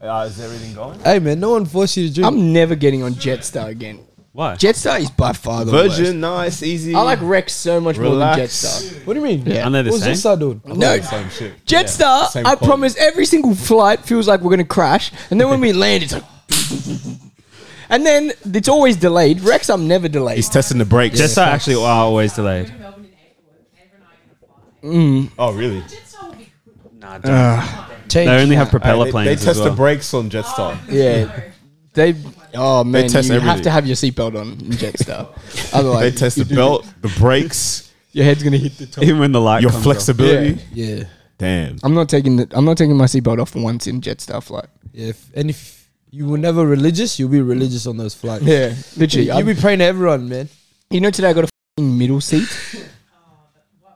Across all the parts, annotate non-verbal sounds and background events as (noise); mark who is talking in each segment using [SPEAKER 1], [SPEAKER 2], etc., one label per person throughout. [SPEAKER 1] Uh, is everything going?
[SPEAKER 2] Hey man, no one forced you to drink.
[SPEAKER 3] I'm never getting on Jetstar again.
[SPEAKER 4] Why?
[SPEAKER 3] Jetstar is by far the
[SPEAKER 1] Virgin, nice, easy.
[SPEAKER 3] worst. I like Rex so much more than
[SPEAKER 1] Relax.
[SPEAKER 3] Jetstar.
[SPEAKER 2] what do you mean?
[SPEAKER 3] Yeah.
[SPEAKER 4] Aren't they the
[SPEAKER 2] What's
[SPEAKER 4] same?
[SPEAKER 2] this I doing?
[SPEAKER 3] No,
[SPEAKER 1] same shit.
[SPEAKER 3] Jetstar.
[SPEAKER 1] Same
[SPEAKER 3] I
[SPEAKER 1] quality.
[SPEAKER 3] promise every single flight feels like we're gonna crash, and then when we land, it's like, (laughs) and then it's always delayed. Rex, I'm never delayed.
[SPEAKER 1] He's testing the brakes.
[SPEAKER 4] Jetstar actually are always delayed.
[SPEAKER 1] Oh, really?
[SPEAKER 2] Change.
[SPEAKER 4] They only have propeller
[SPEAKER 1] They,
[SPEAKER 4] planes.
[SPEAKER 1] they
[SPEAKER 4] as
[SPEAKER 1] test the
[SPEAKER 4] well.
[SPEAKER 1] brakes on Jetstar.
[SPEAKER 3] Yeah, they. Oh man,
[SPEAKER 1] test
[SPEAKER 3] you have
[SPEAKER 1] everything.
[SPEAKER 3] to have your seatbelt on in Jetstar, otherwise
[SPEAKER 1] They test the belt, the brakes, (laughs)
[SPEAKER 3] your head's gonna hit the top.
[SPEAKER 4] Even when the light
[SPEAKER 1] your
[SPEAKER 4] comes
[SPEAKER 1] flexibility.
[SPEAKER 2] Yeah,
[SPEAKER 1] Damn.
[SPEAKER 3] I'm not taking the, I'm not taking my seatbelt off for once in Jetstar flight.
[SPEAKER 2] yeah. If, and if you were never religious, you'll be religious on those flights.
[SPEAKER 3] Yeah, literally.
[SPEAKER 2] you'll
[SPEAKER 3] I'm-
[SPEAKER 2] be praying to everyone, man.
[SPEAKER 3] You know, today I got a fing middle seat.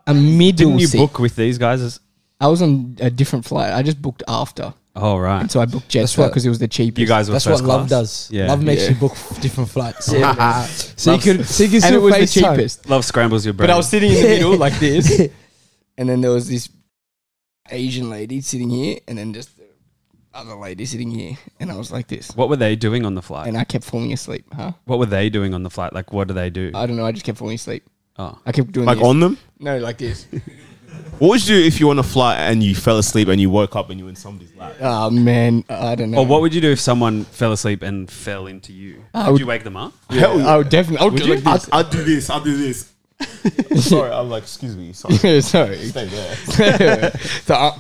[SPEAKER 3] A middle
[SPEAKER 4] Didn't you
[SPEAKER 3] seat.
[SPEAKER 4] book with these guys? As-
[SPEAKER 3] I was on a different flight. I just booked after,
[SPEAKER 4] oh right,
[SPEAKER 3] and so I booked
[SPEAKER 2] That's
[SPEAKER 3] Jetstar
[SPEAKER 2] what-
[SPEAKER 3] because it was the cheapest.
[SPEAKER 4] you guys were
[SPEAKER 2] That's
[SPEAKER 4] first
[SPEAKER 2] what love
[SPEAKER 4] class.
[SPEAKER 2] does.
[SPEAKER 4] Yeah.
[SPEAKER 2] Love makes
[SPEAKER 3] Yeah.
[SPEAKER 2] you book f- different
[SPEAKER 3] (laughs)
[SPEAKER 2] flights.
[SPEAKER 3] Yeah.
[SPEAKER 2] so you could, so you could
[SPEAKER 3] and it
[SPEAKER 2] still
[SPEAKER 3] was the
[SPEAKER 2] FaceTime.
[SPEAKER 3] cheapest.
[SPEAKER 4] Love scrambles your brain.
[SPEAKER 3] But I was sitting in the middle like this, (laughs) and then there was this Asian lady sitting here, and then just the other lady sitting here, and I was like this,
[SPEAKER 4] what were they doing on the flight?
[SPEAKER 3] and I kept falling asleep. Huh?
[SPEAKER 4] What were they doing on the flight? Like, what do they do?
[SPEAKER 3] I don't know. I just kept falling asleep.
[SPEAKER 4] oh,
[SPEAKER 3] I kept doing
[SPEAKER 1] Like
[SPEAKER 3] this.
[SPEAKER 1] on them?
[SPEAKER 3] no, like this.
[SPEAKER 1] What would you do if you were on a flight and you fell asleep and you woke up and you were in somebody's lap?
[SPEAKER 3] oh man, I don't know.
[SPEAKER 4] or Oh, what would you do if someone fell asleep and fell into you?
[SPEAKER 3] I
[SPEAKER 4] would,
[SPEAKER 3] would-
[SPEAKER 4] you wake them up?
[SPEAKER 1] Hell
[SPEAKER 3] I would Oh, definitely. I would, do like
[SPEAKER 1] I'll,
[SPEAKER 3] this.
[SPEAKER 1] I'll do this. I'll do this. sorry, I'm like, excuse me. (laughs) Sorry.
[SPEAKER 3] Yeah, (laughs) Sorry.
[SPEAKER 1] Stay there.
[SPEAKER 3] so I,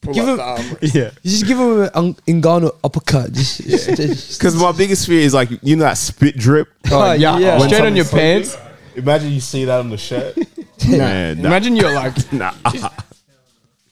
[SPEAKER 3] pull
[SPEAKER 2] Give
[SPEAKER 3] up
[SPEAKER 2] him-
[SPEAKER 3] the arm.
[SPEAKER 1] Yeah.
[SPEAKER 2] You just give him an un- Ngannou uppercut. Just, just- just-
[SPEAKER 1] Because my biggest fear is like, you know that spit drip?
[SPEAKER 3] Oh,
[SPEAKER 2] yeah.
[SPEAKER 3] yeah,
[SPEAKER 2] When
[SPEAKER 3] straight on your
[SPEAKER 1] someone's
[SPEAKER 3] pants.
[SPEAKER 1] Imagine you see that on the shirt. Man, nah.
[SPEAKER 3] Imagine you're
[SPEAKER 1] (laughs)
[SPEAKER 3] like,
[SPEAKER 1] Nah.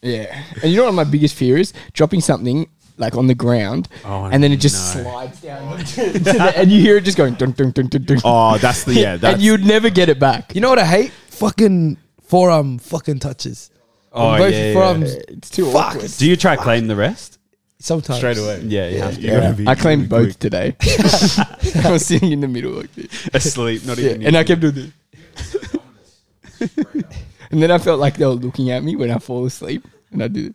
[SPEAKER 3] yeah. And you know what my biggest fear is? Dropping something like on the ground,
[SPEAKER 4] Oh,
[SPEAKER 3] and then it just
[SPEAKER 4] no.
[SPEAKER 3] slides down, (laughs) to the, and you hear it just going dun dun dun dun dun.
[SPEAKER 1] Oh, that's the, yeah. That's,
[SPEAKER 3] (laughs) and you'd never get it back.
[SPEAKER 2] you know what I hate? Fucking forearm fucking touches.
[SPEAKER 4] Oh
[SPEAKER 2] Both
[SPEAKER 4] yeah.
[SPEAKER 2] forearms
[SPEAKER 3] It's too awkward.
[SPEAKER 4] Do you try claim the rest? (laughs)
[SPEAKER 2] sometimes.
[SPEAKER 1] straight away.
[SPEAKER 4] Yeah, you have to.
[SPEAKER 1] You gotta be
[SPEAKER 3] I claimed
[SPEAKER 1] really (laughs)
[SPEAKER 3] both today. (laughs) I was sitting in the middle like this,
[SPEAKER 4] Asleep, not
[SPEAKER 3] yeah,
[SPEAKER 4] even.
[SPEAKER 3] and I kept doing this. (laughs) and then I felt like they were looking at me when I fall asleep, and I do.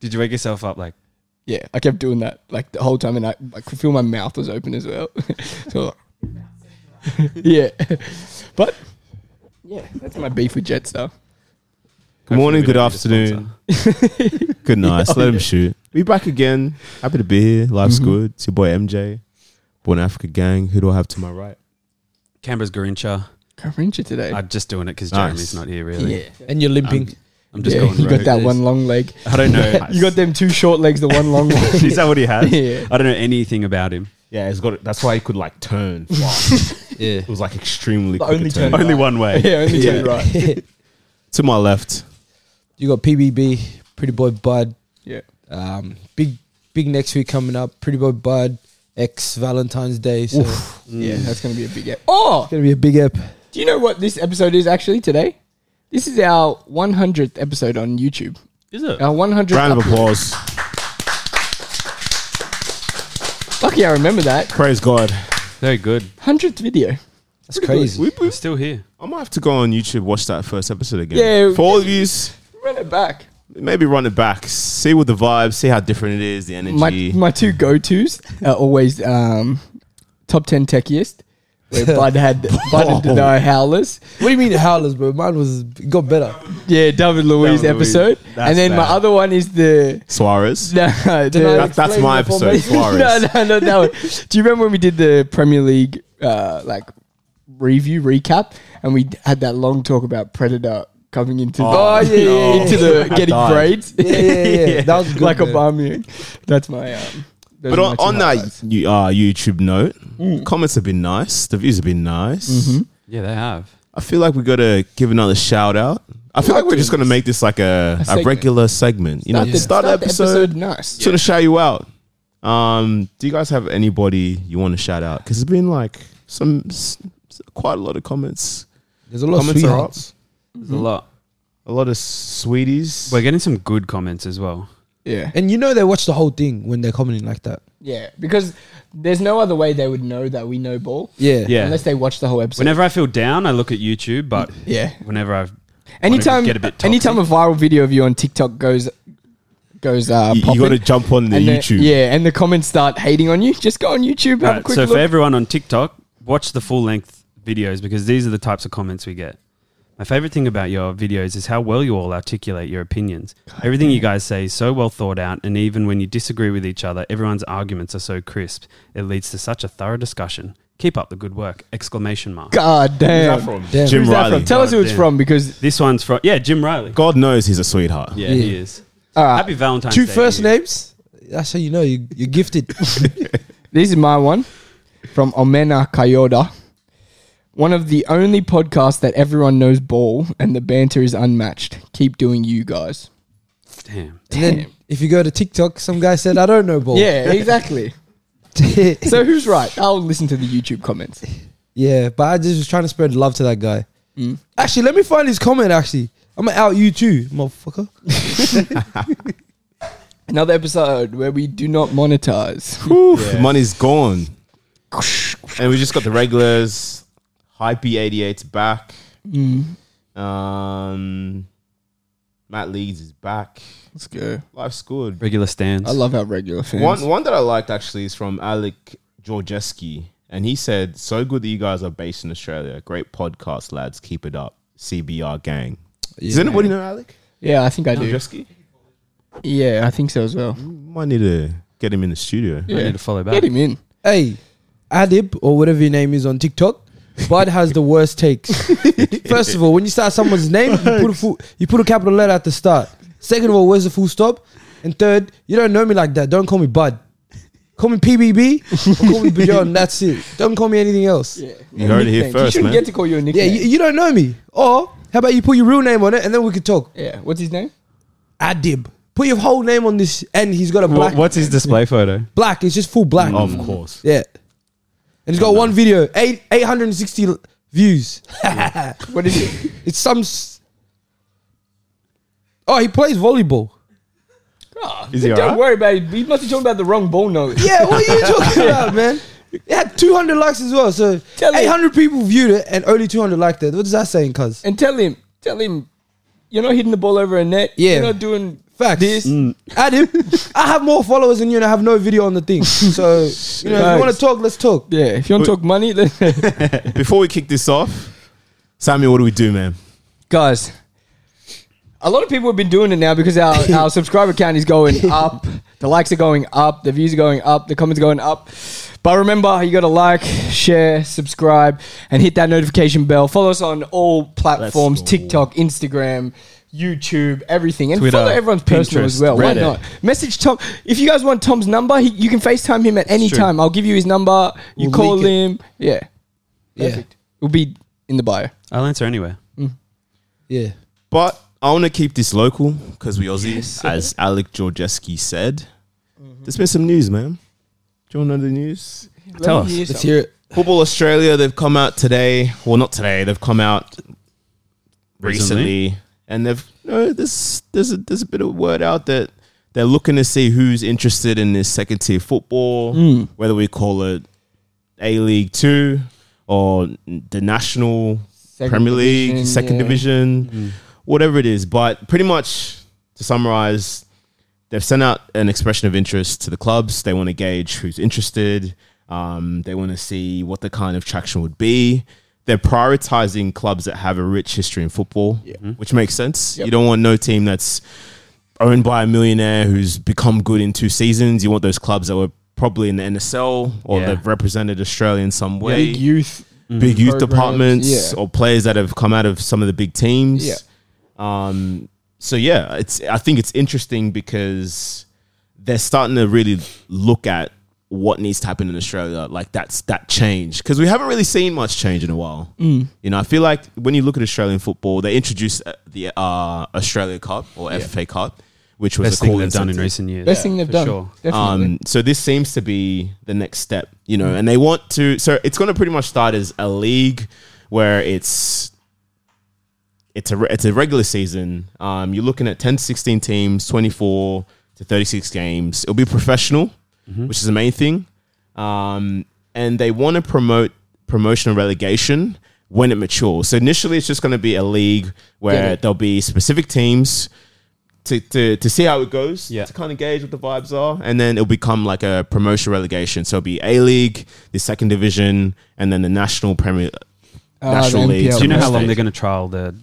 [SPEAKER 4] Did you wake yourself up? Like,
[SPEAKER 3] Yeah, I kept doing that like the whole time, and I, I could feel my mouth was open as well. (laughs) so, yeah, but yeah, that's my beef with Jetstar.
[SPEAKER 1] Good morning,
[SPEAKER 4] Hopefully
[SPEAKER 1] good
[SPEAKER 4] we don't need a
[SPEAKER 1] afternoon, good night. Let
[SPEAKER 3] (laughs)
[SPEAKER 1] him shoot. We back again. Happy to be here. Life's
[SPEAKER 3] Mm-hmm.
[SPEAKER 1] good. It's your boy MJ, Born Africa Gang. Who do I have to my right?
[SPEAKER 4] Canberra's Garincha.
[SPEAKER 3] Coverincha today.
[SPEAKER 4] I'm just doing it because
[SPEAKER 1] Nice.
[SPEAKER 4] Jeremy's not here, really.
[SPEAKER 2] And you're limping.
[SPEAKER 3] Um,
[SPEAKER 4] I'm just
[SPEAKER 3] yeah,
[SPEAKER 4] going.
[SPEAKER 3] you got
[SPEAKER 4] rogue.
[SPEAKER 3] that one long leg.
[SPEAKER 4] I don't
[SPEAKER 3] (laughs)
[SPEAKER 4] know.
[SPEAKER 3] You got them two short legs, the one long one.
[SPEAKER 4] (laughs)
[SPEAKER 3] (laughs)
[SPEAKER 4] Is that what he has?
[SPEAKER 3] Yeah.
[SPEAKER 4] I don't know anything about him.
[SPEAKER 1] Yeah, it's got. It. That's why he could like
[SPEAKER 3] (laughs)
[SPEAKER 1] turn. fast.
[SPEAKER 2] yeah.
[SPEAKER 1] it was like extremely.
[SPEAKER 3] quick only a turn. turn.
[SPEAKER 4] Only one way.
[SPEAKER 3] Yeah, only
[SPEAKER 1] Yeah.
[SPEAKER 3] two right.
[SPEAKER 1] To my left.
[SPEAKER 2] You got PBB, Pretty Boy Bud.
[SPEAKER 3] Yeah,
[SPEAKER 2] Um, big, big next week coming up. Pretty Boy Bud, ex Valentine's Day. So it's
[SPEAKER 3] yeah, that's gonna be a big. Ep- oh,
[SPEAKER 2] gonna be a big ep.
[SPEAKER 3] do you know what this episode is actually today? This is our 100th episode on YouTube.
[SPEAKER 4] Is it?
[SPEAKER 3] Our 100th.
[SPEAKER 1] Round of
[SPEAKER 3] up-
[SPEAKER 1] applause.
[SPEAKER 3] Lucky I remember that.
[SPEAKER 1] Praise God.
[SPEAKER 4] Very good.
[SPEAKER 3] 100th video.
[SPEAKER 2] That's crazy.
[SPEAKER 1] We, we,
[SPEAKER 4] We're still here.
[SPEAKER 1] I might have to go on YouTube watch that first episode again.
[SPEAKER 3] Yeah.
[SPEAKER 1] For all of yous,
[SPEAKER 3] Run it back.
[SPEAKER 1] maybe run it back. See what the vibe. See how different it is. The energy.
[SPEAKER 3] my my two go tos are always um, top ten techiest.
[SPEAKER 4] (laughs)
[SPEAKER 3] Where Bud had Bud and Dino Howlers.
[SPEAKER 2] What do you mean howlers, bro? Mine was it got better.
[SPEAKER 3] Yeah, David Louise
[SPEAKER 4] David Luiz.
[SPEAKER 3] episode.
[SPEAKER 4] That's
[SPEAKER 3] and then my
[SPEAKER 4] bad.
[SPEAKER 3] other one is the
[SPEAKER 1] Suarez.
[SPEAKER 3] (laughs) no, the,
[SPEAKER 1] That- that's my episode,
[SPEAKER 3] no,
[SPEAKER 1] Suarez.
[SPEAKER 3] (laughs) no, no, that one. Do you remember when we did the Premier League uh, like review recap and we had that long talk about Predator coming into (laughs)
[SPEAKER 2] Oh, yeah, yeah, yeah.
[SPEAKER 1] (laughs)
[SPEAKER 3] into the getting
[SPEAKER 1] died.
[SPEAKER 3] braids?
[SPEAKER 2] Yeah,
[SPEAKER 3] (laughs)
[SPEAKER 2] yeah, yeah. That was good.
[SPEAKER 3] like
[SPEAKER 2] man.
[SPEAKER 3] Aubameyang. That's my. Um, those
[SPEAKER 1] But
[SPEAKER 3] are
[SPEAKER 1] on,
[SPEAKER 3] my two
[SPEAKER 1] on that
[SPEAKER 3] highlights.
[SPEAKER 1] you- uh, YouTube note, comments have been nice. The views have been nice.
[SPEAKER 4] Yeah, they have.
[SPEAKER 1] I feel like we got to give another shout out. I feel
[SPEAKER 3] like
[SPEAKER 1] like we're
[SPEAKER 3] doing
[SPEAKER 1] just going to make this like a, a,
[SPEAKER 3] segment.
[SPEAKER 1] regular segment. You know,
[SPEAKER 3] Start the-
[SPEAKER 1] start, the
[SPEAKER 3] start the
[SPEAKER 1] episode.
[SPEAKER 3] episode nice.
[SPEAKER 1] Just want to shout you out. Um, do you guys have anybody you want to shout out? Because it's been like some s- s- quite a lot of comments.
[SPEAKER 2] There's a lot
[SPEAKER 1] comments
[SPEAKER 2] of
[SPEAKER 1] are up.
[SPEAKER 2] sweethearts.
[SPEAKER 4] There's a lot.
[SPEAKER 1] A lot of sweeties.
[SPEAKER 4] Mm. We're getting some good comments as well.
[SPEAKER 3] Yeah.
[SPEAKER 2] And you know they watch the whole thing when they're commenting like that.
[SPEAKER 3] Yeah. Because there's no other way they would know that we know ball.
[SPEAKER 2] Yeah.
[SPEAKER 4] Yeah.
[SPEAKER 3] Unless they watch the whole episode.
[SPEAKER 4] Whenever I feel down, I look at YouTube, but
[SPEAKER 3] yeah.
[SPEAKER 4] whenever I
[SPEAKER 3] Anytime
[SPEAKER 4] get a bit toxic-
[SPEAKER 3] anytime a viral video of you on TikTok goes goes uh,
[SPEAKER 1] you,
[SPEAKER 3] popping.
[SPEAKER 1] got to jump on the
[SPEAKER 3] and
[SPEAKER 1] YouTube.
[SPEAKER 3] yeah, and the comments start hating on you. Just go on YouTube, have a
[SPEAKER 4] Right,
[SPEAKER 3] quick
[SPEAKER 4] so
[SPEAKER 3] look.
[SPEAKER 4] for everyone on TikTok, watch the full length videos because these are the types of comments we get. My favorite thing about your videos is how well you all articulate your opinions. Everything you guys say is so well thought out, and even when you disagree with each other, everyone's arguments are so crisp. It leads to such a thorough discussion. Keep up the good work! Exclamation mark.
[SPEAKER 3] God damn.
[SPEAKER 2] Damn.
[SPEAKER 1] Jim
[SPEAKER 3] Who's that
[SPEAKER 1] Riley.
[SPEAKER 3] from? Tell us who it's
[SPEAKER 4] Goddamn.
[SPEAKER 3] from because
[SPEAKER 4] This one's from yeah, Jim Riley.
[SPEAKER 1] God knows he's a sweetheart.
[SPEAKER 4] Yeah,
[SPEAKER 2] Yeah.
[SPEAKER 4] he is.
[SPEAKER 3] all right,
[SPEAKER 4] Happy Valentine's
[SPEAKER 2] Two
[SPEAKER 4] Day.
[SPEAKER 2] first
[SPEAKER 4] to you.
[SPEAKER 2] names. That's how you know you, you're gifted.
[SPEAKER 3] This is my one from Omena Coyota. One of the only podcasts that everyone knows ball and the banter is unmatched. Keep doing you guys.
[SPEAKER 4] Damn.
[SPEAKER 2] and then if you go to TikTok, some guy said, I don't know ball. (laughs)
[SPEAKER 3] Yeah, exactly. so who's right? I'll listen to the YouTube comments.
[SPEAKER 2] yeah, but I just was trying to spread love to that guy.
[SPEAKER 3] Mm.
[SPEAKER 2] Actually, let me find his comment, actually. I'm going to out you too, motherfucker.
[SPEAKER 3] Another episode where we do not monetize.
[SPEAKER 1] Whew, Money's gone. and we just got the regulars. Hypey 88's back. Um, Matt Leeds is back.
[SPEAKER 3] Let's go.
[SPEAKER 1] Life's good.
[SPEAKER 4] Regular stands.
[SPEAKER 3] I love our regular fans.
[SPEAKER 1] One, one that I liked actually is from Alec Georgeski. And he said, So good that you guys are based in Australia. Great podcast, lads. Keep it up. CBR gang. Does anybody know Alec
[SPEAKER 3] Yeah, I think I do.
[SPEAKER 1] Georgeski?
[SPEAKER 3] Yeah, I think so as well.
[SPEAKER 1] Might need to get him in the studio.
[SPEAKER 4] I need to follow back.
[SPEAKER 3] Get him in.
[SPEAKER 2] Hey, Adib, or whatever your name is on TikTok, Bud has the worst takes. First of all, when you start someone's name, you put, a full, you put a capital letter at the start. Second of all, where's the full stop? And third, you don't know me like that. Don't call me Bud. Call me PBB or call me Beyond. That's it. Don't call me anything else. Yeah,
[SPEAKER 1] You heard it here
[SPEAKER 3] Nickname. You
[SPEAKER 1] first,
[SPEAKER 3] shouldn't
[SPEAKER 1] man.
[SPEAKER 3] get to call you a nickname.
[SPEAKER 2] you, you don't know me. Or how about you put your real name on it and then we could talk?
[SPEAKER 3] yeah. What's his name?
[SPEAKER 2] Adib. Put your whole name on this and he's got a black.
[SPEAKER 4] What's his
[SPEAKER 3] (laughs)
[SPEAKER 4] display photo?
[SPEAKER 2] Black. It's just full black.
[SPEAKER 1] of course.
[SPEAKER 2] Yeah. And he's got one video, eight eight hundred and sixty views.
[SPEAKER 3] What is
[SPEAKER 2] (laughs)
[SPEAKER 3] it?
[SPEAKER 2] It's some. S- oh, he plays volleyball.
[SPEAKER 3] Ah,
[SPEAKER 1] Is he
[SPEAKER 3] don't
[SPEAKER 1] alright?
[SPEAKER 3] worry about it. He must be talking about the wrong ball note.
[SPEAKER 2] Yeah, what (laughs) are you talking about, man? It had two hundred likes as well, so
[SPEAKER 3] Tell him.
[SPEAKER 2] eight hundred people viewed it and only two hundred liked it. What is that saying, cuz?
[SPEAKER 3] and tell him, tell him, you're not hitting the ball over a net.
[SPEAKER 2] Yeah.
[SPEAKER 3] You're not doing
[SPEAKER 2] Facts. Mm.
[SPEAKER 3] this.
[SPEAKER 2] (laughs) Adam, I have more followers than you, and I have no video on the thing. So you know, if you
[SPEAKER 3] Facts.
[SPEAKER 2] want to talk, let's talk.
[SPEAKER 3] Yeah. If you want to talk money, let-
[SPEAKER 1] Before we kick this off, Samuel, what do we do, man?
[SPEAKER 3] guys. A lot of people have been doing it now because our, our subscriber count is going up. The likes are going up. The views are going up. The comments are going up. But remember, you got to like, share, subscribe, and hit that notification bell. Follow us on all platforms:
[SPEAKER 1] go.
[SPEAKER 3] TikTok, Instagram, YouTube, everything, and
[SPEAKER 4] Twitter,
[SPEAKER 3] follow everyone's personal as
[SPEAKER 4] Pinterest,
[SPEAKER 3] well. Why
[SPEAKER 4] Reddit.
[SPEAKER 3] not? Message Tom if you guys want Tom's number. He, you can FaceTime him at any
[SPEAKER 4] true.
[SPEAKER 3] time. I'll give you his number. You
[SPEAKER 2] We'll
[SPEAKER 3] call
[SPEAKER 2] link it.
[SPEAKER 3] him. Yeah, perfect. We'll be in the bio.
[SPEAKER 4] I'll answer anywhere.
[SPEAKER 2] Yeah, yeah.
[SPEAKER 1] But I want to keep this local because we Aussies, as Alec Georgeski said. There's been some news, man. Do you want to know the news?
[SPEAKER 4] Tell us.
[SPEAKER 2] Let's hear it.
[SPEAKER 1] Football Australia, they've come out today. Well, not today. They've come out recently,
[SPEAKER 4] Recently?
[SPEAKER 1] and they've no. There's there's a, there's a bit of word out that they're looking to see who's interested in this second tier football,
[SPEAKER 3] Hmm.
[SPEAKER 1] whether we call it A League Two or the National
[SPEAKER 3] Second
[SPEAKER 1] Premier League,
[SPEAKER 3] division,
[SPEAKER 1] Second
[SPEAKER 3] yeah. Hmm.
[SPEAKER 1] Division, whatever it is. But pretty much to summarize, they've sent out an expression of interest to the clubs. They want to gauge who's interested. Um, they want to see what the kind of traction would be. They're prioritizing clubs that have a rich history in football,
[SPEAKER 3] Mm-hmm.
[SPEAKER 1] which makes sense. You don't want no team that's owned by a millionaire who's become good in two seasons. You want those clubs that were probably in the NSL or
[SPEAKER 4] Yeah.
[SPEAKER 1] they've represented Australia in some way
[SPEAKER 3] Big youth.
[SPEAKER 1] big youth
[SPEAKER 3] Programs,
[SPEAKER 1] departments
[SPEAKER 3] yeah.
[SPEAKER 1] or players that have come out of some of the big teams.
[SPEAKER 3] Yeah.
[SPEAKER 1] Um, so yeah, it's I think it's interesting because they're starting to really look at what needs to happen in Australia. Like that's that change because we haven't really seen much change in a while.
[SPEAKER 4] Mm.
[SPEAKER 1] You know, I feel like when you look at Australian football, they introduced uh, the uh, Australia Cup or FFA Cup, which was
[SPEAKER 4] Best
[SPEAKER 1] a
[SPEAKER 4] thing
[SPEAKER 1] cool
[SPEAKER 4] they've done in
[SPEAKER 1] incentive.
[SPEAKER 4] recent years.
[SPEAKER 3] Best thing they've
[SPEAKER 4] for
[SPEAKER 3] done.
[SPEAKER 4] sure.
[SPEAKER 3] Definitely.
[SPEAKER 1] Um, so this seems to be the next step, you know, and they want to. So it's going to pretty much start as a league where it's it's a re- it's a regular season. Um, you're looking at 10 to 16 teams, 24 to 36 games. It'll be professional, which is the main thing, um, and they want to promote promotion and relegation when it matures. So initially, it's just going to be a league
[SPEAKER 3] Get
[SPEAKER 1] where
[SPEAKER 3] it.
[SPEAKER 1] there'll be specific teams to, to, to see how it goes,
[SPEAKER 4] Yeah.
[SPEAKER 1] to kind of gauge what the vibes are, and then it'll become like a promotion relegation. So it'll be A League, the second division, and then the National Premier
[SPEAKER 3] Ah,
[SPEAKER 1] National
[SPEAKER 3] the
[SPEAKER 1] League.
[SPEAKER 3] NPL.
[SPEAKER 4] Do you know how
[SPEAKER 1] Stage.
[SPEAKER 4] long they're going to trial the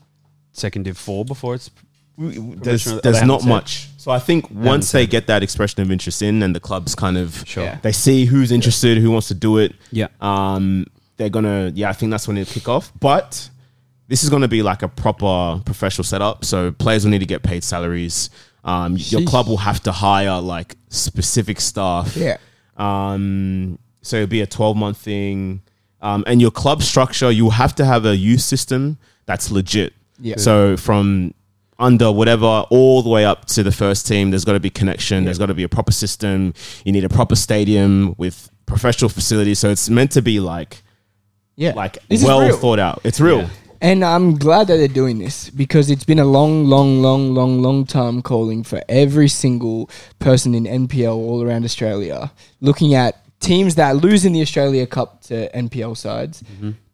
[SPEAKER 4] second div four before it's?
[SPEAKER 1] there's
[SPEAKER 4] Promotion-
[SPEAKER 1] there's
[SPEAKER 4] they
[SPEAKER 1] not
[SPEAKER 4] haven't
[SPEAKER 1] much. So I think once
[SPEAKER 4] said.
[SPEAKER 1] they get that expression of interest in, and the clubs kind of
[SPEAKER 4] Sure. Yeah.
[SPEAKER 1] they see who's interested, who wants to do it.
[SPEAKER 4] Yeah.
[SPEAKER 1] Um, they're gonna yeah, I think that's when it'll kick off. But this is gonna be like a proper professional setup. So players will need to get paid salaries. Um, your
[SPEAKER 2] Sheesh.
[SPEAKER 1] club will have to hire like specific staff.
[SPEAKER 3] Yeah.
[SPEAKER 1] Um, so it'll be a 12 month thing. Um, and your club structure, you have to have a youth system that's legit.
[SPEAKER 3] Yeah.
[SPEAKER 1] So from under whatever all the way up to the first team, there's got to be connection. There's got to be a proper system. You need a proper stadium with professional facilities. So it's meant to be like
[SPEAKER 3] Yeah.
[SPEAKER 1] like
[SPEAKER 3] This is
[SPEAKER 1] well
[SPEAKER 3] real.
[SPEAKER 1] thought out. It's real.
[SPEAKER 4] Yeah.
[SPEAKER 3] And I'm glad that they're doing this because it's been a long, long, long, long, long time calling for every single person in NPL all around Australia, looking at teams that lose in the Australia Cup to NPL sides,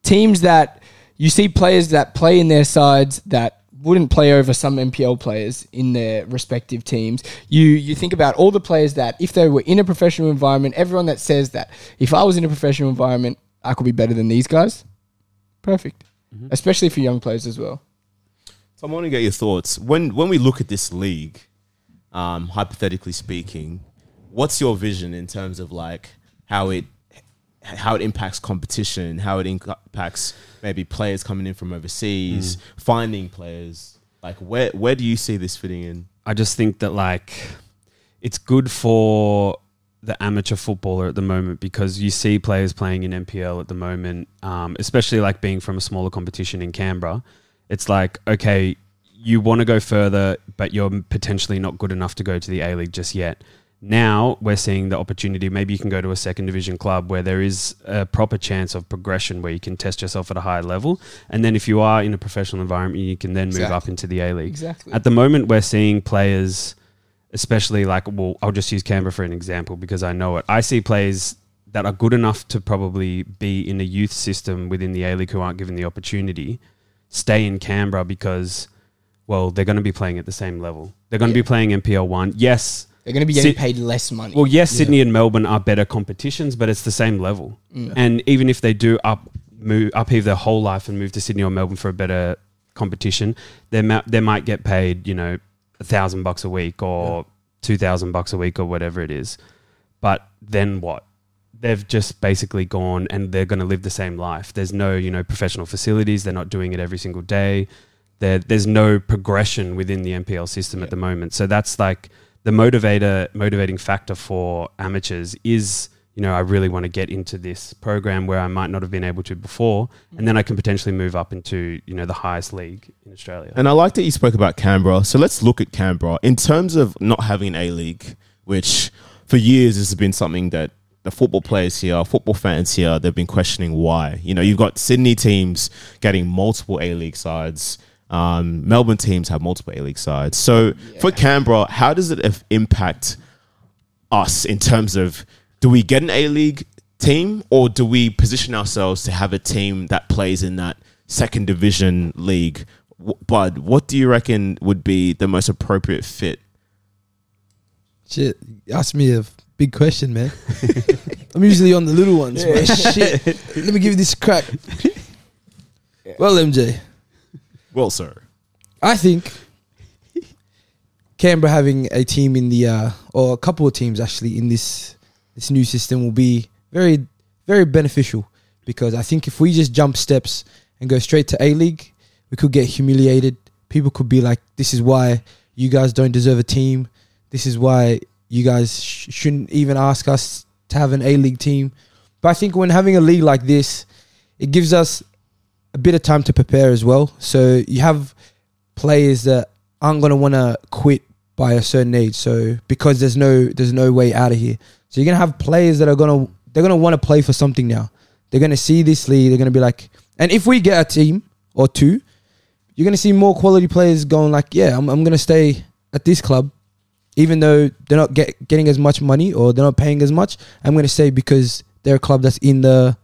[SPEAKER 3] teams that you see players that play in their sides that wouldn't play over some NPL players in their respective teams. You you think about all the players that if they were in a professional environment, everyone that says that if I was in a professional environment, I could be better than these guys. Perfect especially for young players as well.
[SPEAKER 1] So I want to get your thoughts when when we look at this league, um, hypothetically speaking, what's your vision in terms of like how it how it impacts competition, how it inc- impacts maybe players coming in from overseas, finding players. Like where where do you see this fitting in?
[SPEAKER 4] I just think that like it's good for the amateur footballer at the moment because you see players playing in NPL at the moment, um, especially like being from a smaller competition in Canberra. It's like okay, you want to go further, but you're potentially not good enough to go to the A League just yet. Now we're seeing the opportunity. Maybe you can go to a second division club where there is a proper chance of progression, where you can test yourself at a higher level, and then if you are in a professional environment, you can then move
[SPEAKER 3] Exactly.
[SPEAKER 4] up into the A League.
[SPEAKER 3] Exactly.
[SPEAKER 4] At the moment, we're seeing players, especially like, well, I'll just use Canberra for an example because I know it. I see players that are good enough to probably be in a youth system within the A League who aren't given the opportunity stay in Canberra because, well, they're going to be playing at the same level. They're going to
[SPEAKER 3] Yeah.
[SPEAKER 4] be playing NPL 1. Yes.
[SPEAKER 3] They're going to be getting
[SPEAKER 4] Sit-
[SPEAKER 3] paid less money.
[SPEAKER 4] Well, yes, Sydney and Melbourne are better competitions, but it's the same level.
[SPEAKER 3] Mm.
[SPEAKER 4] And even if they do up move upheave their whole life and move to Sydney or Melbourne for a better competition, they ma- they might get paid, you know, a thousand bucks a week or two thousand bucks a week or whatever it is. But then what? They've just basically gone and they're going to live the same life. There's no, you know, professional facilities. They're not doing it every single day. There, there's no progression within the NPL system at the moment. So that's like the motivator, motivating factor for amateurs is, you know, I really want to get into this program where I might not have been able to before, and then I can potentially move up into, you know, the highest league in Australia.
[SPEAKER 1] And I like that you spoke about Canberra. So let's look at Canberra in terms of not having an A League, which for years has been something that the football players here, football fans here, they've been questioning why. You know, you've got Sydney teams getting multiple A League sides. Um, Melbourne teams have multiple A League sides. So for Canberra, how does it af- impact us in terms of do we get an A League team or do we position ourselves to have a team that plays in that second division league? W- Bud, what do you reckon would be the most appropriate fit?
[SPEAKER 2] Shit, you asked me a big question, (laughs) man. I'm usually on the little ones, but shit. Let me give this a (laughs) crack. Well, MJ,
[SPEAKER 1] Well, sir.
[SPEAKER 2] I think Canberra having a team in the uh, or a couple of teams actually in this this new system will be very very beneficial because I think if we just jump steps and go straight to A League, we could get humiliated. People could be like, "This is why you guys don't deserve a team. This is why you guys sh- shouldn't even ask us to have an A League team." But I think when having a league like this, it gives us a bit of time to prepare as well. So you have players that aren't gonna want to quit by a certain age. So because there's no there's no way out of here. So you're gonna have players that are gonna they're gonna want to play for something now. They're gonna see this league. They're gonna be like, and if we get a team or two, you're gonna see more quality players going like, yeah, I'm I'm gonna stay at this club, even though they're not get, getting as much money or they're not paying as much. I'm gonna stay because they're a club that's in the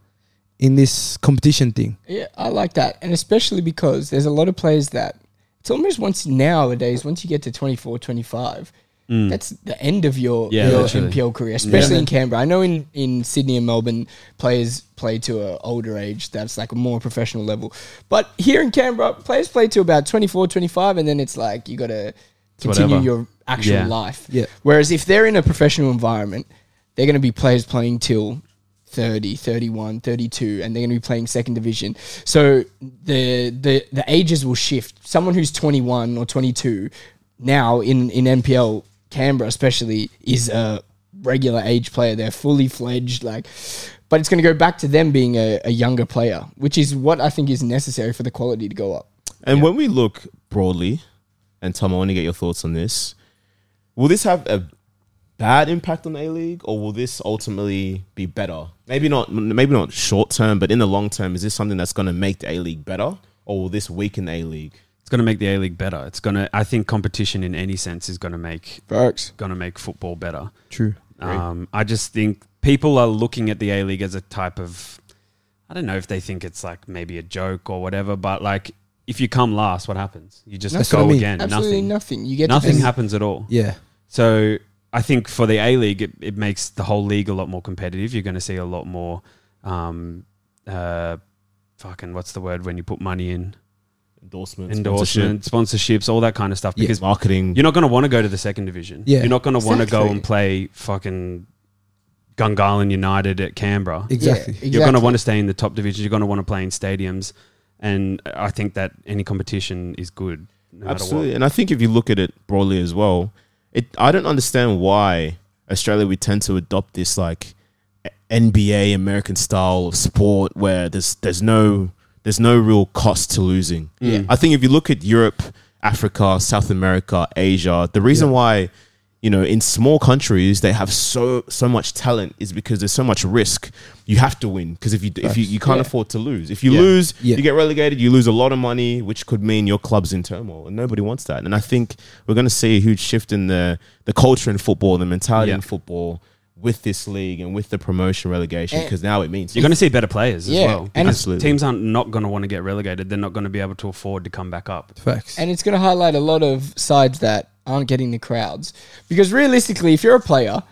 [SPEAKER 2] in this competition thing.
[SPEAKER 3] yeah, I like that. And especially because there's a lot of players that it's it's almost once nowadays, once you get to 24, 25, that's the end of your,
[SPEAKER 4] Mm. Yeah,
[SPEAKER 3] your
[SPEAKER 4] literally.
[SPEAKER 3] NPL career, especially
[SPEAKER 2] Yeah.
[SPEAKER 3] in Canberra. I know in, in Sydney and Melbourne, players play to an older age. That's like a more professional level. But here in Canberra, players play to about 24, 25, and then it's like you got to continue
[SPEAKER 4] whatever.
[SPEAKER 3] your actual
[SPEAKER 4] Yeah.
[SPEAKER 3] life.
[SPEAKER 2] Yeah.
[SPEAKER 3] Whereas if they're in a professional environment, they're going to be players playing till 30, 31, 32, and they're going to be playing second division. So the the the ages will shift. Someone who's 21 or 22 now in in NPL Canberra especially is a regular age player. They're fully fledged like but it's going to go back to them being a, a younger player, which is what I think is necessary for the quality to go up.
[SPEAKER 1] And when we look broadly, and Tom, I want to get your thoughts on this. Will this have a bad impact on A League, or will this ultimately be better? Maybe not. Maybe not short term, but in the long term, is this something that's going to make the A League better, or will this weaken A League?
[SPEAKER 4] It's going to make the A League better. It's going to. I think competition in any sense is going to make
[SPEAKER 3] Facts.
[SPEAKER 4] going to make football better.
[SPEAKER 2] True.
[SPEAKER 4] Um, I just think people are looking at the A League as a type of. I don't know if they think it's like maybe a joke or whatever, but like if you come last, what happens? You just
[SPEAKER 2] That's what I
[SPEAKER 4] go
[SPEAKER 2] mean.
[SPEAKER 4] again.
[SPEAKER 3] Absolutely
[SPEAKER 4] Nothing.
[SPEAKER 3] nothing. You get
[SPEAKER 4] Nothing
[SPEAKER 3] to
[SPEAKER 4] happens at all.
[SPEAKER 2] Yeah.
[SPEAKER 4] So I think for the A League, it, it makes the whole league a lot more competitive. You're going to see a lot more, um, uh, fucking what's the word when you put money in
[SPEAKER 1] Endorsement,
[SPEAKER 4] endorsement, sponsorships, all that kind of stuff.
[SPEAKER 2] Yeah.
[SPEAKER 4] Because
[SPEAKER 1] sponsorship, marketing.
[SPEAKER 4] you're not going to want to go to the second division.
[SPEAKER 2] Yeah.
[SPEAKER 4] You're not going to want to go
[SPEAKER 3] Exactly.
[SPEAKER 4] and play fucking Gungahlin United at Canberra.
[SPEAKER 2] Exactly.
[SPEAKER 4] You're going to want to stay in the top division. You're going to want to play in stadiums. And I think that any competition is good. No matter
[SPEAKER 1] Absolutely. And I think if you look at it broadly as well, it I don't understand why Australia we tend to adopt this like a- NBA American style of sport where there's there's no there's no real cost to losing.
[SPEAKER 3] Yeah.
[SPEAKER 1] I think if you look at Europe, Africa, South America, Asia, the reason why you know in small countries they have so so much talent is because there's so much risk. You have to win because if you if you, you can't
[SPEAKER 3] Yeah.
[SPEAKER 1] afford to lose. If you
[SPEAKER 4] Yeah.
[SPEAKER 1] lose,
[SPEAKER 2] Yeah.
[SPEAKER 1] you get relegated, you lose a lot of money, which could mean your club's in turmoil, and nobody wants that. And I think we're going to see a huge shift in the the culture in football, the mentality in
[SPEAKER 4] Yeah.
[SPEAKER 1] football with this league and with the promotion relegation
[SPEAKER 3] And-
[SPEAKER 1] because now it means
[SPEAKER 4] You're going to see better players
[SPEAKER 3] Yeah,
[SPEAKER 4] as well.
[SPEAKER 3] and
[SPEAKER 4] because
[SPEAKER 1] Absolutely.
[SPEAKER 4] Teams aren't not going to want to get relegated. They're not going to be able to afford to come back up.
[SPEAKER 2] Facts.
[SPEAKER 3] And it's going to highlight a lot of sides that aren't getting the crowds. Because realistically, if you're a player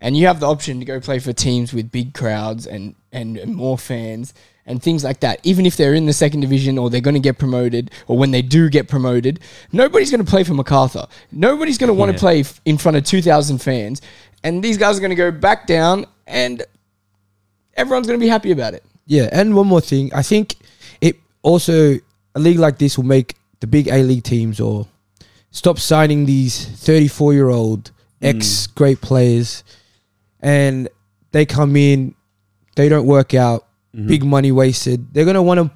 [SPEAKER 3] and you have the option to go play for teams with big crowds and, and, and more fans and things like that, even if they're in the second division or they're going to get promoted or when they do get promoted, nobody's going to play for MacArthur. Nobody's going to want to
[SPEAKER 4] Yeah.
[SPEAKER 3] play f- in front of 2,000 fans. And these guys are going to go back down and everyone's going to be happy about it.
[SPEAKER 2] Yeah, and one more thing, I think it also a league like this will make the big A League teams or stop signing these 34 year old ex great players, and they come in, they don't work out, big money wasted. They're gonna want to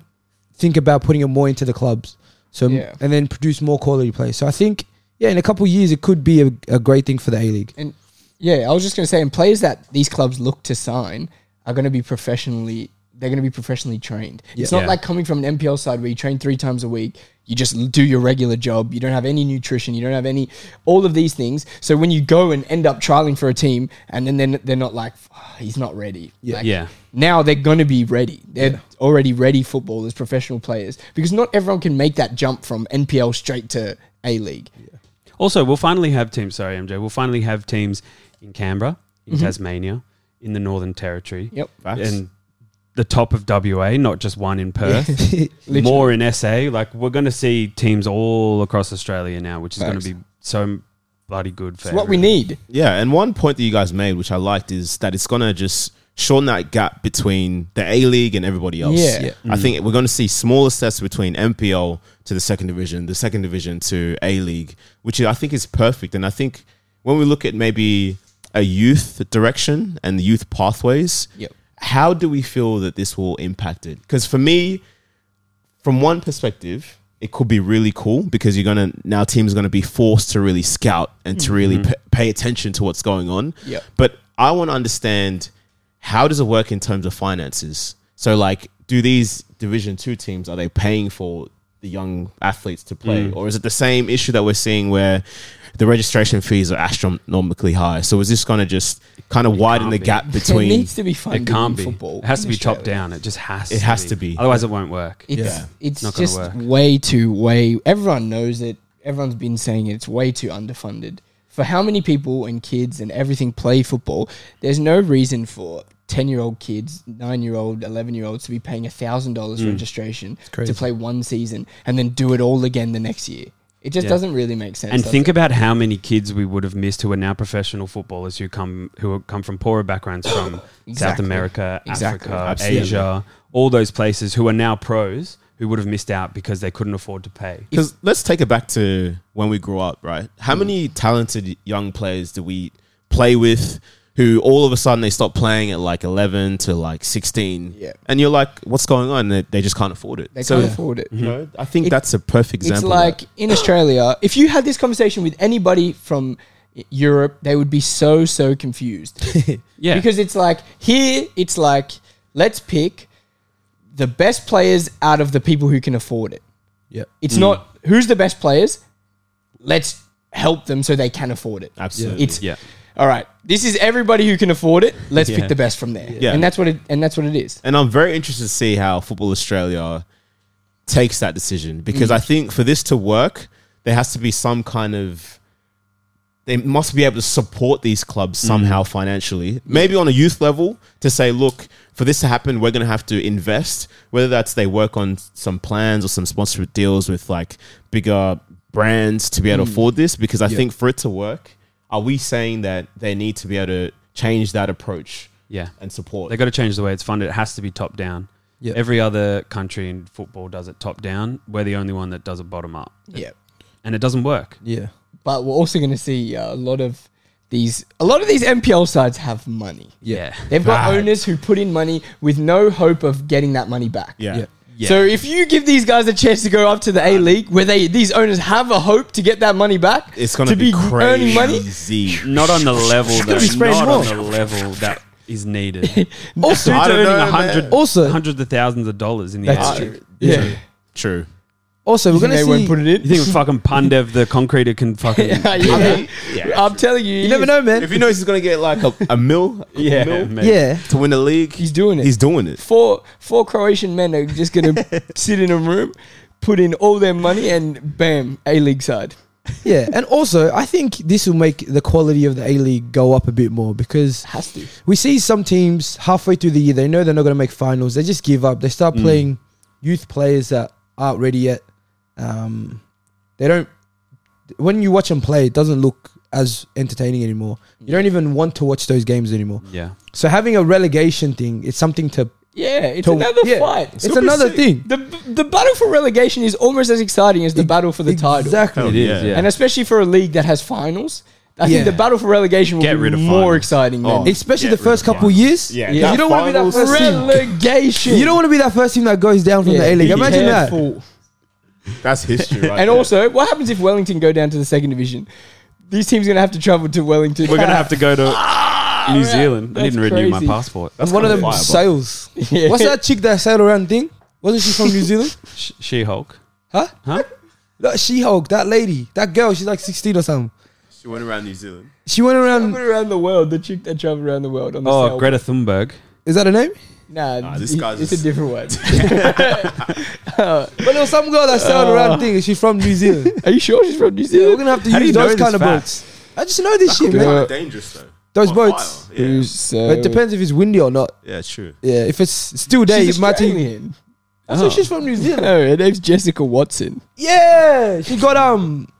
[SPEAKER 2] think about putting it more into the clubs, so
[SPEAKER 3] Yeah.
[SPEAKER 2] and then produce more quality players. So I think yeah, in a couple of years it could be a, a great thing for the A League.
[SPEAKER 3] And yeah, I was just going to say, and players that these clubs look to sign are going to be professionally. They're going to be professionally trained. It's
[SPEAKER 2] Yeah.
[SPEAKER 3] not
[SPEAKER 4] Yeah.
[SPEAKER 3] like coming from an NPL side where you train three times a week. You just l- do your regular job. You don't have any nutrition. You don't have any all of these things. So when you go and end up trialing for a team, and then they're, they're not like "Oh, he's not ready. Yeah.
[SPEAKER 4] Yeah.
[SPEAKER 3] Now they're going to be ready. They're already ready footballers, professional players, because not everyone can make that jump from NPL straight to A League.
[SPEAKER 4] Also, we'll finally have teams. Sorry, MJ. We'll finally have teams in Canberra, in
[SPEAKER 3] Mm-hmm.
[SPEAKER 4] Tasmania, in the Northern Territory,
[SPEAKER 3] Yep.
[SPEAKER 1] Facts.
[SPEAKER 4] and the top of WA, not just one in Perth.
[SPEAKER 3] (laughs) Literally.
[SPEAKER 4] more in SA. Like we're going to see teams all across Australia now, which is going
[SPEAKER 3] Facts.
[SPEAKER 4] to be so bloody good for
[SPEAKER 3] It's what we
[SPEAKER 4] everyone.
[SPEAKER 3] need.
[SPEAKER 1] Yeah, and one point that you guys made, which I liked, is that it's gonna just shorten that gap between the A League and everybody else.
[SPEAKER 3] Yeah. Yeah.
[SPEAKER 1] I think we're gonna see smaller steps between MPL to the second division, the second division to A League, which I think is perfect. And I think when we look at maybe a youth direction and the youth pathways,
[SPEAKER 3] Yep.
[SPEAKER 1] how do we feel that this will impact it? Because for me, from one perspective, it could be really cool because you're gonna now teams are gonna be forced to really scout and
[SPEAKER 4] Mm.
[SPEAKER 1] to really
[SPEAKER 4] Mm-hmm.
[SPEAKER 1] p- pay attention to what's going on.
[SPEAKER 3] Yep.
[SPEAKER 1] But I want to understand how does it work in terms of finances. So like, do these Division Two teams
[SPEAKER 4] Mm.
[SPEAKER 1] are they paying for the young athletes to play, or is it the same issue that we're seeing where the registration fees are astronomically high. So is this going to just kind of widen
[SPEAKER 4] can't
[SPEAKER 1] the
[SPEAKER 4] be. (laughs)
[SPEAKER 1] gap
[SPEAKER 3] it
[SPEAKER 1] between?
[SPEAKER 3] needs to be funded
[SPEAKER 4] It can't
[SPEAKER 3] in
[SPEAKER 4] be.
[SPEAKER 3] football.
[SPEAKER 4] It has to
[SPEAKER 3] in
[SPEAKER 4] be top
[SPEAKER 3] Australia.
[SPEAKER 4] down. It just has.
[SPEAKER 1] It
[SPEAKER 4] to
[SPEAKER 1] has
[SPEAKER 4] be.
[SPEAKER 1] to be.
[SPEAKER 4] Otherwise, it won't work.
[SPEAKER 3] It's
[SPEAKER 2] Yeah.
[SPEAKER 3] it's
[SPEAKER 4] Not gonna
[SPEAKER 3] just
[SPEAKER 4] work.
[SPEAKER 3] way too way. Everyone knows it. Everyone's been saying it. It's way too underfunded for how many people and kids and everything play football. There's no reason for ten year old kids, nine year old, eleven year olds to be paying thousand
[SPEAKER 4] Mm.
[SPEAKER 3] dollars registration
[SPEAKER 2] crazy.
[SPEAKER 3] to play one season and then do it all again the next year. It just
[SPEAKER 4] Yeah.
[SPEAKER 3] doesn't really make sense.
[SPEAKER 4] and
[SPEAKER 3] does
[SPEAKER 4] think
[SPEAKER 3] it?
[SPEAKER 4] about how many kids we would have missed who are now professional footballers who come who have come from poorer backgrounds from South
[SPEAKER 3] (coughs) Exactly.
[SPEAKER 4] America,
[SPEAKER 3] Exactly.
[SPEAKER 4] Africa,
[SPEAKER 1] Absolutely.
[SPEAKER 4] Asia, all those places who are now pros who would have missed out because they couldn't afford to pay.
[SPEAKER 1] Because let's take it back to when we grew up, right? How many talented young players do we play with who all of a sudden they stop playing at like 11 to like 16?
[SPEAKER 3] Yeah.
[SPEAKER 1] And you're like, what's going on? They, they just can't afford it.
[SPEAKER 3] they
[SPEAKER 1] so,
[SPEAKER 3] can't afford it.
[SPEAKER 1] you know, I think
[SPEAKER 3] It-
[SPEAKER 1] that's a perfect example.
[SPEAKER 3] It's
[SPEAKER 1] of
[SPEAKER 3] like in Australia, if you had this conversation with anybody from Europe, they would be so so confused.
[SPEAKER 4] Yeah.
[SPEAKER 3] Because it's like here, it's like let's pick the best players out of the people who can afford it.
[SPEAKER 2] Yeah.
[SPEAKER 3] It's not who's the best players. Let's help them so they can afford it.
[SPEAKER 1] that. absolutely.
[SPEAKER 3] It's
[SPEAKER 4] yeah.
[SPEAKER 3] all right. This is everybody who can afford it. Let's
[SPEAKER 4] Yeah.
[SPEAKER 3] pick the best from there.
[SPEAKER 1] Yeah.
[SPEAKER 3] And that's what it and that's what it is.
[SPEAKER 1] And I'm very interested to see how Football Australia takes that decision because I
[SPEAKER 4] Mm.
[SPEAKER 1] think for this to work, there has to be some kind of they must be able to support these clubs
[SPEAKER 4] Mm.
[SPEAKER 1] somehow financially, maybe on a youth level, to say, look, for this to happen, we're going to have to invest. Whether that's they work on some plans or some sponsorship deals with like bigger brands to be
[SPEAKER 4] Mm.
[SPEAKER 1] able to afford this, because I think for it to work, are we saying that they need to be able to change that approach
[SPEAKER 4] Yeah.
[SPEAKER 1] and support?
[SPEAKER 4] They got to change the way it's funded. It has to be top down.
[SPEAKER 2] Yeah.
[SPEAKER 4] Every other country in football does it top down. We're the only one that does it bottom up.
[SPEAKER 3] Yeah.
[SPEAKER 4] And it doesn't work.
[SPEAKER 2] Yeah.
[SPEAKER 3] But we're also going to see uh, a lot of these a lot of these MPL sides have money.
[SPEAKER 4] Yeah.
[SPEAKER 3] They've got
[SPEAKER 1] Right.
[SPEAKER 3] owners who put in money with no hope of getting that money back.
[SPEAKER 1] yeah.
[SPEAKER 2] Yeah.
[SPEAKER 4] Yeah.
[SPEAKER 3] So if you give these guys a chance to go up to the A League, where they these owners have a hope to get that money back,
[SPEAKER 1] It's gonna
[SPEAKER 3] to
[SPEAKER 1] be,
[SPEAKER 3] earning money.
[SPEAKER 1] crazy.
[SPEAKER 4] Not on the level
[SPEAKER 2] gonna be
[SPEAKER 4] that,
[SPEAKER 2] spread
[SPEAKER 4] not on
[SPEAKER 2] more.
[SPEAKER 4] the level that is needed.
[SPEAKER 2] Also,
[SPEAKER 1] I don't
[SPEAKER 4] Earning
[SPEAKER 1] know,
[SPEAKER 4] a hundred,
[SPEAKER 2] Also-
[SPEAKER 4] hundreds of thousands of dollars in the
[SPEAKER 2] That's
[SPEAKER 4] air.
[SPEAKER 2] true.
[SPEAKER 3] Yeah,
[SPEAKER 1] True.
[SPEAKER 2] also
[SPEAKER 3] You
[SPEAKER 2] we're
[SPEAKER 3] think
[SPEAKER 2] gonna
[SPEAKER 3] they won't
[SPEAKER 2] see.
[SPEAKER 3] put it
[SPEAKER 4] You
[SPEAKER 3] in. (laughs)
[SPEAKER 4] think fucking Pundev the concreter can fucking
[SPEAKER 3] yeah,
[SPEAKER 1] Yeah.
[SPEAKER 3] I'm telling you,
[SPEAKER 2] You never know, man.
[SPEAKER 1] If he knows he's gonna get like a, a mil,
[SPEAKER 4] yeah,
[SPEAKER 1] mil
[SPEAKER 4] mate.
[SPEAKER 2] yeah.
[SPEAKER 1] to win the league,
[SPEAKER 3] He's doing it.
[SPEAKER 1] He's doing it.
[SPEAKER 3] Four four Croatian men are
[SPEAKER 1] (laughs)
[SPEAKER 3] just gonna sit in a room, put in all their money, and bam, A League side.
[SPEAKER 2] Yeah, and also I think this will make the quality of the A League go up a bit more because
[SPEAKER 3] Has to.
[SPEAKER 2] we see some teams halfway through the year they know they're not going to make finals. They just give up. They
[SPEAKER 3] Mm.
[SPEAKER 2] start playing youth players that aren't ready yet. Um, they don't. When you watch them play, it doesn't look as entertaining anymore. You don't even want to watch those games anymore.
[SPEAKER 3] Mm.
[SPEAKER 4] Yeah.
[SPEAKER 2] So having a relegation thing, it's something to.
[SPEAKER 3] Yeah, it's
[SPEAKER 2] to
[SPEAKER 3] another
[SPEAKER 2] yeah,
[SPEAKER 3] fight.
[SPEAKER 2] It's, another thing.
[SPEAKER 3] The the battle for relegation is almost as exciting as the battle for the title.
[SPEAKER 2] Exactly.
[SPEAKER 1] Hell
[SPEAKER 4] It is,
[SPEAKER 1] yeah.
[SPEAKER 4] yeah.
[SPEAKER 3] and especially for a league that has finals. I think
[SPEAKER 2] Yeah.
[SPEAKER 3] the battle for relegation will
[SPEAKER 4] Get
[SPEAKER 3] be
[SPEAKER 4] rid of
[SPEAKER 3] more
[SPEAKER 4] finals.
[SPEAKER 3] exciting than
[SPEAKER 1] Oh.
[SPEAKER 2] Especially
[SPEAKER 1] Get
[SPEAKER 2] the
[SPEAKER 1] rid
[SPEAKER 2] first
[SPEAKER 1] of
[SPEAKER 2] couple
[SPEAKER 1] finals.
[SPEAKER 2] years.
[SPEAKER 1] Yeah,
[SPEAKER 3] Yeah.
[SPEAKER 2] You don't want to be that
[SPEAKER 1] finals-
[SPEAKER 2] first team.
[SPEAKER 3] relegation.
[SPEAKER 2] You don't want to be that first team that goes down from
[SPEAKER 3] Yeah,
[SPEAKER 2] the A League.
[SPEAKER 3] be
[SPEAKER 2] Imagine that.
[SPEAKER 3] careful.
[SPEAKER 1] That's history, right?
[SPEAKER 3] And
[SPEAKER 1] there.
[SPEAKER 3] also, what happens if Wellington go down to the second division? These teams are going to have to travel to Wellington.
[SPEAKER 4] We're gonna have to go to New
[SPEAKER 3] right.
[SPEAKER 4] Zealand. I
[SPEAKER 3] That's
[SPEAKER 4] didn't renew my
[SPEAKER 3] crazy.
[SPEAKER 4] passport.
[SPEAKER 1] that's
[SPEAKER 2] one of
[SPEAKER 1] kinda
[SPEAKER 2] them
[SPEAKER 1] fire, bro.
[SPEAKER 2] (laughs) sales.
[SPEAKER 3] Yeah.
[SPEAKER 2] What's that chick that sailed around thing? Wasn't she from New Zealand?
[SPEAKER 4] Sh- She-Hulk.
[SPEAKER 2] Huh?
[SPEAKER 4] Huh?
[SPEAKER 2] (laughs) That She Hulk, that lady, that girl, she's like 16 or something.
[SPEAKER 1] She went around New Zealand.
[SPEAKER 2] She went
[SPEAKER 3] (laughs) Travel
[SPEAKER 2] around.
[SPEAKER 3] around the world. The chick that traveled around the world on the
[SPEAKER 4] Oh,
[SPEAKER 3] sailboat.
[SPEAKER 4] Greta Thunberg.
[SPEAKER 2] Is that her name?
[SPEAKER 3] Nah,
[SPEAKER 1] Nah, this
[SPEAKER 3] this
[SPEAKER 1] guy's
[SPEAKER 3] guy's it's a
[SPEAKER 1] just-
[SPEAKER 3] different one. (laughs)
[SPEAKER 2] But there was some girl that sailed around thing and she's from New Zealand. (laughs)
[SPEAKER 3] Are you sure she's from New
[SPEAKER 2] yeah, we're
[SPEAKER 3] Zealand?
[SPEAKER 2] gonna have to
[SPEAKER 4] How do
[SPEAKER 2] use
[SPEAKER 4] you know
[SPEAKER 2] those
[SPEAKER 4] this
[SPEAKER 2] kind of
[SPEAKER 4] fact?
[SPEAKER 2] boats. I just know this shit,
[SPEAKER 3] Yeah.
[SPEAKER 2] man.
[SPEAKER 3] Uh,
[SPEAKER 1] dangerous though.
[SPEAKER 2] Those
[SPEAKER 1] On
[SPEAKER 2] boats.
[SPEAKER 1] fire. Yeah.
[SPEAKER 3] Who's, so
[SPEAKER 2] But it depends if it's windy or not.
[SPEAKER 1] yeah, true.
[SPEAKER 2] Yeah, if it's still day,
[SPEAKER 3] She's
[SPEAKER 2] it might be.
[SPEAKER 3] Australian.
[SPEAKER 2] I thought
[SPEAKER 4] Oh.
[SPEAKER 2] she's from
[SPEAKER 3] (laughs)
[SPEAKER 2] New Zealand.
[SPEAKER 3] No, her name's Jessica Watson.
[SPEAKER 2] Yeah, she got um,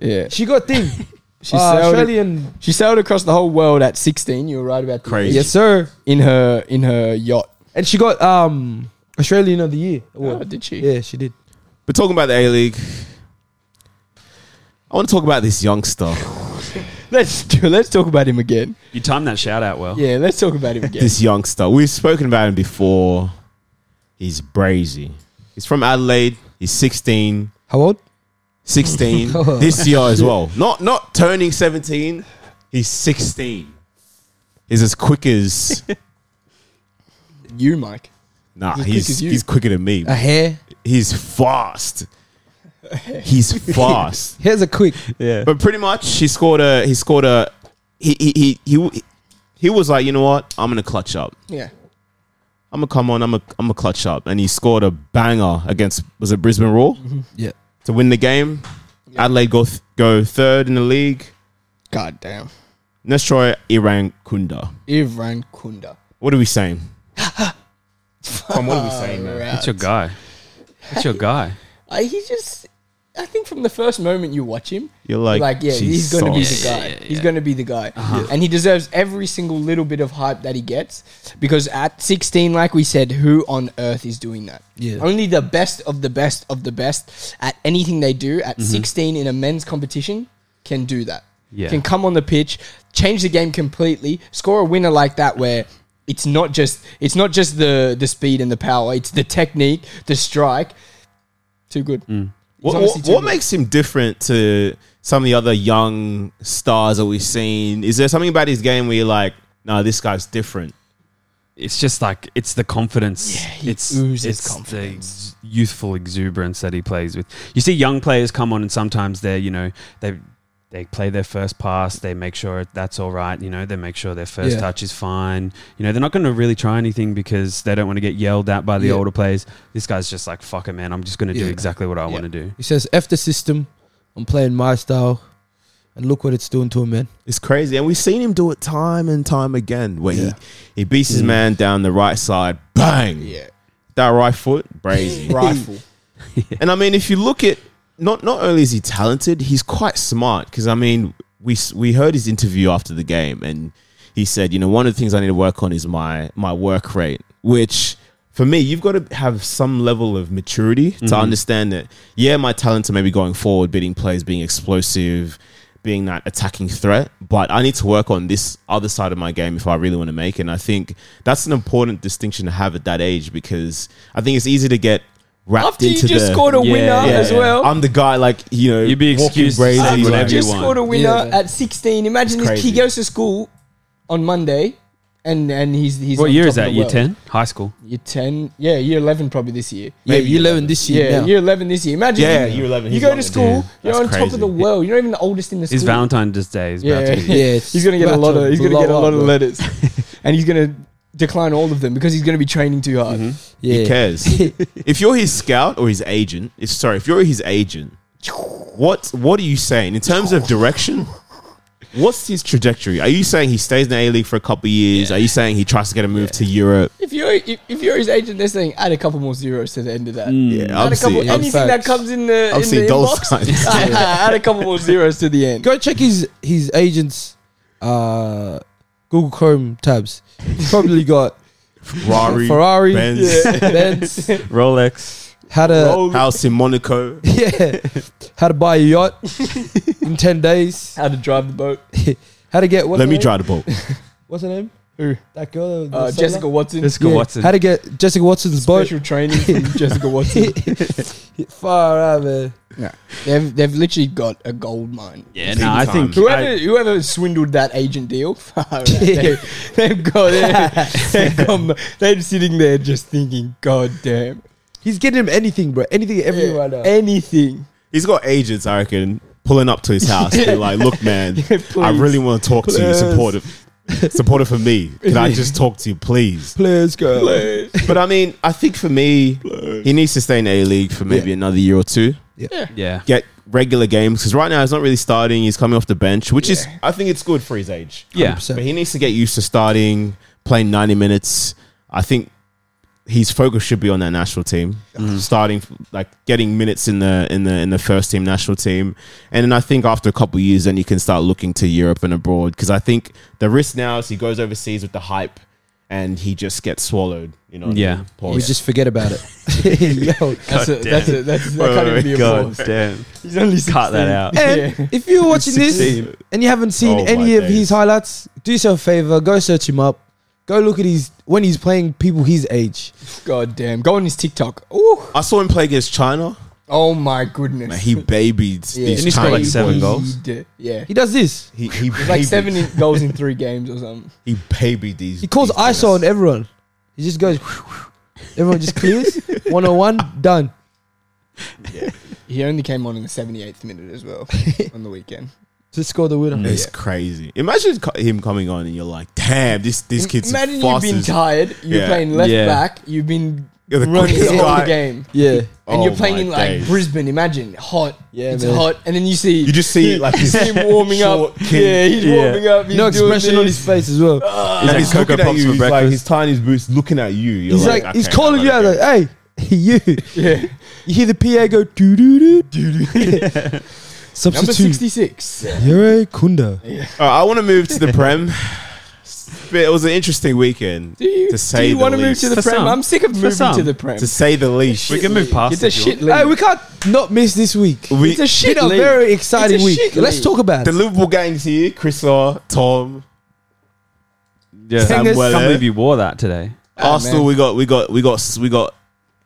[SPEAKER 3] Yeah,
[SPEAKER 2] she got (laughs) thing.
[SPEAKER 3] she
[SPEAKER 2] She's uh,
[SPEAKER 3] sailed.
[SPEAKER 2] Australian.
[SPEAKER 3] She sailed across the whole world at 16. You were right about that.
[SPEAKER 1] Crazy.
[SPEAKER 2] Yes, sir.
[SPEAKER 3] in her in her yacht.
[SPEAKER 2] And she got um Australian of the Year
[SPEAKER 3] Oh,
[SPEAKER 2] award.
[SPEAKER 3] did she?
[SPEAKER 2] Yeah, she did.
[SPEAKER 1] But talking about the A League, I want to talk about this youngster,
[SPEAKER 3] Let's do, let's talk about him again.
[SPEAKER 4] You timed that shout out well.
[SPEAKER 3] Yeah, let's talk about him again.
[SPEAKER 1] this youngster. We've spoken about him before. He's brazy. He's from Adelaide. He's 16.
[SPEAKER 2] How old?
[SPEAKER 3] (laughs)
[SPEAKER 1] 16
[SPEAKER 2] Oh.
[SPEAKER 1] this year as well. Not not turning 17. He's 16. He's as quick as
[SPEAKER 3] (laughs) you, Mike.
[SPEAKER 1] nah.
[SPEAKER 3] He's
[SPEAKER 1] He's
[SPEAKER 3] as quick
[SPEAKER 1] he's,
[SPEAKER 3] as you. (laughs)
[SPEAKER 1] quicker than me.
[SPEAKER 2] A hair.
[SPEAKER 1] He's fast.
[SPEAKER 3] (laughs)
[SPEAKER 1] He's fast.
[SPEAKER 2] Here's a quick.
[SPEAKER 4] Yeah.
[SPEAKER 1] But pretty much, he scored a. He scored a. He he he he, he was like, you know what? I'm gonna clutch up.
[SPEAKER 3] Yeah.
[SPEAKER 1] I'm gonna come on. I'm gonna I'm gonna clutch up. And he scored a banger against was it Brisbane Raw
[SPEAKER 3] Mm-hmm.
[SPEAKER 2] Yeah.
[SPEAKER 1] to win the game. Adelaide go th- go third in the league.
[SPEAKER 3] God damn.
[SPEAKER 1] Let's try Iran Kunda.
[SPEAKER 3] Ivan Kunda.
[SPEAKER 1] What are we saying? Come, what are we saying, man?
[SPEAKER 4] That's your guy. That's your guy.
[SPEAKER 3] Uh, he just, I think from the first moment you watch him,
[SPEAKER 1] You're like,
[SPEAKER 3] like yeah, he's
[SPEAKER 1] Jesus.
[SPEAKER 3] going to be the guy.
[SPEAKER 4] Yeah, yeah, yeah.
[SPEAKER 3] He's going to be the guy, and he deserves every single little bit of hype that he gets because at 16, like we said, who on earth is doing that?
[SPEAKER 2] Yeah.
[SPEAKER 3] only the best of the best of the best at anything they do at 16 in a men's competition can do that.
[SPEAKER 4] Yeah.
[SPEAKER 3] can come on the pitch, change the game completely, score a winner like that where. It's not just it's not just the the speed and the power. It's the technique, the strike. Too good. He's
[SPEAKER 1] What,
[SPEAKER 3] honestly
[SPEAKER 1] what,
[SPEAKER 3] too
[SPEAKER 1] what
[SPEAKER 3] good.
[SPEAKER 1] makes him different to some of the other young stars that we've seen? Is there something about his game where you're like, no, this guy's different?
[SPEAKER 4] It's just like it's the confidence.
[SPEAKER 3] he
[SPEAKER 4] it's
[SPEAKER 3] oozes
[SPEAKER 4] it's the
[SPEAKER 3] confidence.
[SPEAKER 4] ex- youthful exuberance that he plays with. You see young players come on and sometimes they're, you know, they they play their first pass, they make sure that's all right, you know, they make sure their first
[SPEAKER 2] Yeah.
[SPEAKER 4] touch is fine. You know, they're not going to really try anything because they don't want to get yelled at by the
[SPEAKER 2] Yeah.
[SPEAKER 4] older players. This guy's just like, fuck it, man, I'm just going to do
[SPEAKER 2] Yeah.
[SPEAKER 4] exactly what I want to do.
[SPEAKER 2] He says, F the system. I'm playing my style. And look what it's doing to him, man.
[SPEAKER 1] It's crazy. And we've seen him do it time and time again where
[SPEAKER 2] Yeah.
[SPEAKER 1] he, he beats his man down the right side, bang.
[SPEAKER 3] Mm. Yeah.
[SPEAKER 1] That right foot,
[SPEAKER 3] (laughs)
[SPEAKER 1] brazy.
[SPEAKER 3] rifle.
[SPEAKER 1] (laughs) And I mean, if you look at not not only is he talented, he's quite smart. Because I mean, we s- we heard his interview after the game, and he said, you know, one of the things I need to work on is my my work rate, which. For me, you've got to have some level of maturity to understand that. Yeah, my talents are maybe going forward, beating plays, being explosive, being that attacking threat. But I need to work on this other side of my game if I really want to make it. And I think that's an important distinction to have at that age because I think it's easy to get wrapped
[SPEAKER 3] After you
[SPEAKER 1] into
[SPEAKER 3] just
[SPEAKER 1] the
[SPEAKER 3] scored a
[SPEAKER 4] Yeah,
[SPEAKER 3] winner
[SPEAKER 4] yeah,
[SPEAKER 3] as
[SPEAKER 4] yeah.
[SPEAKER 3] well.
[SPEAKER 1] I'm the guy, like you know,
[SPEAKER 4] You'd be
[SPEAKER 1] walking
[SPEAKER 4] excused to say
[SPEAKER 1] brazy,
[SPEAKER 4] whatever
[SPEAKER 1] like,
[SPEAKER 4] you
[SPEAKER 3] just
[SPEAKER 4] want.
[SPEAKER 3] scored a winner
[SPEAKER 2] Yeah.
[SPEAKER 3] at 16. Imagine
[SPEAKER 1] It's
[SPEAKER 3] this he
[SPEAKER 1] crazy.
[SPEAKER 3] goes to school on Monday, and and he's he's.
[SPEAKER 4] What
[SPEAKER 3] on
[SPEAKER 4] year
[SPEAKER 3] top
[SPEAKER 4] is
[SPEAKER 3] of the
[SPEAKER 4] that? Year
[SPEAKER 3] world.
[SPEAKER 4] 10? High school.
[SPEAKER 3] Year 10. Yeah, year 11 probably this year.
[SPEAKER 2] yeah, year 11 this year.
[SPEAKER 3] Yeah,
[SPEAKER 2] now.
[SPEAKER 3] year 11 this year. Imagine.
[SPEAKER 1] Yeah,
[SPEAKER 3] you,
[SPEAKER 1] year 11,
[SPEAKER 3] You
[SPEAKER 1] he's
[SPEAKER 3] go
[SPEAKER 1] not
[SPEAKER 3] to
[SPEAKER 1] gonna
[SPEAKER 3] school.
[SPEAKER 1] do it.
[SPEAKER 3] You're
[SPEAKER 1] That's
[SPEAKER 3] on top of
[SPEAKER 1] crazy.
[SPEAKER 3] the world. You're not even the oldest in the school.
[SPEAKER 4] It's Valentine's Day. Is about
[SPEAKER 3] Yeah,
[SPEAKER 4] to be.
[SPEAKER 2] Yeah,
[SPEAKER 3] (laughs)
[SPEAKER 2] it's
[SPEAKER 3] he's gonna get a
[SPEAKER 2] about
[SPEAKER 3] lot
[SPEAKER 2] to
[SPEAKER 3] of he's gonna
[SPEAKER 2] blow
[SPEAKER 3] get a
[SPEAKER 2] up,
[SPEAKER 3] lot of
[SPEAKER 2] bro.
[SPEAKER 3] letters, and he's gonna decline all of them because he's gonna be training too hard.
[SPEAKER 1] Who
[SPEAKER 3] (laughs)
[SPEAKER 2] Yeah.
[SPEAKER 1] cares? if you're his scout or his agent, if sorry, if you're his agent, what what are you saying in terms of direction? What's his trajectory? Are you saying he stays in the A League for a couple of years? Are you saying he tries to get a move to Europe?
[SPEAKER 3] If you're if, if you're his agent, they're saying add a couple more zeros to the end of that.
[SPEAKER 1] Mm. Yeah,
[SPEAKER 3] Add Mm. a
[SPEAKER 1] I've
[SPEAKER 3] couple,
[SPEAKER 1] seen,
[SPEAKER 3] anything
[SPEAKER 1] I've,
[SPEAKER 3] that
[SPEAKER 2] facts.
[SPEAKER 3] comes in the,
[SPEAKER 1] I've
[SPEAKER 3] in
[SPEAKER 1] seen
[SPEAKER 3] the
[SPEAKER 1] those
[SPEAKER 3] inbox,
[SPEAKER 1] signs.
[SPEAKER 3] (laughs) add a couple more zeros to the end.
[SPEAKER 2] Go check his his agent's uh, Google Chrome tabs. He's probably got
[SPEAKER 1] (laughs) Ferrari,
[SPEAKER 2] Ferrari,
[SPEAKER 1] Benz,
[SPEAKER 2] (laughs) Benz,
[SPEAKER 4] Rolex.
[SPEAKER 2] how to
[SPEAKER 1] house in Monaco.
[SPEAKER 2] (laughs) yeah, how to buy
[SPEAKER 1] (laughs)
[SPEAKER 2] a yacht in ten days,
[SPEAKER 3] How to drive the boat?
[SPEAKER 2] how to get what's
[SPEAKER 1] Let
[SPEAKER 2] her
[SPEAKER 1] me
[SPEAKER 2] name?
[SPEAKER 1] drive the boat.
[SPEAKER 2] What's her name?
[SPEAKER 3] Who?
[SPEAKER 2] That girl, the
[SPEAKER 3] Uh,
[SPEAKER 2] sailor?
[SPEAKER 3] Jessica Watson.
[SPEAKER 4] Jessica
[SPEAKER 2] Yeah,
[SPEAKER 4] Watson.
[SPEAKER 2] How to get Jessica Watson's boat?
[SPEAKER 3] Special (laughs) training
[SPEAKER 2] (laughs)
[SPEAKER 3] from Jessica Watson.
[SPEAKER 2] Far out, man.
[SPEAKER 3] They've they've literally got a gold mine.
[SPEAKER 4] Yeah,
[SPEAKER 1] Big
[SPEAKER 4] no, I
[SPEAKER 1] time.
[SPEAKER 4] think
[SPEAKER 3] Whoever
[SPEAKER 4] I-
[SPEAKER 3] whoever swindled that agent deal, (laughs) they, they've (laughs) got they're, they're, Oh, (laughs) come- they're sitting there just thinking, God damn,
[SPEAKER 2] He's getting him anything, bro. Anything, uh, everything right now.
[SPEAKER 3] anything.
[SPEAKER 1] He's got agents, I reckon, pulling up to his house. be like,
[SPEAKER 3] (laughs)
[SPEAKER 1] look, man, I
[SPEAKER 3] please.
[SPEAKER 1] really want to talk to you.
[SPEAKER 3] Please.
[SPEAKER 1] Supportive, supportive for me. Can I just talk to you,
[SPEAKER 3] (laughs)
[SPEAKER 1] please?
[SPEAKER 2] Players, girl.
[SPEAKER 1] But I mean, I think for me, he needs to stay in A League for maybe another year or two.
[SPEAKER 4] yeah.
[SPEAKER 1] Get regular games because right now he's not really starting. He's coming off the bench, which is I think it's good for his age.
[SPEAKER 4] Yeah.
[SPEAKER 2] 100%.
[SPEAKER 1] But he needs to get used to starting, playing 90 minutes. I think his focus should be on that national team,
[SPEAKER 3] Mm.
[SPEAKER 1] starting like getting minutes in the in the in the first team national team, and then I think after a couple of years, then you can start looking to Europe and abroad because I think the risk now is he goes overseas with the hype, and he just gets swallowed. You know, what I
[SPEAKER 4] Yeah.
[SPEAKER 1] mean?
[SPEAKER 2] We
[SPEAKER 1] Pause.
[SPEAKER 2] just forget about it.
[SPEAKER 3] (laughs)
[SPEAKER 2] (laughs) Yo.
[SPEAKER 3] That's a,
[SPEAKER 4] damn.
[SPEAKER 3] that's a, that's that can't even be a
[SPEAKER 4] Oh God
[SPEAKER 3] pause. (laughs)
[SPEAKER 4] damn.
[SPEAKER 3] He's only 16.
[SPEAKER 4] Cut that (laughs) out.
[SPEAKER 2] And
[SPEAKER 3] Yeah.
[SPEAKER 2] if you're watching this
[SPEAKER 1] 16.
[SPEAKER 2] and you haven't seen
[SPEAKER 1] Oh
[SPEAKER 2] any
[SPEAKER 1] my
[SPEAKER 2] of his
[SPEAKER 1] days.
[SPEAKER 2] highlights, do yourself a favor, go search him up. Go look at his when he's playing people his age.
[SPEAKER 3] God damn. Go on his TikTok. Ooh.
[SPEAKER 1] I saw him play against China.
[SPEAKER 3] Oh my goodness.
[SPEAKER 1] Man, he babied
[SPEAKER 3] Yeah.
[SPEAKER 1] these
[SPEAKER 3] And
[SPEAKER 4] he scored like
[SPEAKER 1] Chinese
[SPEAKER 4] seven
[SPEAKER 1] boys.
[SPEAKER 4] goals.
[SPEAKER 3] did. Yeah.
[SPEAKER 2] He
[SPEAKER 3] (laughs)
[SPEAKER 2] does this.
[SPEAKER 1] He, he
[SPEAKER 3] Like
[SPEAKER 1] babied-
[SPEAKER 3] seven in- goals in three games or something.
[SPEAKER 1] He babied these.
[SPEAKER 2] He calls
[SPEAKER 1] these
[SPEAKER 2] ISO
[SPEAKER 1] niggas.
[SPEAKER 2] on everyone. He just
[SPEAKER 3] (laughs)
[SPEAKER 2] (laughs) goes, everyone just clears. One on one, done.
[SPEAKER 3] He only came on in the 78th minute as (laughs) well on the weekend.
[SPEAKER 2] to score the winner.
[SPEAKER 1] It's crazy. Imagine co- him coming on and you're like, damn, this this kid's
[SPEAKER 3] Imagine you've
[SPEAKER 1] fast
[SPEAKER 3] been
[SPEAKER 1] as-
[SPEAKER 3] tired. You're
[SPEAKER 1] Yeah.
[SPEAKER 3] playing left
[SPEAKER 4] Yeah.
[SPEAKER 3] back. You've been
[SPEAKER 1] You're the
[SPEAKER 3] running
[SPEAKER 1] quickest
[SPEAKER 3] the whole
[SPEAKER 1] guy.
[SPEAKER 3] game.
[SPEAKER 2] Yeah.
[SPEAKER 3] And
[SPEAKER 1] Oh
[SPEAKER 3] you're playing
[SPEAKER 1] my
[SPEAKER 3] in like
[SPEAKER 1] days.
[SPEAKER 3] Brisbane. Imagine hot.
[SPEAKER 2] Yeah,
[SPEAKER 3] it's
[SPEAKER 2] man.
[SPEAKER 3] hot. And then you see
[SPEAKER 1] You just
[SPEAKER 3] (laughs)
[SPEAKER 1] see like his (laughs)
[SPEAKER 3] see him warming up.
[SPEAKER 1] short kid.
[SPEAKER 3] Yeah, he's
[SPEAKER 4] Yeah.
[SPEAKER 3] warming up. He's
[SPEAKER 2] No
[SPEAKER 3] doing
[SPEAKER 2] expression on
[SPEAKER 3] this.
[SPEAKER 2] his face as
[SPEAKER 3] (laughs)
[SPEAKER 2] well.
[SPEAKER 3] Oh,
[SPEAKER 1] And
[SPEAKER 4] like
[SPEAKER 1] he's
[SPEAKER 4] Cocoa
[SPEAKER 1] looking at
[SPEAKER 4] Puffs
[SPEAKER 1] you.
[SPEAKER 4] for
[SPEAKER 1] He's like
[SPEAKER 4] breakfast.
[SPEAKER 1] his tiny boots looking at you. You're
[SPEAKER 2] he's like, he's
[SPEAKER 1] okay,
[SPEAKER 2] calling
[SPEAKER 1] I'm
[SPEAKER 2] you out
[SPEAKER 1] gonna
[SPEAKER 2] like,
[SPEAKER 1] go.
[SPEAKER 2] hey, (laughs) you.
[SPEAKER 3] Yeah.
[SPEAKER 2] You hear the PA go doo doo doo doo doo.
[SPEAKER 3] Number
[SPEAKER 2] Substitute.
[SPEAKER 3] 66.
[SPEAKER 2] Yere Kunda.
[SPEAKER 1] All right, I want to move to the
[SPEAKER 3] (laughs)
[SPEAKER 1] prem. It was an interesting weekend,
[SPEAKER 3] Do you,
[SPEAKER 1] to say
[SPEAKER 3] do you
[SPEAKER 1] the
[SPEAKER 3] want to move
[SPEAKER 1] least.
[SPEAKER 3] to the
[SPEAKER 4] For
[SPEAKER 3] Prem?
[SPEAKER 4] some.
[SPEAKER 3] I'm sick of
[SPEAKER 4] For
[SPEAKER 3] moving to
[SPEAKER 4] some.
[SPEAKER 3] the Prem.
[SPEAKER 1] to say the least.
[SPEAKER 4] We can move past
[SPEAKER 3] It's
[SPEAKER 4] it
[SPEAKER 3] a
[SPEAKER 4] if you
[SPEAKER 3] shit
[SPEAKER 4] want.
[SPEAKER 3] league.
[SPEAKER 2] Hey, we can't not miss this week.
[SPEAKER 1] We-
[SPEAKER 3] it's a shit
[SPEAKER 2] Been a
[SPEAKER 3] league.
[SPEAKER 2] very exciting
[SPEAKER 3] It's a
[SPEAKER 2] week.
[SPEAKER 3] shit
[SPEAKER 2] Let's
[SPEAKER 3] league.
[SPEAKER 2] talk about
[SPEAKER 1] the
[SPEAKER 2] it.
[SPEAKER 1] Liverpool gang's here. Chris Law, Tom,
[SPEAKER 4] Yeah.
[SPEAKER 1] Sam
[SPEAKER 4] I
[SPEAKER 1] Weller.
[SPEAKER 4] can't believe you wore that today.
[SPEAKER 1] Arsenal.
[SPEAKER 3] Ah, man.
[SPEAKER 1] We got, we got, we got, we got,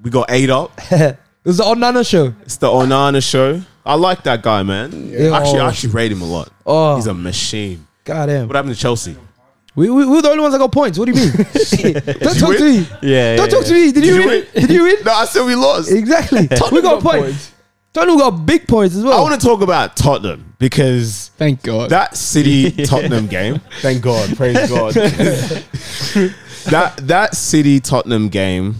[SPEAKER 1] we got eight up.
[SPEAKER 2] it (laughs) was the Onana show.
[SPEAKER 1] It's the Onana show. I like that guy, man.
[SPEAKER 2] Yeah.
[SPEAKER 1] Actually,
[SPEAKER 2] Oh.
[SPEAKER 1] I actually rate him a lot.
[SPEAKER 2] Oh,
[SPEAKER 1] He's a machine.
[SPEAKER 2] goddamn.
[SPEAKER 1] What happened to Chelsea?
[SPEAKER 2] We, we, we're the only ones that got points. What do you mean? Don't talk
[SPEAKER 1] win?
[SPEAKER 2] to me.
[SPEAKER 4] Yeah.
[SPEAKER 2] Don't talk to me. Did you
[SPEAKER 1] you
[SPEAKER 2] win? (laughs) Did you
[SPEAKER 1] (laughs)
[SPEAKER 2] win?
[SPEAKER 1] No, I said we lost.
[SPEAKER 2] Exactly. we got points. Tottenham got big points as
[SPEAKER 1] I
[SPEAKER 2] well.
[SPEAKER 1] want to talk about Tottenham because
[SPEAKER 3] Thank God.
[SPEAKER 1] that
[SPEAKER 2] (laughs)
[SPEAKER 1] City Tottenham game. Thank God, (laughs) praise God. that that City Tottenham game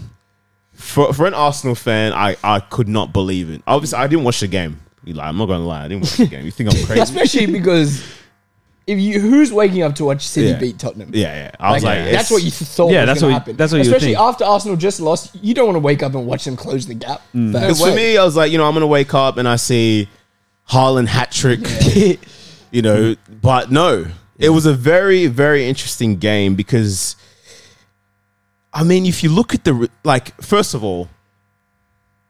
[SPEAKER 1] for for an Arsenal fan, I I could not believe it. Obviously, I didn't watch the game. You lie. I'm not gonna lie. I didn't watch the game. You
[SPEAKER 2] (laughs)
[SPEAKER 1] think I'm crazy?
[SPEAKER 3] Especially because if you who's waking up to watch City
[SPEAKER 1] Yeah.
[SPEAKER 3] beat Tottenham?
[SPEAKER 1] yeah, yeah. I was
[SPEAKER 3] Like,
[SPEAKER 1] like, it's-
[SPEAKER 3] that's what you thought.
[SPEAKER 4] Yeah,
[SPEAKER 3] was
[SPEAKER 4] that's
[SPEAKER 3] gonna
[SPEAKER 4] what you-
[SPEAKER 3] happen.
[SPEAKER 4] that's what you would
[SPEAKER 3] Especially
[SPEAKER 4] think.
[SPEAKER 3] after Arsenal just lost, you don't want to wake up and watch them close the gap.
[SPEAKER 4] Mm.
[SPEAKER 3] No
[SPEAKER 1] Because
[SPEAKER 3] way.
[SPEAKER 1] for me, I was like, you know, I'm gonna wake up and I see Haaland hat trick. you know, but no, it was a very, very interesting game because, I mean, if you look at the re- like, first of all,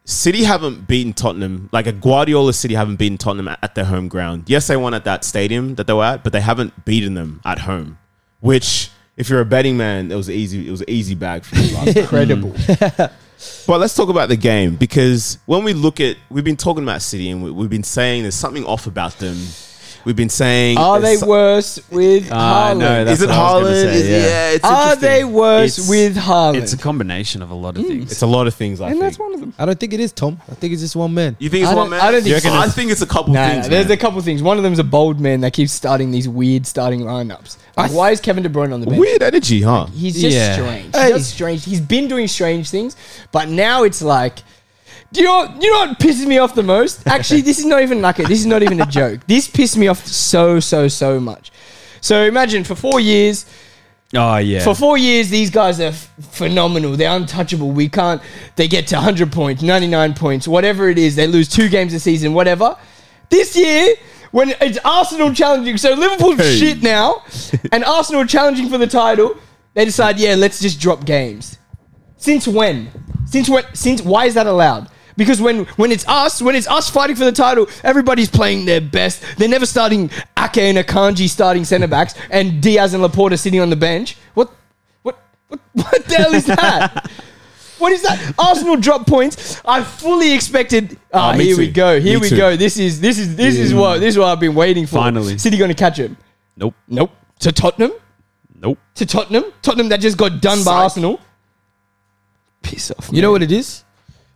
[SPEAKER 1] City haven't beaten Tottenham like a Guardiola City haven't beaten Tottenham at, at their home ground. Yes, they won at that stadium that they were at, but they haven't beaten them at home. Which, if you're a betting man, it was easy. It was an easy bag for you
[SPEAKER 4] (laughs)
[SPEAKER 1] last night. Mm.
[SPEAKER 3] incredible.
[SPEAKER 1] But let's talk about the game because when we look at, we've been talking about City and we, we've been saying there's something off about them. We've been saying,
[SPEAKER 3] Are they
[SPEAKER 1] there's so-
[SPEAKER 3] worse with
[SPEAKER 4] Ah, I know,
[SPEAKER 3] Haaland?
[SPEAKER 4] that's
[SPEAKER 1] Is it
[SPEAKER 4] what I was
[SPEAKER 1] Haaland?
[SPEAKER 4] gonna say,
[SPEAKER 1] Is- yeah.
[SPEAKER 4] yeah.
[SPEAKER 1] it's
[SPEAKER 3] Are
[SPEAKER 1] interesting.
[SPEAKER 3] they worse
[SPEAKER 4] It's-
[SPEAKER 3] with Haaland? Mm.
[SPEAKER 4] It's a combination of a lot of things.
[SPEAKER 1] It's a lot of things. I
[SPEAKER 3] and
[SPEAKER 1] think.
[SPEAKER 3] that's one of them.
[SPEAKER 2] I don't think it is, Tom. I think it's just one man.
[SPEAKER 1] you think it's
[SPEAKER 3] I
[SPEAKER 1] one
[SPEAKER 3] don't-
[SPEAKER 1] man?
[SPEAKER 3] I don't think
[SPEAKER 1] You reckon
[SPEAKER 3] so.
[SPEAKER 1] I think it's a couple
[SPEAKER 3] Nah,
[SPEAKER 1] things.
[SPEAKER 3] there's
[SPEAKER 1] man.
[SPEAKER 3] a couple things. One of them's a bold man that keeps starting these weird starting lineups. Like, why is Kevin De Bruyne on the bench?
[SPEAKER 1] weird energy, huh?
[SPEAKER 3] He's just
[SPEAKER 4] Yeah.
[SPEAKER 3] strange.
[SPEAKER 2] Hey.
[SPEAKER 3] He's just strange. He's been doing strange things, but now it's like, do you know, what- you know what pisses me off the most? Actually, this is not even like a, this is not even a joke. This pissed me off so so so much. So imagine for four years,
[SPEAKER 4] Oh yeah.
[SPEAKER 3] for four years, these guys are f- phenomenal. They're untouchable. We can't. They get to 100 points, 99 points, whatever it is. They lose two games a season, whatever. This year, when it's Arsenal challenging, so Liverpool's
[SPEAKER 1] Hey. (laughs)
[SPEAKER 3] shit now, and Arsenal are challenging for the title, they decide, yeah, let's just drop games. Since when? Since when? Since why is that allowed? Because when, when it's us, when it's us fighting for the title, everybody's playing their best. They're never starting Ake and Akanji starting centre backs and Diaz and Laporta sitting on the bench. What what what (laughs) what
[SPEAKER 1] (laughs)
[SPEAKER 3] the hell is that? what is that? Arsenal drop points. I fully expected Ah,
[SPEAKER 1] Ah, me
[SPEAKER 3] here we
[SPEAKER 1] too.
[SPEAKER 3] go. Here
[SPEAKER 1] Me
[SPEAKER 3] we
[SPEAKER 1] too.
[SPEAKER 3] go. This is this is this is what this is what I've been waiting for.
[SPEAKER 4] Finally.
[SPEAKER 3] City gonna catch him.
[SPEAKER 4] nope.
[SPEAKER 3] Nope. To Tottenham?
[SPEAKER 4] Nope.
[SPEAKER 3] To Tottenham? Tottenham that just got done by
[SPEAKER 1] Psych.
[SPEAKER 3] Arsenal. Piss off.
[SPEAKER 2] You know what it is?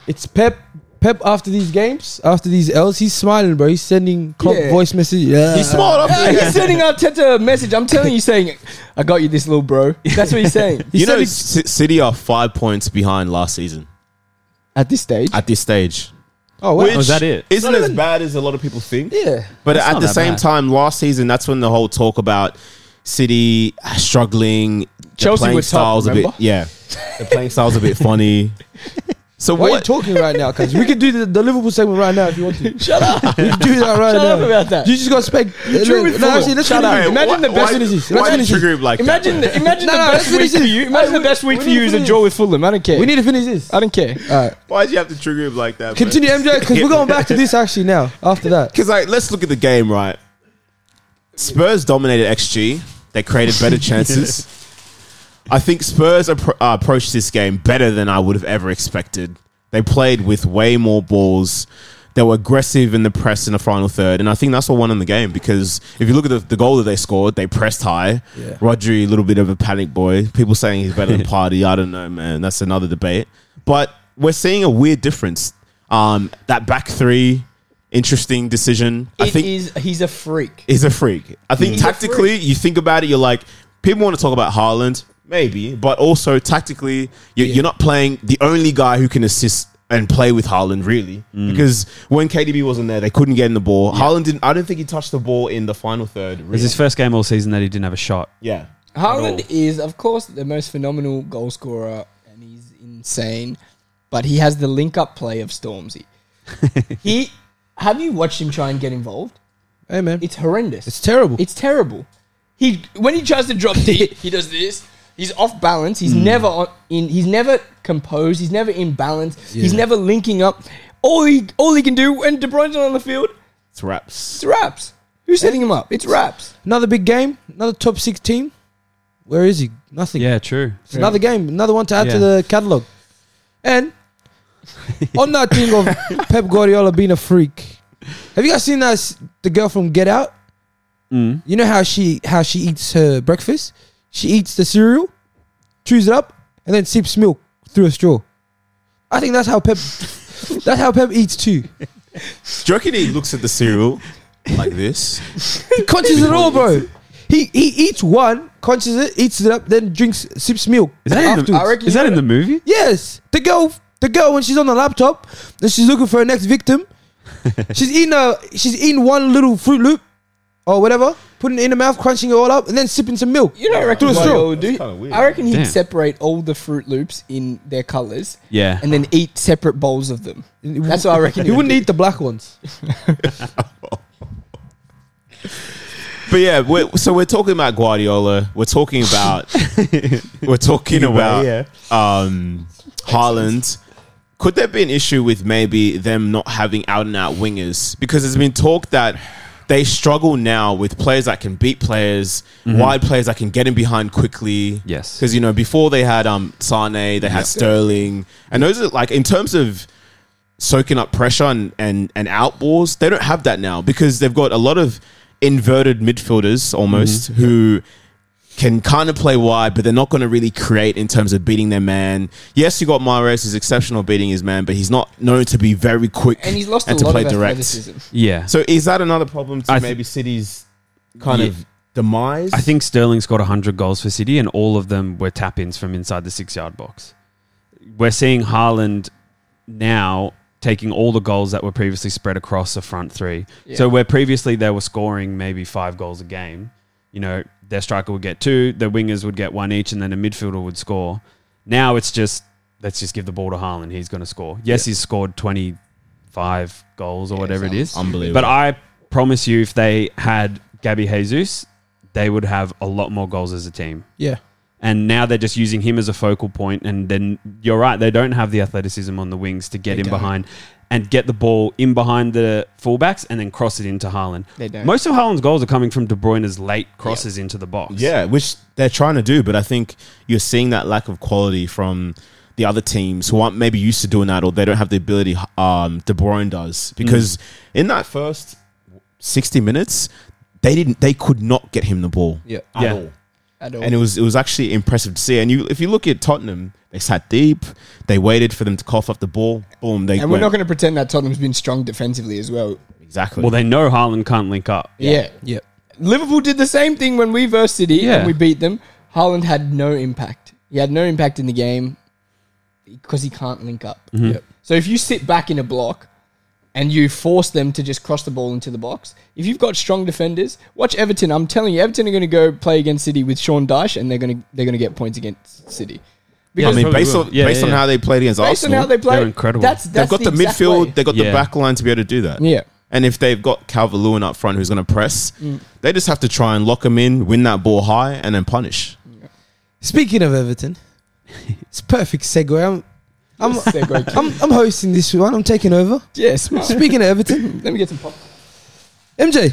[SPEAKER 2] It's Pep. Pep after these games, after these L's, he's smiling, bro. He's sending Klopp
[SPEAKER 3] Yeah.
[SPEAKER 2] voice message. Yeah,
[SPEAKER 1] He's smart.
[SPEAKER 3] Yeah, he's sending Arteta a message. I'm telling you, saying, "I got you, this little bro." That's what he's saying.
[SPEAKER 1] You know,
[SPEAKER 2] said he-
[SPEAKER 1] C- City are five points behind last season
[SPEAKER 3] At this stage,
[SPEAKER 1] at this stage.
[SPEAKER 2] Oh, wow.
[SPEAKER 1] Which
[SPEAKER 4] is that it?
[SPEAKER 1] Isn't
[SPEAKER 2] Not
[SPEAKER 1] as
[SPEAKER 2] even-
[SPEAKER 1] bad as a lot of people think.
[SPEAKER 3] yeah.
[SPEAKER 1] But
[SPEAKER 4] That's
[SPEAKER 1] at
[SPEAKER 4] not
[SPEAKER 1] the
[SPEAKER 4] that
[SPEAKER 1] same
[SPEAKER 4] bad.
[SPEAKER 1] time, last season, that's when the whole talk about City uh, struggling, the
[SPEAKER 3] Chelsea
[SPEAKER 1] playing
[SPEAKER 3] were top,
[SPEAKER 1] styles a bit,
[SPEAKER 3] remember?
[SPEAKER 1] yeah, the playing styles a
[SPEAKER 3] (laughs)
[SPEAKER 1] bit funny. So
[SPEAKER 2] Why are you
[SPEAKER 1] what?
[SPEAKER 2] talking right now? Because we could do the, the Liverpool segment right now if you want
[SPEAKER 3] (laughs)
[SPEAKER 2] to.
[SPEAKER 3] Shut up.
[SPEAKER 2] We could do that right
[SPEAKER 3] Shut
[SPEAKER 2] now.
[SPEAKER 3] up about that.
[SPEAKER 2] You just got to spec. You
[SPEAKER 3] drew with
[SPEAKER 2] no,
[SPEAKER 3] four.
[SPEAKER 2] actually, let's
[SPEAKER 3] Shut
[SPEAKER 2] finish
[SPEAKER 3] up.
[SPEAKER 2] it.
[SPEAKER 3] Imagine the best
[SPEAKER 1] why,
[SPEAKER 2] finish this.
[SPEAKER 1] Why
[SPEAKER 2] Let's
[SPEAKER 1] did you
[SPEAKER 2] finish
[SPEAKER 1] trigger him like
[SPEAKER 3] Imagine,
[SPEAKER 1] that?
[SPEAKER 3] the, imagine
[SPEAKER 2] No,
[SPEAKER 3] the
[SPEAKER 2] no,
[SPEAKER 3] best
[SPEAKER 2] let's
[SPEAKER 3] week
[SPEAKER 2] finish
[SPEAKER 3] for
[SPEAKER 2] it.
[SPEAKER 3] you. Imagine the best week
[SPEAKER 2] We
[SPEAKER 3] for
[SPEAKER 2] need
[SPEAKER 3] you
[SPEAKER 2] to
[SPEAKER 3] is a
[SPEAKER 2] finish.
[SPEAKER 3] draw with Fulham. I don't care.
[SPEAKER 2] We need to finish this.
[SPEAKER 3] I don't care.
[SPEAKER 2] All right.
[SPEAKER 1] Why did you have to trigger him like that?
[SPEAKER 2] Continue, MJ, because we're going back to this actually now.
[SPEAKER 3] (laughs)
[SPEAKER 2] After that,
[SPEAKER 1] Because like, let's look at the game, right? Spurs dominated XG. They created better chances. I think Spurs appro- uh, approached this game better than I would have ever expected. They played with way more balls. They were aggressive in the press in the final third, and I think that's what won in the game. Because if you look at the, the goal that they scored, they pressed high.
[SPEAKER 2] Yeah.
[SPEAKER 1] Rodri, a little bit of a panic boy. People saying he's better than Party. I don't know, man. That's another debate. But we're seeing a weird difference. Um, that back three interesting decision. I
[SPEAKER 3] It
[SPEAKER 1] think
[SPEAKER 3] is- He's a freak.
[SPEAKER 1] is a freak. I think
[SPEAKER 3] He's a
[SPEAKER 1] tactically, you think about it, you're like, people want to talk about Haaland, maybe, but also tactically, you're, you're not playing the only guy who can assist and play with Haaland, really.
[SPEAKER 3] Mm.
[SPEAKER 1] Because when KDB wasn't there, they couldn't get in the ball. Haaland didn't, I don't think he touched the ball in the final third.
[SPEAKER 4] It was
[SPEAKER 1] Really.
[SPEAKER 4] his first game all season that he didn't have a shot.
[SPEAKER 1] yeah.
[SPEAKER 3] Haaland is, of course, the most phenomenal goal scorer, and he's insane. But he has the link-up play of
[SPEAKER 2] (laughs)
[SPEAKER 3] Stormzy. he, have you watched him try and get involved?
[SPEAKER 2] Hey man, it's,
[SPEAKER 3] It's horrendous.
[SPEAKER 2] terrible.
[SPEAKER 3] It's terrible. He when he tries to drop (laughs) deep, he does this. He's off balance. He's
[SPEAKER 2] Hmm.
[SPEAKER 3] never on, in. He's never composed. He's never in balance. He's
[SPEAKER 2] Yeah.
[SPEAKER 3] never linking up. All he all he can do when De Bruyne's not on the field,
[SPEAKER 1] It's wraps.
[SPEAKER 3] it's raps. Who's
[SPEAKER 2] Eh?
[SPEAKER 3] setting him up? It's raps.
[SPEAKER 2] another big game, another top six team. Where is he? Nothing.
[SPEAKER 4] Yeah, true.
[SPEAKER 2] It's another game, another one to add
[SPEAKER 4] Yeah.
[SPEAKER 2] to the catalog.
[SPEAKER 4] (laughs)
[SPEAKER 2] And on that thing of Pep Guardiola being a freak, have you guys seen that s- the girl from Get Out?
[SPEAKER 4] Mm.
[SPEAKER 2] You know how she how she eats her breakfast? She eats the cereal, chews it up, and then sips milk through a straw. I think that's how Pep. (laughs) that's how Pep eats too.
[SPEAKER 1] Do you reckon he looks at the cereal like this?
[SPEAKER 4] (laughs)
[SPEAKER 2] He conches it all, bro. He he eats one, conches it, eats it up, then drinks sips milk.
[SPEAKER 4] Is that, in the,
[SPEAKER 3] I reckon
[SPEAKER 4] is
[SPEAKER 3] you
[SPEAKER 4] that
[SPEAKER 3] gotta-
[SPEAKER 4] in the movie?
[SPEAKER 2] Yes, the girl, the girl when she's on the laptop and she's looking for her next
[SPEAKER 3] (laughs)
[SPEAKER 2] victim, she's eating a, she's eating one little fruit loop or whatever, putting it in her mouth, crunching it all up, and then sipping some milk.
[SPEAKER 3] You know, I reckon
[SPEAKER 2] Through a straw.
[SPEAKER 3] Guardiola would
[SPEAKER 1] That's
[SPEAKER 3] do.
[SPEAKER 1] kinda weird.
[SPEAKER 3] I reckon he'd
[SPEAKER 4] Damn.
[SPEAKER 3] separate all the Fruit Loops in their colors
[SPEAKER 4] Yeah.
[SPEAKER 3] and then eat separate bowls of them. (laughs) That's what I reckon.
[SPEAKER 2] You wouldn't eat the black ones.
[SPEAKER 1] But yeah, we're, so we're talking about Guardiola. We're talking
[SPEAKER 4] (laughs)
[SPEAKER 1] about we're talking
[SPEAKER 4] way,
[SPEAKER 1] about um, Haaland. Could there be an issue with maybe them not having out and out wingers? Because there's been talk that they struggle now with players that can beat players, wide players that can get in behind quickly.
[SPEAKER 4] Mm-hmm. Yes.
[SPEAKER 1] because you know before they had um Sane, they had Sterling, and those are like in terms of soaking up pressure and, and, and out balls. They don't have that now because they've got a lot of inverted midfielders almost
[SPEAKER 3] Mm-hmm.
[SPEAKER 1] who can kind of play wide, but they're not going to really create in terms of beating their man. Yes, you got Mares, who's exceptional beating his man, but he's not known to be very quick
[SPEAKER 3] And he's lost
[SPEAKER 1] and
[SPEAKER 3] a
[SPEAKER 1] to
[SPEAKER 3] lot
[SPEAKER 1] play
[SPEAKER 3] of
[SPEAKER 1] direct.
[SPEAKER 3] athleticism.
[SPEAKER 4] Yeah.
[SPEAKER 1] So is that another problem to
[SPEAKER 4] I th-
[SPEAKER 1] maybe City's kind
[SPEAKER 4] Yeah.
[SPEAKER 1] of demise?
[SPEAKER 4] I think Sterling scored 100 goals for City, and all of them were tap ins from inside the six yard box. We're seeing Haaland now taking all the goals that were previously spread across the front three. So,
[SPEAKER 3] Yeah.
[SPEAKER 4] where previously they were scoring maybe five goals a game, you know, their striker would get two, their wingers would get one each, and then a midfielder would score. Now it's just, let's just give the ball to Haaland. He's going to score. Yes, he's scored 25 goals or whatever it
[SPEAKER 3] sounds
[SPEAKER 4] is.
[SPEAKER 1] unbelievable.
[SPEAKER 4] But I promise you, if they had Gabby Jesus, they would have a lot more goals as a team.
[SPEAKER 2] Yeah,
[SPEAKER 4] And now they're just using him as a focal point. And then you're right, they don't have the athleticism on the wings to get in behind and get the ball in behind the fullbacks and then cross it into Haaland.
[SPEAKER 3] They don't.
[SPEAKER 4] Most of Haaland's goals are coming from De Bruyne's late crosses into the box.
[SPEAKER 1] Yeah, which they're trying to do, but I think you're seeing that lack of quality from the other teams who aren't maybe used to doing that or they don't have the ability um, De Bruyne does.
[SPEAKER 3] Mm.
[SPEAKER 1] Because in that first 60 minutes, they didn't they could not get him the ball.
[SPEAKER 2] Yeah.
[SPEAKER 1] At
[SPEAKER 4] Yeah.
[SPEAKER 1] all.
[SPEAKER 3] At all.
[SPEAKER 1] And it was it was actually impressive to see. And you if you look at Tottenham, they sat deep, they waited for them to cough up the ball, boom, they
[SPEAKER 3] And we're not going to pretend that Tottenham's been strong defensively as well.
[SPEAKER 1] exactly
[SPEAKER 4] Well, they know Haaland can't link up.
[SPEAKER 3] Yeah.
[SPEAKER 2] yeah.
[SPEAKER 3] Liverpool did the same thing when we versed City
[SPEAKER 4] Yeah.
[SPEAKER 3] and we beat them. Haaland had no impact. He had no impact in the game because he can't link up. So if you sit back in a block and you force them to just cross the ball into the box, if you've got strong defenders, watch Everton. I'm telling you, Everton are going to go play against City with Sean Dyche and they're going to they're going to get points against City.
[SPEAKER 1] I
[SPEAKER 4] Because
[SPEAKER 1] mean
[SPEAKER 4] probably
[SPEAKER 1] based
[SPEAKER 4] will.
[SPEAKER 1] on
[SPEAKER 4] Yeah,
[SPEAKER 1] based
[SPEAKER 4] yeah,
[SPEAKER 1] on
[SPEAKER 4] yeah.
[SPEAKER 1] how they played against
[SPEAKER 3] Based on
[SPEAKER 1] Arsenal.
[SPEAKER 3] how they play,
[SPEAKER 4] They're incredible.
[SPEAKER 3] That's, that's
[SPEAKER 1] they've got the,
[SPEAKER 3] exact
[SPEAKER 1] midfield,
[SPEAKER 3] way.
[SPEAKER 1] they've got the
[SPEAKER 4] Yeah.
[SPEAKER 1] back line to be able to do that.
[SPEAKER 3] (laughs) yeah.
[SPEAKER 1] And if they've got Calvert Lewin up front who's going to press,
[SPEAKER 2] Mm.
[SPEAKER 1] they just have to try and lock him in, win that ball high, and then punish.
[SPEAKER 2] Speaking of Everton, it's perfect segue. I'm I'm,
[SPEAKER 3] Segue king.
[SPEAKER 2] I'm I'm hosting this one. I'm taking over.
[SPEAKER 3] yeah, smart.
[SPEAKER 2] Speaking of Everton,
[SPEAKER 3] (laughs) Let me get some popcorn.
[SPEAKER 2] MJ,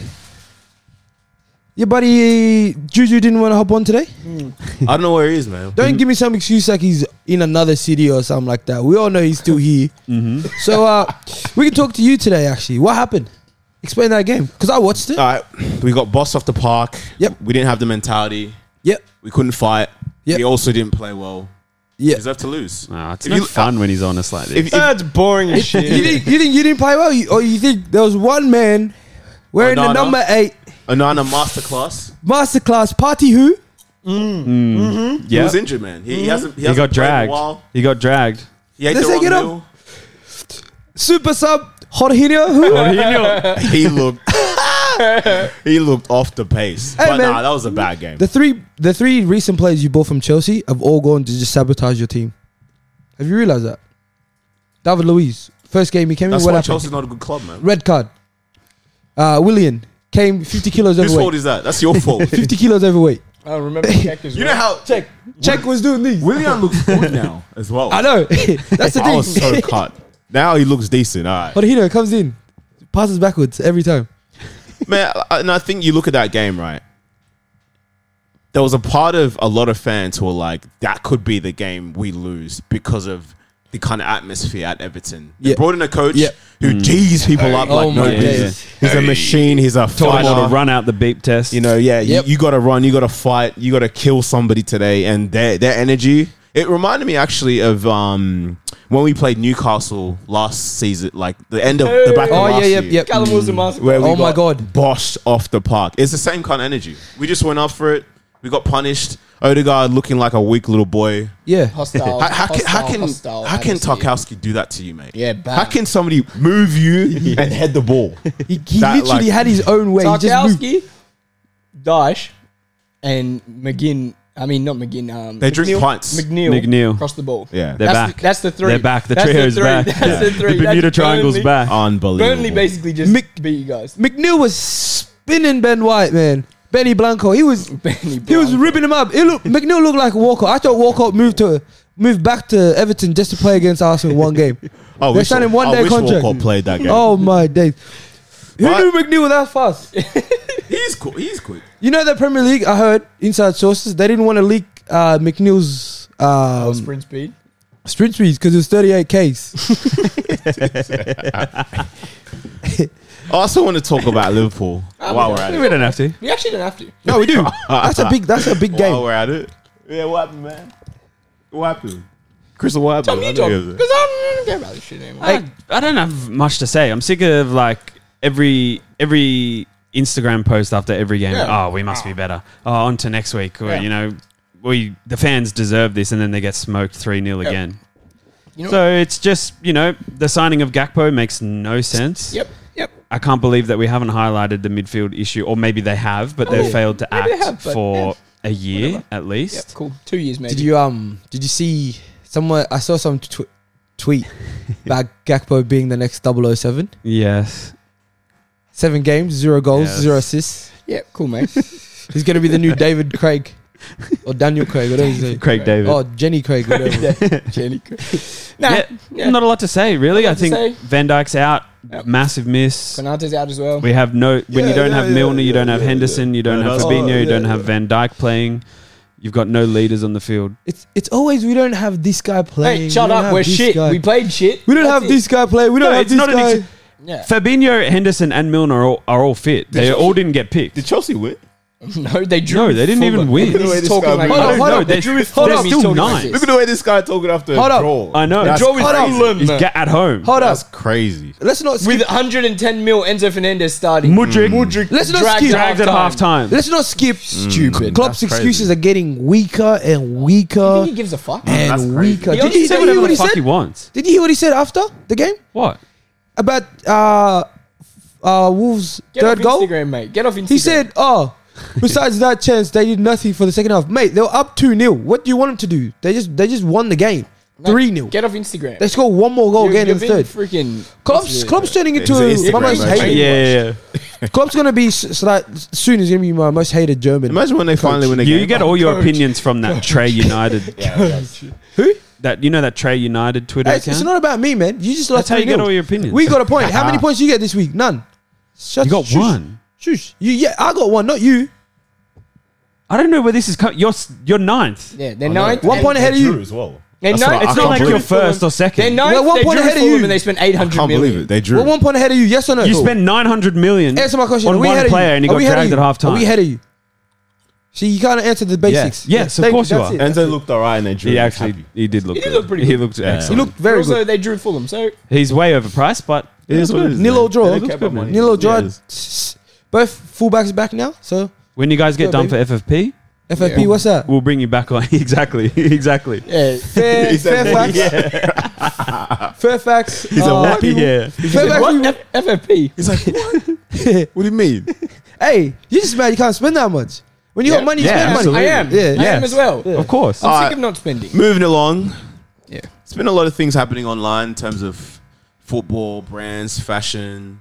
[SPEAKER 2] your buddy Juju didn't want to hop on today.
[SPEAKER 1] (laughs) I don't know where he is, man.
[SPEAKER 2] Don't give me some excuse like he's in another city or something like that. We all know he's still here.
[SPEAKER 1] Mm-hmm.
[SPEAKER 2] So uh, we can talk to you today. Actually, what happened? Explain that game because I watched it.
[SPEAKER 1] All right, we got boss off the park.
[SPEAKER 2] Yep.
[SPEAKER 1] We didn't have the mentality.
[SPEAKER 2] yep,
[SPEAKER 1] We couldn't fight.
[SPEAKER 2] Yep.
[SPEAKER 1] We also didn't play well.
[SPEAKER 2] Yeah.
[SPEAKER 1] He's left to lose.
[SPEAKER 4] Nah, it's
[SPEAKER 1] If
[SPEAKER 4] not
[SPEAKER 1] you-
[SPEAKER 4] fun when he's honest like this.
[SPEAKER 1] If, if,
[SPEAKER 3] That's boring as
[SPEAKER 2] you,
[SPEAKER 3] shit.
[SPEAKER 2] think, you think you didn't play well, you, or you think there was one man wearing
[SPEAKER 1] Oh, no,
[SPEAKER 2] the
[SPEAKER 1] no.
[SPEAKER 2] number eight
[SPEAKER 1] Anana masterclass.
[SPEAKER 2] masterclass party who?
[SPEAKER 1] He
[SPEAKER 4] yeah,
[SPEAKER 1] was injured, man. He, he
[SPEAKER 2] Mm-hmm.
[SPEAKER 1] hasn't. He,
[SPEAKER 4] he
[SPEAKER 1] hasn't played
[SPEAKER 4] got
[SPEAKER 1] in a
[SPEAKER 4] dragged.
[SPEAKER 1] while.
[SPEAKER 4] He got dragged.
[SPEAKER 1] He ate
[SPEAKER 2] Let's
[SPEAKER 1] the
[SPEAKER 2] take it
[SPEAKER 1] wrong
[SPEAKER 2] up.
[SPEAKER 1] meal.
[SPEAKER 2] Super sub Jorginho who?
[SPEAKER 4] Oh, he knew.
[SPEAKER 1] He looked.
[SPEAKER 2] (laughs)
[SPEAKER 1] he looked off the pace.
[SPEAKER 2] Hey,
[SPEAKER 1] but
[SPEAKER 2] man.
[SPEAKER 1] nah, that was a bad game.
[SPEAKER 2] The three the three recent players you bought from Chelsea have all gone to just sabotage your team. Have you realized that? David Luiz, first game he came
[SPEAKER 1] That's
[SPEAKER 2] in. What
[SPEAKER 1] why
[SPEAKER 2] happened?
[SPEAKER 1] Chelsea's not a good club, man.
[SPEAKER 2] Red card. Uh, Willian came 50 kilos
[SPEAKER 1] Whose fault
[SPEAKER 2] overweight.
[SPEAKER 1] is that?
[SPEAKER 2] (laughs)
[SPEAKER 1] That's your fault.
[SPEAKER 2] 50 kilos overweight.
[SPEAKER 3] I don't remember check as
[SPEAKER 1] you know
[SPEAKER 3] well.
[SPEAKER 1] how
[SPEAKER 2] Check. Check was doing these.
[SPEAKER 1] William
[SPEAKER 2] (laughs)
[SPEAKER 1] looks good now as well.
[SPEAKER 2] I know. (laughs) That's the
[SPEAKER 1] I
[SPEAKER 2] thing.
[SPEAKER 1] was
[SPEAKER 2] (laughs)
[SPEAKER 1] so cut. Now he looks decent. All right.
[SPEAKER 2] But he comes in, passes backwards every time.
[SPEAKER 1] man, I- and I think you look at that game, right? There was a part of a lot of fans who were like, that could be the game we lose because of the kind of atmosphere at Everton. They
[SPEAKER 2] Yeah.
[SPEAKER 1] brought in a coach
[SPEAKER 2] Yeah. Mm.
[SPEAKER 1] who G's people up
[SPEAKER 2] Oh
[SPEAKER 1] like no
[SPEAKER 2] my
[SPEAKER 1] business.
[SPEAKER 2] days.
[SPEAKER 1] He's a machine. He's a
[SPEAKER 4] Told him all
[SPEAKER 1] fighter.
[SPEAKER 4] to run out the beep test.
[SPEAKER 1] You know, yeah,
[SPEAKER 2] Yep.
[SPEAKER 1] you, you got to run, you got to fight, you got to kill somebody today, and their their energy. It reminded me actually of um, when we played Newcastle last season, like the end of the back of
[SPEAKER 2] Oh, yeah,
[SPEAKER 1] last
[SPEAKER 2] yep,
[SPEAKER 1] year,
[SPEAKER 2] yep.
[SPEAKER 3] Callum Wilson Master.
[SPEAKER 1] Where we
[SPEAKER 2] Oh,
[SPEAKER 1] got
[SPEAKER 2] my God.
[SPEAKER 1] boshed off the park. It's the same kind of energy. We just went up for it. We got punished. Odegaard looking like a weak little boy.
[SPEAKER 2] Yeah.
[SPEAKER 3] Hostile.
[SPEAKER 1] How, how can how can,
[SPEAKER 3] hostile
[SPEAKER 1] how can
[SPEAKER 3] atmosphere.
[SPEAKER 1] Tarkowski do that to you, mate?
[SPEAKER 3] Yeah, bad.
[SPEAKER 1] How can somebody move
[SPEAKER 3] (laughs)
[SPEAKER 1] you and head the ball?
[SPEAKER 2] He, he
[SPEAKER 1] That,
[SPEAKER 2] literally
[SPEAKER 1] like-
[SPEAKER 2] had his own way. He just moved.
[SPEAKER 3] Tarkowski, Daesh, and McGinn. I mean, not McGinn. Um,
[SPEAKER 1] They drink
[SPEAKER 3] McNeil-
[SPEAKER 1] pints.
[SPEAKER 3] McNeil.
[SPEAKER 4] McNeil.
[SPEAKER 3] Across the ball.
[SPEAKER 1] Yeah.
[SPEAKER 4] They're
[SPEAKER 3] that's
[SPEAKER 4] back.
[SPEAKER 3] The, that's the three.
[SPEAKER 4] They're back. The
[SPEAKER 3] That's
[SPEAKER 4] trio's
[SPEAKER 3] three.
[SPEAKER 4] back.
[SPEAKER 3] That's the three.
[SPEAKER 4] (laughs) The Bermuda
[SPEAKER 3] That's
[SPEAKER 4] Triangle's
[SPEAKER 3] Burnley.
[SPEAKER 4] back.
[SPEAKER 1] Unbelievable.
[SPEAKER 3] Burnley basically just
[SPEAKER 2] Mick-
[SPEAKER 3] beat you guys. (laughs)
[SPEAKER 2] McNeil was spinning Ben White, man. Benny Blanco. He was
[SPEAKER 3] Benny
[SPEAKER 2] he was
[SPEAKER 3] Blanco.
[SPEAKER 2] ripping him up. It looked McNeil looked like Walcott. I thought Walcott moved to moved back to Everton just to play against Arsenal one game.
[SPEAKER 1] Oh,
[SPEAKER 2] They
[SPEAKER 1] wish-
[SPEAKER 2] signed him one
[SPEAKER 1] I
[SPEAKER 2] day
[SPEAKER 1] wish
[SPEAKER 2] contract.
[SPEAKER 1] Walcott played (laughs) that game.
[SPEAKER 2] Oh my days. Who
[SPEAKER 1] But-
[SPEAKER 2] knew McNeil was that fast?
[SPEAKER 1] He's cool. He's quick.
[SPEAKER 2] You know the Premier League, I heard inside sources, they didn't want to leak uh, McNeil's
[SPEAKER 4] Oh,
[SPEAKER 2] um,
[SPEAKER 3] Sprint speed.
[SPEAKER 2] sprint speeds because it was 38
[SPEAKER 4] (laughs)
[SPEAKER 2] Ks.
[SPEAKER 1] Oh, I also want to talk about Liverpool while we're at
[SPEAKER 4] we
[SPEAKER 1] it.
[SPEAKER 4] don't have to.
[SPEAKER 3] Um, We actually don't have to.
[SPEAKER 2] no,
[SPEAKER 1] (laughs)
[SPEAKER 2] we do. That's a big that's a big
[SPEAKER 1] While
[SPEAKER 2] game.
[SPEAKER 1] we're at it. Yeah, what happened, man? What happened? Crystal, what
[SPEAKER 3] Tell
[SPEAKER 1] happened?
[SPEAKER 3] me
[SPEAKER 1] I
[SPEAKER 3] you
[SPEAKER 1] know
[SPEAKER 3] talk
[SPEAKER 1] it was-
[SPEAKER 3] because I don't care about this shit
[SPEAKER 1] Ah.
[SPEAKER 3] anymore.
[SPEAKER 4] I, I don't have much to say. I'm sick of like every every Instagram post after every game.
[SPEAKER 3] Yeah.
[SPEAKER 4] Oh, we must be better. Oh, on to next week. Or,
[SPEAKER 3] Yeah.
[SPEAKER 4] You know, we the fans deserve this, and then they get smoked three 0
[SPEAKER 3] Yeah.
[SPEAKER 4] again.
[SPEAKER 3] You know-
[SPEAKER 4] so it's just you know the signing of Gakpo makes no sense.
[SPEAKER 3] Yep. Yep.
[SPEAKER 4] I can't believe that we haven't highlighted the midfield issue, or maybe they have, but they've
[SPEAKER 3] Oh, yeah.
[SPEAKER 4] failed to
[SPEAKER 3] Maybe they
[SPEAKER 4] act
[SPEAKER 3] have, but
[SPEAKER 4] for a year
[SPEAKER 3] Whatever.
[SPEAKER 4] at
[SPEAKER 3] Yep.
[SPEAKER 4] least.
[SPEAKER 3] Cool. Two years maybe.
[SPEAKER 2] Did you um did you see someone I saw some tw-
[SPEAKER 4] (laughs)
[SPEAKER 2] tweet about Gakpo being the next 007?
[SPEAKER 4] Yes.
[SPEAKER 2] Seven games, zero goals,
[SPEAKER 4] Yes.
[SPEAKER 2] zero assists.
[SPEAKER 3] Yeah. Cool,
[SPEAKER 1] (laughs)
[SPEAKER 3] mate.
[SPEAKER 2] He's gonna be the
[SPEAKER 4] (laughs)
[SPEAKER 2] new David Craig or Daniel Craig, whatever his name.
[SPEAKER 4] Craig David.
[SPEAKER 2] Oh, Jenny Craig,
[SPEAKER 4] (laughs)
[SPEAKER 2] whatever.
[SPEAKER 3] Jenny. Nah.
[SPEAKER 4] Yeah,
[SPEAKER 3] yeah.
[SPEAKER 4] Not a lot to say, really.
[SPEAKER 3] Not a
[SPEAKER 4] I
[SPEAKER 3] lot
[SPEAKER 4] think
[SPEAKER 3] to say.
[SPEAKER 4] Van Dyke's out.
[SPEAKER 3] Yep.
[SPEAKER 4] Massive miss.
[SPEAKER 3] Konate's out as well.
[SPEAKER 4] We have no when you
[SPEAKER 1] Yeah,
[SPEAKER 4] don't
[SPEAKER 1] yeah,
[SPEAKER 4] have
[SPEAKER 1] yeah,
[SPEAKER 4] Milner, you
[SPEAKER 1] yeah,
[SPEAKER 4] don't have
[SPEAKER 1] yeah,
[SPEAKER 4] Henderson, you don't
[SPEAKER 1] No,
[SPEAKER 4] have
[SPEAKER 1] that's-
[SPEAKER 4] Fabinho,
[SPEAKER 1] oh,
[SPEAKER 4] you don't
[SPEAKER 1] yeah,
[SPEAKER 4] have
[SPEAKER 1] yeah.
[SPEAKER 4] Van Dyke playing. You've got no leaders on the field.
[SPEAKER 2] it's it's always we don't have this guy playing.
[SPEAKER 3] Hey, shut
[SPEAKER 2] we don't
[SPEAKER 3] up.
[SPEAKER 2] have
[SPEAKER 3] We're
[SPEAKER 2] this
[SPEAKER 3] shit.
[SPEAKER 2] guy.
[SPEAKER 3] We played shit.
[SPEAKER 2] We don't
[SPEAKER 3] That's
[SPEAKER 2] have
[SPEAKER 3] it.
[SPEAKER 2] this guy playing. We don't
[SPEAKER 4] No,
[SPEAKER 2] have
[SPEAKER 4] it's
[SPEAKER 2] this
[SPEAKER 4] not an
[SPEAKER 2] guy.
[SPEAKER 4] ex-
[SPEAKER 3] Yeah.
[SPEAKER 4] Fabinho, Henderson, and Milner are all, are all fit. They all didn't get
[SPEAKER 1] Did
[SPEAKER 4] picked.
[SPEAKER 1] Chelsea win?
[SPEAKER 3] No, they drew.
[SPEAKER 4] No, they didn't even win.
[SPEAKER 1] Look at
[SPEAKER 3] He's
[SPEAKER 1] this
[SPEAKER 3] talking
[SPEAKER 1] guy,
[SPEAKER 3] like
[SPEAKER 1] man.
[SPEAKER 2] Hold
[SPEAKER 4] I
[SPEAKER 2] on,
[SPEAKER 4] don't
[SPEAKER 2] hold
[SPEAKER 4] know.
[SPEAKER 2] on.
[SPEAKER 4] They,
[SPEAKER 3] They drew with
[SPEAKER 4] they're
[SPEAKER 3] Fulham, he's
[SPEAKER 4] still
[SPEAKER 3] talking like
[SPEAKER 4] nine.
[SPEAKER 3] this.
[SPEAKER 1] Look at the way this guy talking after
[SPEAKER 2] Hold
[SPEAKER 1] a
[SPEAKER 2] up.
[SPEAKER 1] draw.
[SPEAKER 4] I know.
[SPEAKER 1] That's
[SPEAKER 3] Draw with
[SPEAKER 1] crazy.
[SPEAKER 3] Fulham.
[SPEAKER 4] He's ga- at home.
[SPEAKER 2] Hold
[SPEAKER 1] That's
[SPEAKER 2] up.
[SPEAKER 1] crazy.
[SPEAKER 2] Let's not skip.
[SPEAKER 3] With 110 mil, Enzo Fernandez starting.
[SPEAKER 4] Mudrick
[SPEAKER 2] Let's not
[SPEAKER 3] Dragged out.
[SPEAKER 2] skip.
[SPEAKER 4] dragged at half time.
[SPEAKER 2] Let's not skip.
[SPEAKER 3] Stupid.
[SPEAKER 2] Klopp's
[SPEAKER 1] That's
[SPEAKER 2] excuses
[SPEAKER 1] crazy.
[SPEAKER 2] are getting weaker and
[SPEAKER 3] I
[SPEAKER 2] weaker
[SPEAKER 3] think he gives a fuck.
[SPEAKER 1] That's
[SPEAKER 2] and
[SPEAKER 1] crazy.
[SPEAKER 2] weaker.
[SPEAKER 3] He
[SPEAKER 2] Did
[SPEAKER 3] only
[SPEAKER 2] you,
[SPEAKER 3] said
[SPEAKER 2] did you
[SPEAKER 4] whatever
[SPEAKER 2] hear
[SPEAKER 4] the
[SPEAKER 2] what he
[SPEAKER 4] fuck he
[SPEAKER 2] said?
[SPEAKER 4] wants.
[SPEAKER 2] Did you hear what he said after the game
[SPEAKER 4] What?
[SPEAKER 2] about uh, uh, Wolves'
[SPEAKER 3] Get
[SPEAKER 2] third
[SPEAKER 3] off
[SPEAKER 2] goal?
[SPEAKER 3] Instagram, mate. Get off Instagram.
[SPEAKER 2] He said, "Oh, besides that chance, they did nothing for the second half, mate. They were up two 0 What do you want them to do? They just they just won the game,
[SPEAKER 3] No,
[SPEAKER 2] three 0
[SPEAKER 3] Get off Instagram.
[SPEAKER 2] They scored one more goal
[SPEAKER 3] You're-
[SPEAKER 2] again
[SPEAKER 3] you're
[SPEAKER 2] in the
[SPEAKER 3] being
[SPEAKER 2] third.
[SPEAKER 3] Freaking
[SPEAKER 2] Klopp's Klopp's turning into
[SPEAKER 1] He's an
[SPEAKER 2] my most
[SPEAKER 1] Instagram man.
[SPEAKER 2] hated.
[SPEAKER 1] Yeah,
[SPEAKER 4] yeah,
[SPEAKER 2] Klopp's gonna be s- s- like soon is gonna be my most hated German.
[SPEAKER 1] Imagine when they finally win a
[SPEAKER 4] You,
[SPEAKER 1] game.
[SPEAKER 4] you get all your opinions from that Trey United.
[SPEAKER 2] Who?
[SPEAKER 4] That you know that Trey United Twitter
[SPEAKER 2] Hey, it's, it's
[SPEAKER 4] account.
[SPEAKER 2] not about me, man. You just
[SPEAKER 4] That's
[SPEAKER 2] lost.
[SPEAKER 4] how you
[SPEAKER 2] 3-0.
[SPEAKER 4] get all your opinions.
[SPEAKER 2] We got
[SPEAKER 4] (laughs)
[SPEAKER 2] a point. How many points you get this week? None. Shut,
[SPEAKER 4] You got
[SPEAKER 2] shush,
[SPEAKER 4] one.
[SPEAKER 2] Shush. You yeah, I got one, not you.
[SPEAKER 4] I don't know where this is coming. You're s- you're ninth.
[SPEAKER 3] Yeah, they're ninth.
[SPEAKER 2] One
[SPEAKER 3] and-
[SPEAKER 2] point ahead of you.
[SPEAKER 1] as well.
[SPEAKER 3] They're
[SPEAKER 1] That's what
[SPEAKER 3] ninth.
[SPEAKER 1] I
[SPEAKER 4] It's not
[SPEAKER 1] can't
[SPEAKER 4] like
[SPEAKER 1] believe
[SPEAKER 4] you're
[SPEAKER 1] it.
[SPEAKER 4] first or
[SPEAKER 3] They're
[SPEAKER 4] second.
[SPEAKER 3] ninth.
[SPEAKER 2] Well, one
[SPEAKER 3] they
[SPEAKER 2] point
[SPEAKER 3] drew
[SPEAKER 2] ahead of
[SPEAKER 3] Fulham
[SPEAKER 2] you.
[SPEAKER 3] and they spent
[SPEAKER 1] I
[SPEAKER 3] 800
[SPEAKER 1] can't
[SPEAKER 3] million.
[SPEAKER 1] believe it. They drew.
[SPEAKER 2] We're one point ahead of you. Yes or no?
[SPEAKER 4] You spend 900 million
[SPEAKER 2] Answer my question.
[SPEAKER 4] on
[SPEAKER 2] Are we
[SPEAKER 4] one
[SPEAKER 2] ahead of you?
[SPEAKER 4] player and he
[SPEAKER 2] Are
[SPEAKER 4] got
[SPEAKER 2] we ahead of
[SPEAKER 4] dragged
[SPEAKER 2] you?
[SPEAKER 4] at half time.
[SPEAKER 2] Are we ahead of you? See, you can't answer the basics.
[SPEAKER 4] Yes, of course you
[SPEAKER 2] that's
[SPEAKER 4] are.
[SPEAKER 2] it.
[SPEAKER 1] Enzo looked all right and they drew.
[SPEAKER 4] He
[SPEAKER 1] him
[SPEAKER 4] actually
[SPEAKER 1] happy.
[SPEAKER 4] he did look.
[SPEAKER 3] He did
[SPEAKER 4] good.
[SPEAKER 3] look pretty
[SPEAKER 4] He
[SPEAKER 3] good.
[SPEAKER 4] looked
[SPEAKER 1] Yeah.
[SPEAKER 2] You
[SPEAKER 4] excellent.
[SPEAKER 2] look very
[SPEAKER 3] also,
[SPEAKER 2] good.
[SPEAKER 3] they drew Fulham, so
[SPEAKER 4] He's way overpriced, but
[SPEAKER 1] It is what it is.
[SPEAKER 2] Nil
[SPEAKER 1] man.
[SPEAKER 2] or draw.
[SPEAKER 1] They don't care about money.
[SPEAKER 2] Nilo
[SPEAKER 1] Yeah,
[SPEAKER 2] Jod,
[SPEAKER 1] it is.
[SPEAKER 2] both fullbacks back now. So
[SPEAKER 4] when you guys get
[SPEAKER 2] Yeah,
[SPEAKER 4] done for FFP,
[SPEAKER 2] FFP,
[SPEAKER 3] Yeah.
[SPEAKER 2] what's that?
[SPEAKER 4] we'll bring you back on. (laughs) exactly, exactly.
[SPEAKER 3] yeah,
[SPEAKER 4] (laughs)
[SPEAKER 2] Fair, Fairfax, Fairfax.
[SPEAKER 1] He's (laughs) a
[SPEAKER 2] uh,
[SPEAKER 1] wappy hair.
[SPEAKER 2] Fairfax.
[SPEAKER 3] what? F- FFP.
[SPEAKER 1] He's
[SPEAKER 2] (laughs)
[SPEAKER 1] like, what? what do you mean?
[SPEAKER 2] Hey, you just mad you can't spend that much. When you
[SPEAKER 3] Yeah.
[SPEAKER 2] got money, you
[SPEAKER 4] Yeah,
[SPEAKER 2] spend
[SPEAKER 4] absolutely.
[SPEAKER 2] money.
[SPEAKER 3] I am.
[SPEAKER 2] Yeah.
[SPEAKER 3] I am as well.
[SPEAKER 4] Of course.
[SPEAKER 3] I'm
[SPEAKER 1] Alright.
[SPEAKER 3] sick of not spending.
[SPEAKER 1] Moving along.
[SPEAKER 3] Yeah.
[SPEAKER 1] It's been a lot of things happening online in terms of football, brands, fashion.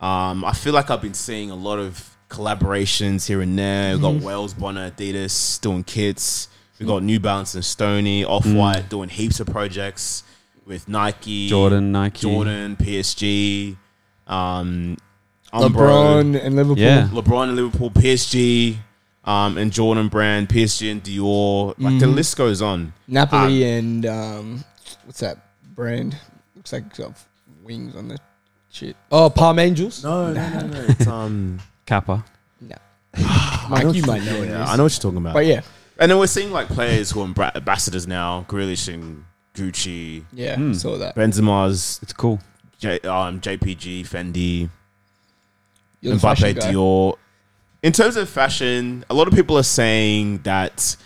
[SPEAKER 1] Um, I feel like I've been seeing a lot of collaborations here and there. We've got Wells, Bonner, Adidas doing kits. We've got New Balance and Stony, Off White doing heaps of projects with Nike,
[SPEAKER 4] Jordan, Nike,
[SPEAKER 1] Jordan, PSG, um, Umbro.
[SPEAKER 3] LeBron and Liverpool.
[SPEAKER 4] Yeah.
[SPEAKER 1] LeBron and Liverpool, PSG, um, and Jordan Brand, PSG and Dior. Like the list goes on.
[SPEAKER 3] Napoli
[SPEAKER 4] Ah.
[SPEAKER 3] and um, what's that brand? Looks like it's got wings on the shit.
[SPEAKER 2] Oh, Palm Angels.
[SPEAKER 1] No, no, no, no. It's, (laughs) um,
[SPEAKER 4] Kappa.
[SPEAKER 3] No. Mike, you might know it.
[SPEAKER 1] yeah,
[SPEAKER 3] is.
[SPEAKER 1] I know what you're talking about.
[SPEAKER 3] But yeah,
[SPEAKER 1] And then we're seeing like players who are ambra- ambassadors now: Grealish and Gucci,
[SPEAKER 3] yeah,
[SPEAKER 4] Hmm.
[SPEAKER 3] saw that.
[SPEAKER 1] Benzema's,
[SPEAKER 4] It's cool.
[SPEAKER 1] J- um, JPG, Fendi,
[SPEAKER 3] You're the
[SPEAKER 1] Mbappe,
[SPEAKER 3] fashion guy.
[SPEAKER 1] Dior. In terms of fashion, a lot of people are saying that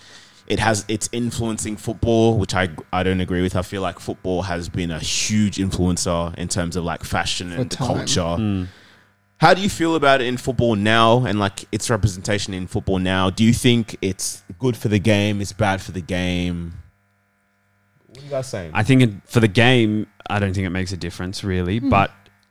[SPEAKER 1] it has it's influencing football, which I I don't agree with. I feel like football has been a huge influencer in terms of like fashion and
[SPEAKER 3] For
[SPEAKER 1] the
[SPEAKER 3] time.
[SPEAKER 1] culture.
[SPEAKER 4] Hmm.
[SPEAKER 1] How do you feel about it in football now and like its representation in football now? Do you think it's good for the game? It's bad for the game? What are you guys saying?
[SPEAKER 4] I think it, for the game, I don't think it makes a difference really. But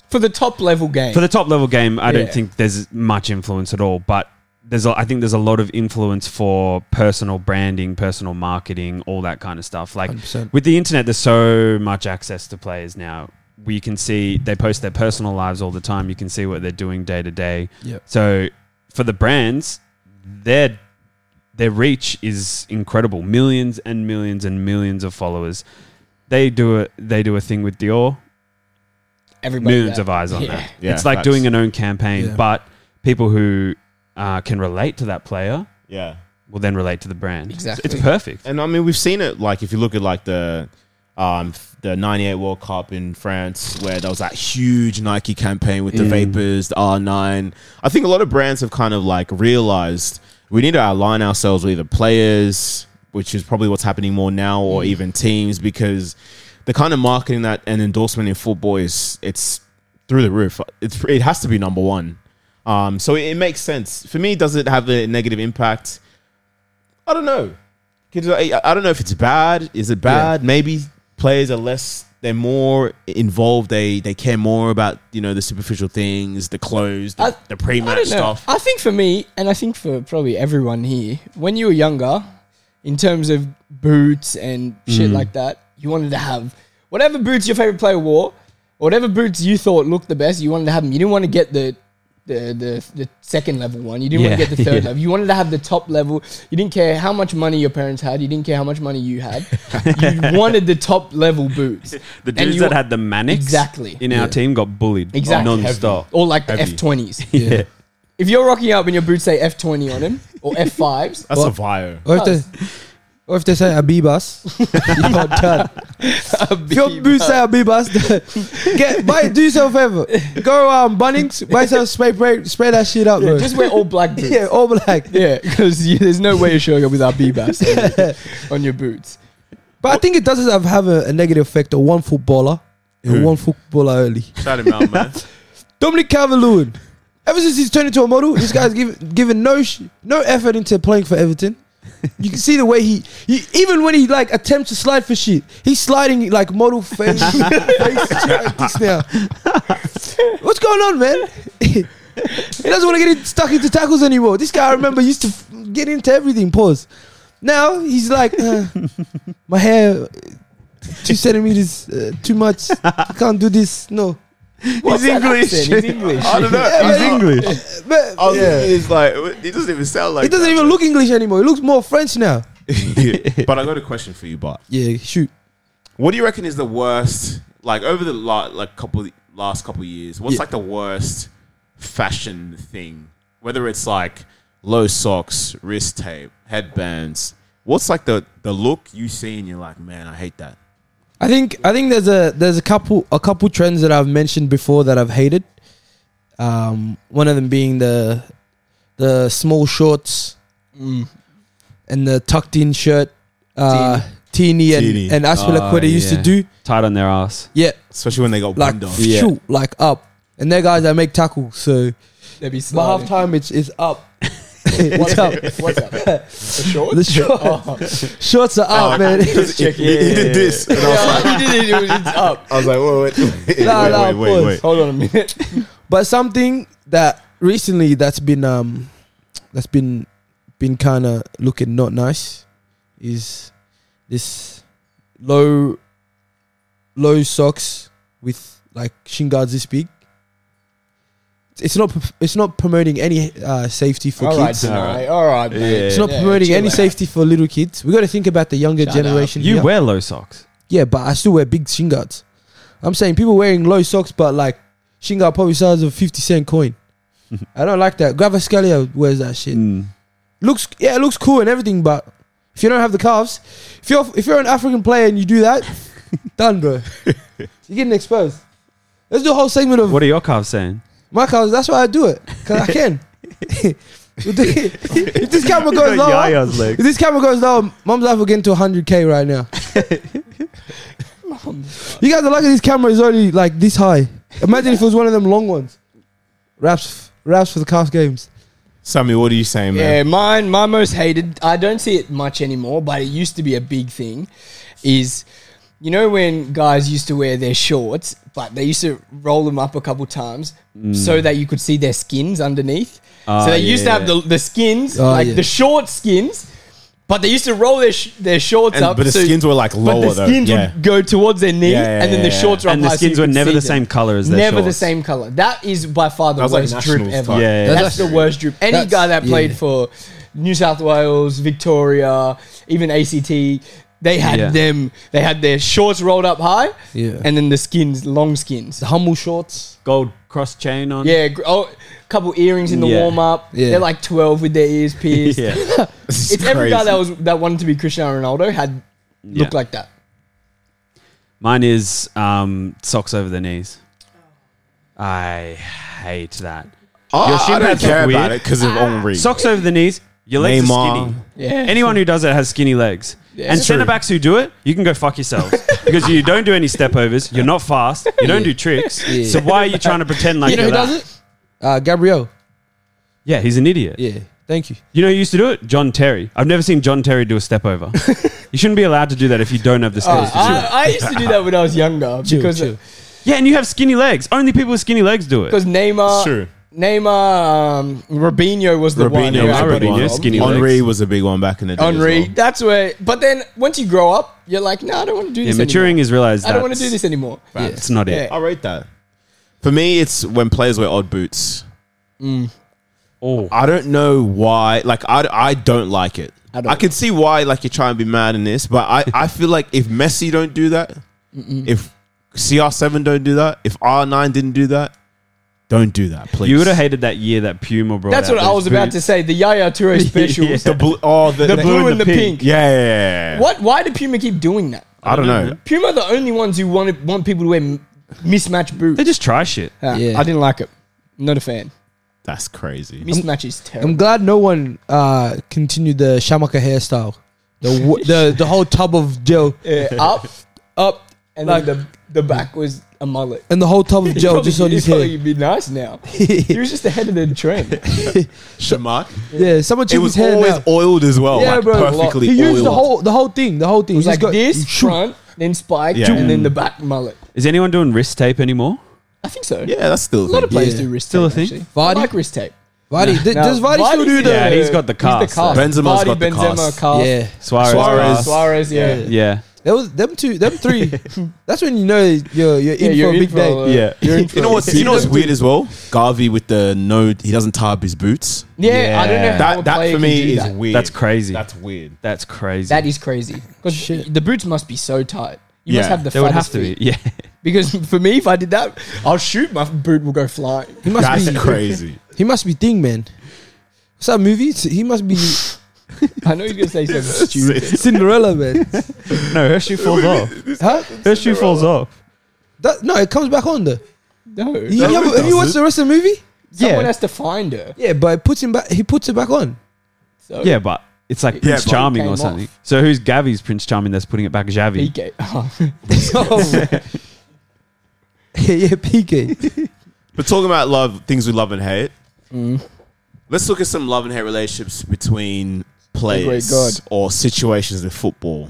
[SPEAKER 3] for the top level game.
[SPEAKER 4] for the top level game, I
[SPEAKER 3] Yeah.
[SPEAKER 4] don't think there's much influence at all. But there's, a, I think there's a lot of influence for personal branding, personal marketing, all that kind of stuff. Like
[SPEAKER 2] 100%.
[SPEAKER 4] with the internet, there's so much access to players now. We can see they post their personal lives all the time. You can see what they're doing day to day.
[SPEAKER 2] Yep.
[SPEAKER 4] So for the brands, their their reach is incredible. Millions and millions and millions of followers. They do a they do a thing with Dior
[SPEAKER 3] Everybody
[SPEAKER 4] millions
[SPEAKER 3] that-
[SPEAKER 4] of eyes on
[SPEAKER 3] Yeah.
[SPEAKER 4] that.
[SPEAKER 1] Yeah,
[SPEAKER 4] it's like
[SPEAKER 1] facts.
[SPEAKER 4] doing an own campaign,
[SPEAKER 2] Yeah.
[SPEAKER 4] but people who uh, can relate to that player
[SPEAKER 1] yeah.
[SPEAKER 4] will then relate to the brand. It's-
[SPEAKER 3] Exactly.
[SPEAKER 4] It's perfect.
[SPEAKER 1] And I mean, we've seen it. Like, if you look at like the um the '98 World Cup in France, where there was that huge Nike campaign with the Vapors, the R9. I think a lot of brands have kind of like realized we need to align ourselves with either players, which is probably what's happening more now, or even teams, because the kind of marketing that and endorsement in football is it's through the roof. It's it has to be number one. Um, so it, it makes sense for me. Does it have a negative impact? I don't know. 'Cause I I don't know if it's bad. Is it bad? Maybe players are less. They're more involved. They they care more about you know the superficial things, the clothes, the,
[SPEAKER 3] I-
[SPEAKER 1] the
[SPEAKER 3] I
[SPEAKER 1] pre-match
[SPEAKER 3] don't know.
[SPEAKER 1] stuff.
[SPEAKER 3] I think for me, and I think for probably everyone here, when you were younger, in terms of boots and
[SPEAKER 4] Mm.
[SPEAKER 3] shit like that, you wanted to have whatever boots your favorite player wore, whatever boots you thought looked the best. You wanted to have them. You didn't want to get the the the, the second level one. You didn't
[SPEAKER 4] Yeah,
[SPEAKER 3] want to get the third
[SPEAKER 4] yeah. (laughs)
[SPEAKER 3] level. You wanted to have the top level. You didn't care how much money your parents had. You didn't care how much money you
[SPEAKER 4] (laughs)
[SPEAKER 3] had. you wanted the top level boots.
[SPEAKER 4] The
[SPEAKER 3] And
[SPEAKER 4] dudes
[SPEAKER 3] you-
[SPEAKER 4] that had the manics
[SPEAKER 3] Exactly.
[SPEAKER 4] in our team got bullied
[SPEAKER 3] Exactly.
[SPEAKER 4] non-stop. Oh,
[SPEAKER 3] or like the
[SPEAKER 1] Heavy.
[SPEAKER 3] F
[SPEAKER 4] (laughs)
[SPEAKER 3] twenties.
[SPEAKER 4] Yeah.
[SPEAKER 3] If you're rocking up and your boots say F twenty on them or F fives,
[SPEAKER 1] That's a bio.
[SPEAKER 2] Or if they, or if they say
[SPEAKER 3] (laughs)
[SPEAKER 2] Abibas, you got cut. If your boots say Abibas, (laughs) get buy. Do yourself a favor. Go um Bunnings, buy some spray spray, spray that shit up, bro.
[SPEAKER 3] just wear all black boots.
[SPEAKER 2] (laughs) yeah,
[SPEAKER 3] yeah,
[SPEAKER 2] all black.
[SPEAKER 3] because there's no way you're showing up without Bebas on, your- on your boots.
[SPEAKER 2] But I think it does have, have a, a negative effect on one footballer and one footballer only.
[SPEAKER 1] Shout him out, (laughs) man.
[SPEAKER 2] Dominic Calvert-Lewin. Ever since he's turned into a model, this guy's given given no sh- no effort into playing for Everton. You can see the way he, he even when he like attempts to slide for shit, he's sliding like model face, (laughs) face shit like this now. What's going on, man? (laughs) he doesn't want to get in, stuck into tackles anymore. This guy I remember used to f- get into everything. Pause. Now he's like, uh, (laughs) my hair uh, two centimeters uh, too much. I can't do this. No,
[SPEAKER 3] What's that
[SPEAKER 4] English.
[SPEAKER 3] accent? He's
[SPEAKER 1] (laughs)
[SPEAKER 3] English.
[SPEAKER 1] I don't know.
[SPEAKER 2] He's
[SPEAKER 1] I-
[SPEAKER 4] English.
[SPEAKER 2] but,
[SPEAKER 1] I was,
[SPEAKER 2] yeah.
[SPEAKER 1] It's like it doesn't even sound like.
[SPEAKER 2] He doesn't even look English anymore. He looks more French now.
[SPEAKER 1] (laughs) look. but I got a question for you, Bart.
[SPEAKER 2] Yeah, shoot.
[SPEAKER 1] What do you reckon is the worst? Like over the la- like couple last couple years, what's
[SPEAKER 2] Yeah.
[SPEAKER 1] like the worst fashion thing? Whether it's like low socks, wrist tape, headbands. What's like the the look you see and you're like, man, I hate that.
[SPEAKER 2] I think I think there's a there's a couple a couple trends that I've mentioned before that I've hated. Um, one of them being the the small shorts and the tucked in shirt, uh, teeny, and
[SPEAKER 1] Teeny.
[SPEAKER 2] and Aspila
[SPEAKER 4] Oh,
[SPEAKER 2] Quetta used to
[SPEAKER 4] yeah.
[SPEAKER 2] do.
[SPEAKER 4] Tight on their ass.
[SPEAKER 2] Yeah,
[SPEAKER 1] Especially when they got
[SPEAKER 2] like
[SPEAKER 1] like, off.
[SPEAKER 4] Yeah.
[SPEAKER 2] shoot, like up. And they're guys that make tackles, so
[SPEAKER 3] They'd be
[SPEAKER 2] by
[SPEAKER 3] sliding.
[SPEAKER 2] half time it's it's up. (laughs) it's up.
[SPEAKER 3] What's up? The shorts?
[SPEAKER 2] The shorts, shorts are up, man.
[SPEAKER 1] (laughs) (laughs) Just check, he, he did this, and I was like,
[SPEAKER 3] (laughs) Yeah, it is, it is, it's up.
[SPEAKER 1] I was like, wait, (laughs) wait, wait,
[SPEAKER 2] Nah,
[SPEAKER 1] wait,
[SPEAKER 2] nah,
[SPEAKER 1] wait, wait,
[SPEAKER 2] (laughs)
[SPEAKER 1] wait.
[SPEAKER 3] Hold on a minute.
[SPEAKER 2] But something that recently that's been um that's been been kind of looking not nice is this low low socks with like shin guards this big. It's not it's not promoting any uh, safety for
[SPEAKER 3] All right,
[SPEAKER 2] kids.
[SPEAKER 4] All
[SPEAKER 3] all
[SPEAKER 4] right.
[SPEAKER 3] right, all right. man.
[SPEAKER 1] Yeah.
[SPEAKER 2] It's not
[SPEAKER 3] Yeah,
[SPEAKER 2] promoting
[SPEAKER 3] chill
[SPEAKER 2] any
[SPEAKER 3] out.
[SPEAKER 2] safety for little kids. We got to think about the younger
[SPEAKER 3] Shut up.
[SPEAKER 2] generation.
[SPEAKER 4] You
[SPEAKER 2] here.
[SPEAKER 4] wear low socks.
[SPEAKER 2] Yeah, but I still wear big shin guards. I'm saying people wearing low socks, but like shin guard probably size of 50 cent coin. I don't like that. Gravascalia wears that shit.
[SPEAKER 4] Mm.
[SPEAKER 2] Looks yeah, it looks cool and everything, but if you don't have the calves, if you're if you're an African player and you do that, done, bro. You're getting exposed. Let's do a whole segment of
[SPEAKER 4] What are your calves saying?
[SPEAKER 2] my calves. That's why I do it because I can. (laughs) if this camera goes low, if this camera goes down, Mom's life will get into 100k right now. you guys are lucky this camera is only like this high. Imagine if it was one of them long ones. Raps, raps for the cast games.
[SPEAKER 1] Sammy, what are you saying,
[SPEAKER 3] Yeah,
[SPEAKER 1] man?
[SPEAKER 3] mine, my most hated. I don't see it much anymore, but it used to be a big thing. Is you know when guys used to wear their shorts, but they used to roll them up a couple times
[SPEAKER 1] Mm.
[SPEAKER 3] so that you could see their skins underneath.
[SPEAKER 4] Ah,
[SPEAKER 3] so they
[SPEAKER 4] yeah,
[SPEAKER 3] used to have
[SPEAKER 4] yeah.
[SPEAKER 3] the, the skins,
[SPEAKER 2] Oh,
[SPEAKER 1] Ah,
[SPEAKER 3] like
[SPEAKER 2] yeah.
[SPEAKER 3] the short skins, but they used to roll their sh- their shorts
[SPEAKER 1] And,
[SPEAKER 3] up.
[SPEAKER 1] but the
[SPEAKER 3] so-
[SPEAKER 1] skins were like
[SPEAKER 3] but
[SPEAKER 1] lower
[SPEAKER 3] the skins
[SPEAKER 1] though. Yeah. (laughs)
[SPEAKER 3] would go towards their knee,
[SPEAKER 1] Yeah, yeah,
[SPEAKER 3] and then the
[SPEAKER 1] yeah, yeah.
[SPEAKER 3] shorts were up
[SPEAKER 4] And the
[SPEAKER 3] high so
[SPEAKER 4] skins
[SPEAKER 3] you
[SPEAKER 4] were
[SPEAKER 3] could
[SPEAKER 4] never
[SPEAKER 3] see
[SPEAKER 4] the
[SPEAKER 3] them.
[SPEAKER 4] same color as their
[SPEAKER 3] Never the
[SPEAKER 4] shorts.
[SPEAKER 3] same color. That is by far the
[SPEAKER 1] That was like
[SPEAKER 3] worst drip
[SPEAKER 1] nationals
[SPEAKER 3] ever.
[SPEAKER 1] type.
[SPEAKER 4] Yeah, yeah,
[SPEAKER 3] that's,
[SPEAKER 2] That's-
[SPEAKER 3] the worst drip. Any
[SPEAKER 2] that's-
[SPEAKER 3] guy that played
[SPEAKER 2] yeah.
[SPEAKER 3] for New South Wales, Victoria, even ACT, they had
[SPEAKER 4] Yeah.
[SPEAKER 3] them. They had their shorts rolled up high,
[SPEAKER 2] Yeah.
[SPEAKER 3] and then the skins, long skins.
[SPEAKER 2] The humble shorts.
[SPEAKER 4] Gold cross chain on.
[SPEAKER 3] Yeah, gr- oh, couple earrings in the
[SPEAKER 4] Yeah.
[SPEAKER 3] warm up.
[SPEAKER 2] Yeah.
[SPEAKER 3] They're like twelve with their ears pierced.
[SPEAKER 4] (laughs) (laughs) Yeah.
[SPEAKER 1] It's,
[SPEAKER 3] It's every guy
[SPEAKER 1] crazy.
[SPEAKER 3] that was that wanted to be Cristiano Ronaldo had
[SPEAKER 4] Yeah.
[SPEAKER 3] looked like that.
[SPEAKER 4] Mine is um, socks over the knees.
[SPEAKER 3] Oh.
[SPEAKER 4] I hate that.
[SPEAKER 1] I-
[SPEAKER 4] Your
[SPEAKER 1] I,
[SPEAKER 4] shin
[SPEAKER 1] don't
[SPEAKER 4] pads
[SPEAKER 1] care
[SPEAKER 4] look
[SPEAKER 1] about
[SPEAKER 4] weird.
[SPEAKER 1] it because of Henri.
[SPEAKER 4] Socks over the knees. Your
[SPEAKER 1] Neymar.
[SPEAKER 4] legs are skinny.
[SPEAKER 3] Yeah.
[SPEAKER 4] Anyone who does that has skinny legs.
[SPEAKER 3] Yeah.
[SPEAKER 4] and
[SPEAKER 3] It's
[SPEAKER 4] centre backs who do it, you can go
[SPEAKER 3] (laughs)
[SPEAKER 4] fuck yourselves because you don't do any step overs. You're not fast. You don't do tricks.
[SPEAKER 2] Yeah.
[SPEAKER 4] So why are you trying to pretend like
[SPEAKER 2] You know
[SPEAKER 4] are
[SPEAKER 2] who does it? Uh, Gabriel.
[SPEAKER 4] Yeah, he's an idiot.
[SPEAKER 2] Yeah. Thank you.
[SPEAKER 4] You know, who used to do it, John Terry. I've never seen John Terry do a
[SPEAKER 3] (laughs)
[SPEAKER 4] step over. you shouldn't be allowed to do that if you don't have the skills
[SPEAKER 3] Uh,
[SPEAKER 4] to do it.
[SPEAKER 3] I, I used to do that when I was younger
[SPEAKER 2] Chill,
[SPEAKER 3] because
[SPEAKER 2] chill.
[SPEAKER 4] Yeah, and you have skinny legs. Only people with skinny legs do it.
[SPEAKER 3] because Neymar,
[SPEAKER 1] It's true.
[SPEAKER 3] Neymar, um, Robinho was the one.
[SPEAKER 1] Robinho
[SPEAKER 3] who
[SPEAKER 1] was
[SPEAKER 4] Yeah,
[SPEAKER 1] a
[SPEAKER 3] had
[SPEAKER 1] big
[SPEAKER 3] the
[SPEAKER 4] Robinho,
[SPEAKER 1] one.
[SPEAKER 3] problem.
[SPEAKER 4] skinny
[SPEAKER 1] Henri
[SPEAKER 4] legs.
[SPEAKER 1] was a big one back in the day. as
[SPEAKER 3] Henri.
[SPEAKER 1] well.
[SPEAKER 3] That's where. But then once you grow up, you're like, no, I don't want to do
[SPEAKER 4] Yeah,
[SPEAKER 3] this.
[SPEAKER 4] maturing
[SPEAKER 3] anymore.
[SPEAKER 4] is realized.
[SPEAKER 3] I don't want to do this anymore.
[SPEAKER 4] It's not it.
[SPEAKER 3] Yeah.
[SPEAKER 1] I rate that. For me, it's when players wear odd boots.
[SPEAKER 4] Oh,
[SPEAKER 1] I don't know why. Like, I, I don't like it. I,
[SPEAKER 3] I don't
[SPEAKER 1] can see why, like, you're trying to be mad in this, but I, I feel like if Messi don't do that, if CR7 don't do that, if R9 didn't do that, don't do that, please.
[SPEAKER 4] you would have hated that year that Puma brought.
[SPEAKER 3] That's
[SPEAKER 4] out
[SPEAKER 3] what I
[SPEAKER 4] those
[SPEAKER 3] was about to
[SPEAKER 4] boots.
[SPEAKER 3] say. The Yaya Toure specials.
[SPEAKER 1] The blue, oh, the,
[SPEAKER 3] The blue and the pink.
[SPEAKER 1] Yeah, yeah, yeah, yeah.
[SPEAKER 3] What? Why do Puma keep doing that?
[SPEAKER 1] I don't know.
[SPEAKER 3] Puma are the only ones who want to, want people to wear m- mismatched boots.
[SPEAKER 4] They just try shit.
[SPEAKER 3] Ah,
[SPEAKER 2] Yeah.
[SPEAKER 3] I didn't like it. Not a fan.
[SPEAKER 1] That's crazy.
[SPEAKER 3] Mismatch is
[SPEAKER 2] I'm
[SPEAKER 3] terrible.
[SPEAKER 2] glad no one uh, continued the Shamaka hairstyle. The, w- the the whole tub of gel
[SPEAKER 3] Yeah, up, up, and then the the back was a mullet.
[SPEAKER 2] and the whole tub of
[SPEAKER 3] (laughs)
[SPEAKER 2] gel
[SPEAKER 3] Probably-
[SPEAKER 2] just on
[SPEAKER 3] he'd
[SPEAKER 2] his
[SPEAKER 3] probably
[SPEAKER 2] hair.
[SPEAKER 3] be nice now. he was just ahead of the trend.
[SPEAKER 1] Shamak?
[SPEAKER 2] (laughs) Yeah, someone
[SPEAKER 1] It
[SPEAKER 2] took his
[SPEAKER 1] was
[SPEAKER 2] hair
[SPEAKER 1] always
[SPEAKER 2] now.
[SPEAKER 1] oiled as well.
[SPEAKER 2] Yeah,
[SPEAKER 1] like,
[SPEAKER 2] bro.
[SPEAKER 1] Perfectly
[SPEAKER 2] He used
[SPEAKER 1] oiled.
[SPEAKER 2] the whole the whole thing, the whole thing.
[SPEAKER 3] It was
[SPEAKER 2] He's
[SPEAKER 3] like
[SPEAKER 2] got- (laughs)
[SPEAKER 3] this
[SPEAKER 2] Shoo.
[SPEAKER 3] front, then spike,
[SPEAKER 1] Yeah.
[SPEAKER 3] and then the back mullet.
[SPEAKER 4] Is anyone doing wrist tape anymore?
[SPEAKER 3] I think so.
[SPEAKER 1] Yeah, that's still
[SPEAKER 3] A lot of players
[SPEAKER 2] Yeah.
[SPEAKER 3] do wrist
[SPEAKER 4] Still a
[SPEAKER 3] tape.
[SPEAKER 4] thing?
[SPEAKER 3] actually. I
[SPEAKER 2] Vardy?
[SPEAKER 3] like wrist tape.
[SPEAKER 2] Vardy, th- does Vardy still do the?
[SPEAKER 4] Yeah, he's got the cast.
[SPEAKER 1] Benzema's
[SPEAKER 3] Vardy,
[SPEAKER 1] got the
[SPEAKER 3] Benzema,
[SPEAKER 1] cast.
[SPEAKER 3] cast.
[SPEAKER 2] Yeah,
[SPEAKER 4] Suarez.
[SPEAKER 1] Suarez.
[SPEAKER 3] Suarez, yeah.
[SPEAKER 2] Yeah.
[SPEAKER 4] Yeah.
[SPEAKER 2] that was them two, them three.
[SPEAKER 1] (laughs)
[SPEAKER 2] That's when you know you're you're in
[SPEAKER 3] Yeah, you're
[SPEAKER 2] for a
[SPEAKER 3] in
[SPEAKER 2] big
[SPEAKER 3] for
[SPEAKER 2] day.
[SPEAKER 3] a-
[SPEAKER 1] Yeah.
[SPEAKER 3] You're in
[SPEAKER 1] You know
[SPEAKER 3] for-
[SPEAKER 1] what's you know what's weird as well? Garvey with the no, he doesn't tie up his boots.
[SPEAKER 3] Yeah, I don't know
[SPEAKER 4] Yeah.
[SPEAKER 3] how a
[SPEAKER 1] That that
[SPEAKER 3] player
[SPEAKER 1] for
[SPEAKER 3] can do
[SPEAKER 1] me is
[SPEAKER 3] that.
[SPEAKER 1] weird.
[SPEAKER 4] That's crazy.
[SPEAKER 1] That's weird.
[SPEAKER 4] That's crazy.
[SPEAKER 3] That is crazy. Because the boots must be so tight. You
[SPEAKER 1] Yeah.
[SPEAKER 3] must have the
[SPEAKER 4] they would
[SPEAKER 3] fattest
[SPEAKER 4] have to be.
[SPEAKER 3] feet.
[SPEAKER 4] Yeah.
[SPEAKER 3] Because (laughs) for me, if I did that, I'll shoot, my boot will go flying. (laughs)
[SPEAKER 2] He must
[SPEAKER 1] That's
[SPEAKER 2] be
[SPEAKER 1] crazy.
[SPEAKER 2] he must be thing man. What's that movie? It's-
[SPEAKER 1] (laughs)
[SPEAKER 2] He must be
[SPEAKER 3] I know you're gonna say something stupid.
[SPEAKER 2] Cinderella, man.
[SPEAKER 4] (laughs) No, her shoe falls off.
[SPEAKER 2] Huh?
[SPEAKER 4] Her shoe falls off.
[SPEAKER 2] That, no, it comes back on though.
[SPEAKER 3] No,
[SPEAKER 2] You,
[SPEAKER 1] No,
[SPEAKER 2] you
[SPEAKER 1] it
[SPEAKER 2] have, have you watched
[SPEAKER 1] doesn't.
[SPEAKER 2] the rest of the movie?
[SPEAKER 3] someone
[SPEAKER 4] Yeah.
[SPEAKER 3] has to find her.
[SPEAKER 2] Yeah, but it puts him back. He puts it back on.
[SPEAKER 3] So
[SPEAKER 4] Yeah, but it's like
[SPEAKER 1] Yeah,
[SPEAKER 4] Prince
[SPEAKER 1] but-
[SPEAKER 4] Charming
[SPEAKER 3] Came
[SPEAKER 4] or
[SPEAKER 3] off.
[SPEAKER 4] something. So who's Gavi's Prince Charming that's putting it back? Xavi.
[SPEAKER 3] he (laughs) gave.
[SPEAKER 2] (laughs)
[SPEAKER 3] Oh,
[SPEAKER 2] yeah, yeah, PK.
[SPEAKER 1] But talking about love, things we love and hate.
[SPEAKER 3] Mm.
[SPEAKER 1] Let's look at some love and hate relationships between players
[SPEAKER 3] God.
[SPEAKER 1] or situations in football.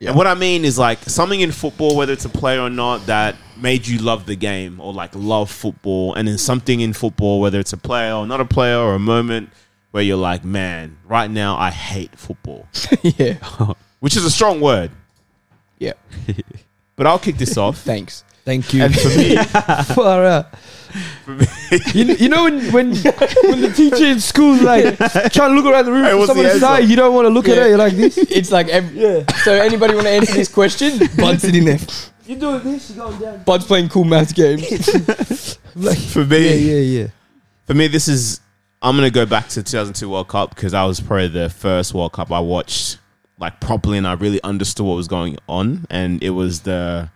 [SPEAKER 1] And what I mean is like something in football, whether it's a player or not, that made you love the game or like love football, and then something in football, whether it's a player or not a player or a moment where you're like, man, right now I hate football,
[SPEAKER 3] (laughs) yeah,
[SPEAKER 1] which is a strong word.
[SPEAKER 3] yeah.
[SPEAKER 1] (laughs) But I'll kick this
[SPEAKER 3] (laughs)
[SPEAKER 1] off.
[SPEAKER 3] Thanks.
[SPEAKER 2] Thank (laughs) you.
[SPEAKER 1] and for me,
[SPEAKER 2] Far out.
[SPEAKER 1] for me,
[SPEAKER 2] You, you know when when when the teacher in school's like trying to look around the room
[SPEAKER 1] Hey,
[SPEAKER 2] for
[SPEAKER 1] what's
[SPEAKER 2] someone
[SPEAKER 1] the
[SPEAKER 2] to say,
[SPEAKER 1] answer?
[SPEAKER 2] you don't want to look at
[SPEAKER 3] Yeah.
[SPEAKER 2] her. You're like this.
[SPEAKER 3] It's like ev- So anybody want to answer this (laughs) question? Bud's sitting there.
[SPEAKER 2] You're doing this. You're going down.
[SPEAKER 3] Bud's playing cool
[SPEAKER 1] (laughs)
[SPEAKER 3] math games.
[SPEAKER 2] Like,
[SPEAKER 1] for me,
[SPEAKER 2] yeah, yeah, yeah.
[SPEAKER 1] for me, this is I'm gonna go back to 2002 World Cup because I was probably the first World Cup I watched like properly, and I really understood what was going on. And it was the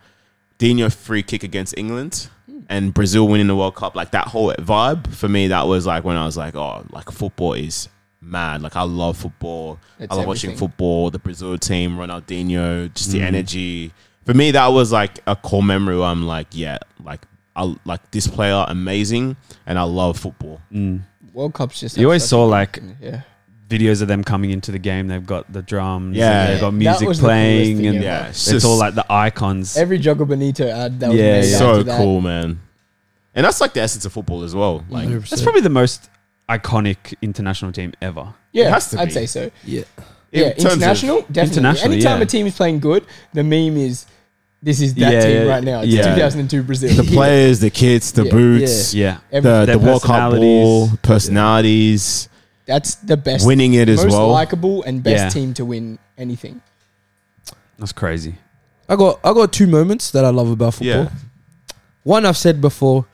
[SPEAKER 1] Dino free kick against England
[SPEAKER 3] Hmm.
[SPEAKER 1] and Brazil winning the World Cup. Like that whole vibe for me, that was like when I was like, oh, like football is mad. Like I love football.
[SPEAKER 3] It's
[SPEAKER 1] I love watching
[SPEAKER 3] everything.
[SPEAKER 1] football. The Brazil team, Ronaldinho, just the energy. For me, that was like a core memory. Where I'm like, yeah, like I like this player, amazing, and I love football.
[SPEAKER 3] World Cup's just.
[SPEAKER 4] You always saw like
[SPEAKER 3] Yeah.
[SPEAKER 4] videos of them coming into the game. They've got the drums.
[SPEAKER 1] Yeah.
[SPEAKER 4] and they've got
[SPEAKER 3] That
[SPEAKER 4] music
[SPEAKER 3] was the coolest
[SPEAKER 4] playing,
[SPEAKER 3] thing
[SPEAKER 4] and
[SPEAKER 3] ever.
[SPEAKER 1] Yeah,
[SPEAKER 4] it's all like the icons.
[SPEAKER 3] Every Jogo Benito ad that was
[SPEAKER 4] Yeah,
[SPEAKER 3] made
[SPEAKER 4] yeah.
[SPEAKER 3] after
[SPEAKER 1] so
[SPEAKER 3] that.
[SPEAKER 1] cool, man. And that's like the essence of football as well. Like,
[SPEAKER 4] That's probably the most iconic international team ever.
[SPEAKER 3] Yeah,
[SPEAKER 1] has to
[SPEAKER 3] I'd
[SPEAKER 1] be.
[SPEAKER 3] say so.
[SPEAKER 2] yeah.
[SPEAKER 1] in
[SPEAKER 3] yeah,
[SPEAKER 1] terms of-
[SPEAKER 3] international, definitely.
[SPEAKER 4] International,
[SPEAKER 3] Anytime
[SPEAKER 4] yeah.
[SPEAKER 3] a team is playing good, the meme is this is that
[SPEAKER 4] Yeah,
[SPEAKER 3] team
[SPEAKER 4] yeah,
[SPEAKER 3] right now. It's
[SPEAKER 4] yeah.
[SPEAKER 3] 2002 Brazil.
[SPEAKER 1] the
[SPEAKER 3] (laughs)
[SPEAKER 1] players, the kits, the
[SPEAKER 3] Yeah,
[SPEAKER 1] boots,
[SPEAKER 4] Yeah.
[SPEAKER 1] the
[SPEAKER 3] Everything.
[SPEAKER 1] the
[SPEAKER 4] Their
[SPEAKER 1] World Cup
[SPEAKER 4] personalities.
[SPEAKER 1] ball, personalities,
[SPEAKER 3] That's the best,
[SPEAKER 1] winning it as
[SPEAKER 3] most
[SPEAKER 1] well.
[SPEAKER 3] likable, and best
[SPEAKER 4] Yeah.
[SPEAKER 3] team to win anything.
[SPEAKER 4] That's crazy.
[SPEAKER 2] I got I got two moments that I love about football.
[SPEAKER 1] yeah,
[SPEAKER 2] One I've said before.